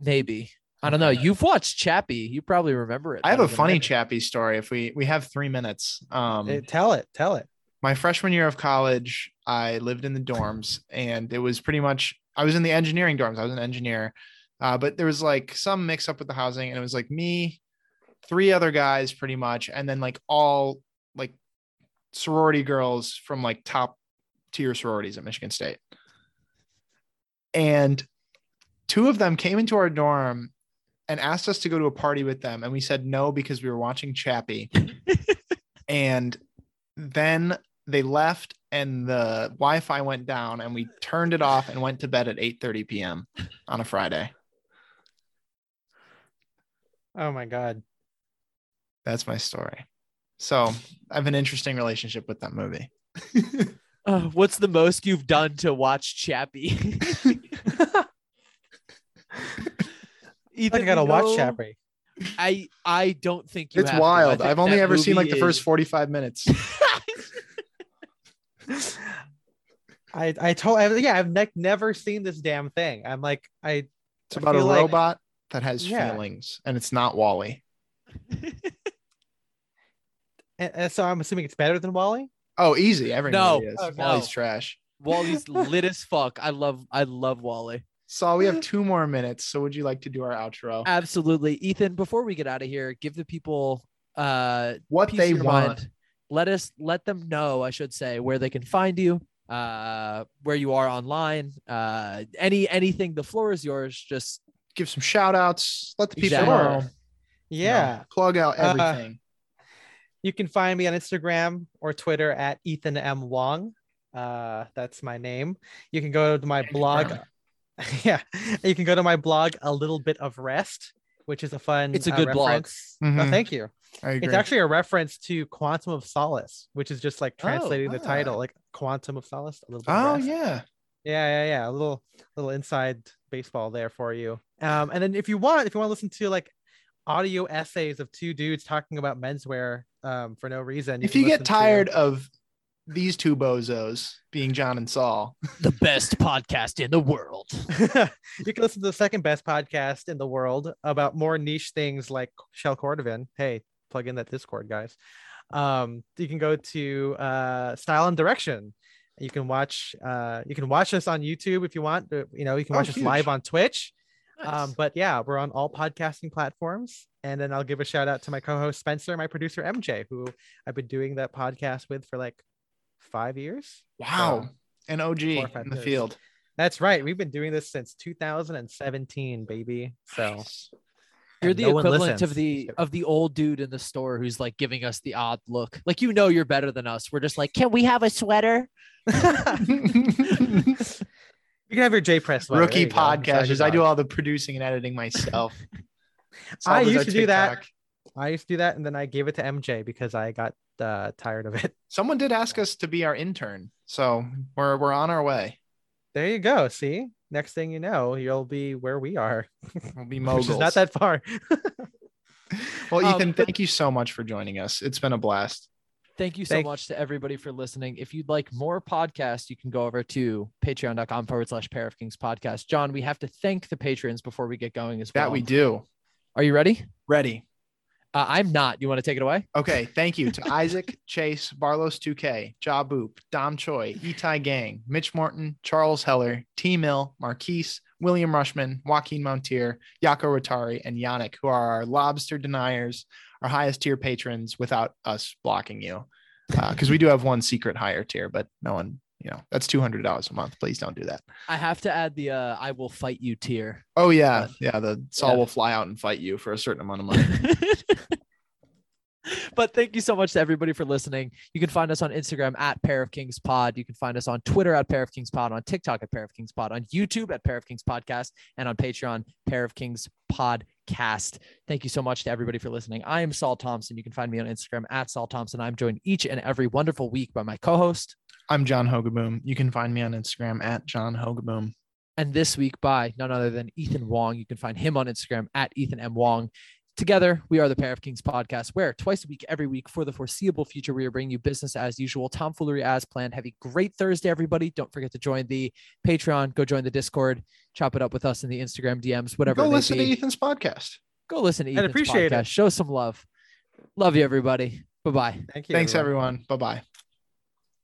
[SPEAKER 2] maybe i don't know you've watched chappie you probably remember it
[SPEAKER 1] I have a
[SPEAKER 2] better than
[SPEAKER 1] funny
[SPEAKER 2] do.
[SPEAKER 1] Chappie story. If we we have three minutes, um,
[SPEAKER 3] Eh, tell it. Tell it.
[SPEAKER 1] my freshman year of college, I lived in the dorms, and it was pretty much I was in the engineering dorms. I was an engineer, uh, but there was like some mix up with the housing, and it was like me, three other guys, pretty much, and then like all like sorority girls from like top tier sororities at Michigan State, and two of them came into our dorm and asked us to go to a party with them, and we said no because we were watching Chappie. and then they left, and the Wi-Fi went down, and we turned it off and went to bed at 8:30 p.m. on a Friday.
[SPEAKER 3] Oh my god.
[SPEAKER 1] That's my story. So I have an interesting relationship with that movie.
[SPEAKER 2] Uh, what's the most you've done to watch Chappie?
[SPEAKER 3] I
[SPEAKER 2] Ethan,
[SPEAKER 3] think I gotta
[SPEAKER 2] you
[SPEAKER 3] watch
[SPEAKER 2] know,
[SPEAKER 3] Chappie.
[SPEAKER 2] I I don't think you.
[SPEAKER 1] it's
[SPEAKER 2] have to. I
[SPEAKER 1] wild.
[SPEAKER 2] think
[SPEAKER 1] I've only
[SPEAKER 2] that
[SPEAKER 1] ever seen like
[SPEAKER 2] movie
[SPEAKER 1] the first
[SPEAKER 2] is-
[SPEAKER 1] 45 minutes.
[SPEAKER 3] I I told I, yeah I've ne- never seen this damn thing. I'm like I
[SPEAKER 1] It's about a
[SPEAKER 3] feel like-
[SPEAKER 1] robot that has
[SPEAKER 3] Yeah.
[SPEAKER 1] feelings, and it's not Wally.
[SPEAKER 3] and- and so I'm assuming it's better than Wally.
[SPEAKER 1] Oh, easy. Every
[SPEAKER 2] No.
[SPEAKER 1] movie is.
[SPEAKER 3] Oh, no.
[SPEAKER 1] Wally's trash.
[SPEAKER 2] Wally's lit as fuck. I love I love Wally.
[SPEAKER 1] Saul, we have two more minutes. So would you like to do our outro?
[SPEAKER 2] Absolutely, Ethan. Before we get out of here, give the people uh
[SPEAKER 1] What
[SPEAKER 2] piece of
[SPEAKER 1] they
[SPEAKER 2] your
[SPEAKER 1] want.
[SPEAKER 2] mind. Let us let them know, I should say, where they can find you, uh, where you are online, uh, any anything. The floor is yours. Just
[SPEAKER 1] Give some shout outs. Let the people
[SPEAKER 2] Exactly.
[SPEAKER 1] know. you know,
[SPEAKER 3] Yeah,
[SPEAKER 1] plug out
[SPEAKER 3] Uh,
[SPEAKER 1] everything.
[SPEAKER 3] you can find me on Instagram or Twitter at Ethan M Wong. Uh, that's my name. You can go to my blog. yeah, you can go to my blog. A little bit of rest, which is a fun.
[SPEAKER 2] It's a
[SPEAKER 3] uh,
[SPEAKER 2] good blog.
[SPEAKER 3] reference. Oh,
[SPEAKER 1] Mhm.
[SPEAKER 3] thank you.
[SPEAKER 1] I agree.
[SPEAKER 3] It's actually a reference to Quantum of Solace, which is just like translating the
[SPEAKER 1] ah.
[SPEAKER 3] title, like Quantum of Solace. A little. Bit of
[SPEAKER 1] oh,
[SPEAKER 3] rest.
[SPEAKER 1] yeah.
[SPEAKER 3] Yeah, yeah, yeah. A little little inside baseball there for you. Um, and then if you want, if you want to listen to like audio essays of two dudes talking about menswear um for no reason.
[SPEAKER 1] If
[SPEAKER 3] can
[SPEAKER 1] you get
[SPEAKER 3] listen to-
[SPEAKER 1] tired of these two bozos being John and Saul,
[SPEAKER 2] the best podcast in the world.
[SPEAKER 3] you can listen to the second best podcast in the world about more niche things like Shell Cordovan. Hey, plug in that Discord, guys. Um, you can go to uh, Style and Direction. You can watch uh, you can watch us on YouTube if you want. Uh, You know, you can
[SPEAKER 1] Oh,
[SPEAKER 3] watch us live
[SPEAKER 1] huge.
[SPEAKER 3] on Twitch. Um, but yeah, we're on all podcasting platforms. And then I'll give a shout out to my co-host Spencer, my producer MJ, who I've been doing that podcast with for like five years.
[SPEAKER 1] wow. An OG
[SPEAKER 3] Four or five
[SPEAKER 1] in the
[SPEAKER 3] years.
[SPEAKER 1] field.
[SPEAKER 3] That's right. We've been doing this since 2017, baby. So
[SPEAKER 2] You're
[SPEAKER 3] and
[SPEAKER 2] the
[SPEAKER 3] no one
[SPEAKER 2] equivalent
[SPEAKER 3] listens.
[SPEAKER 2] of the of the old dude in the store who's like giving us the odd look. Like you know you're better than us. We're just like,
[SPEAKER 4] Can we have a sweater?
[SPEAKER 3] you can have your J Press sweater. There
[SPEAKER 1] Rookie
[SPEAKER 3] you go. I'm excited
[SPEAKER 1] podcasters. I do
[SPEAKER 3] about
[SPEAKER 1] all the producing and editing myself.
[SPEAKER 3] I
[SPEAKER 1] does
[SPEAKER 3] used
[SPEAKER 1] our
[SPEAKER 3] to do that.
[SPEAKER 1] TikTok.
[SPEAKER 3] it. I used to do that, and then I gave it to MJ because I got uh, tired of it.
[SPEAKER 1] Someone did ask us to be our intern, so we're we're on our way.
[SPEAKER 3] There you go. See, next thing you know, you'll be where we are,
[SPEAKER 1] We'll be
[SPEAKER 3] which
[SPEAKER 1] moguls.
[SPEAKER 3] is not that far.
[SPEAKER 1] well,
[SPEAKER 2] Um,
[SPEAKER 1] Ethan, thank you so much for joining us. It's been a blast.
[SPEAKER 2] Thank you so
[SPEAKER 3] Thank-
[SPEAKER 2] much to everybody for listening. If you'd like more podcasts, you can go over to patreon.com forward slash pair of kings podcast. John, we have to thank the patrons before we get going as well.
[SPEAKER 1] That we do.
[SPEAKER 2] Are you ready?
[SPEAKER 1] Ready.
[SPEAKER 2] Uh, I'm not. You want to take it away?
[SPEAKER 1] Okay, thank you to Isaac, Chase, Barlos 2K, Ja Boop, Dom Choi, Itai Gang, Mitch Morton, Charles Heller, T Mill, Marquise, William Rushman, Joaquin Montier, Yako Rotari, and Yannick, who are our lobster deniers, our highest tier patrons without us blocking you. Because we do have one secret higher tier, but no one, you know, that's $200 a month. Please don't do that.
[SPEAKER 2] I have to add the uh, I will fight you tier.
[SPEAKER 1] Oh, yeah. Yeah. The Saul
[SPEAKER 2] Yeah.
[SPEAKER 1] will fly out and fight you for a certain amount of money.
[SPEAKER 2] but thank you so much to everybody for listening. You can find us on Instagram at Pair of Kings Pod. You can find us on Twitter at Pair of Kings Pod, on TikTok at Pair of Kings Pod, on YouTube at Pair of Kings Podcast, and on Patreon, Pair of Kings Podcast. Thank you so much to everybody for listening. I am Saul Thompson. You can find me on Instagram at Saul Thompson. I'm joined each and every wonderful week by my co host,
[SPEAKER 1] I'm John Hogaboom. You can find me on Instagram at John Hogaboom.
[SPEAKER 2] and this week by none other than Ethan Wong. You can find him on Instagram at Ethan M. Wong. Together, we are the Pair of Kings podcast, where twice a week, every week, for the foreseeable future, we are bringing you business as usual, tomfoolery as planned. Have a great Thursday, everybody. Don't forget to join the Patreon, go join the Discord, chop it up with us in the Instagram DMs, whatever.
[SPEAKER 1] Go
[SPEAKER 2] they
[SPEAKER 1] listen
[SPEAKER 2] be.
[SPEAKER 1] to E- Ethan's podcast.
[SPEAKER 2] go listen to Ethan's
[SPEAKER 3] appreciate it.
[SPEAKER 2] podcast. Show some love. Love you, everybody. Bye bye.
[SPEAKER 3] Thank you.
[SPEAKER 1] Thanks, everyone.
[SPEAKER 3] everyone.
[SPEAKER 1] Bye bye.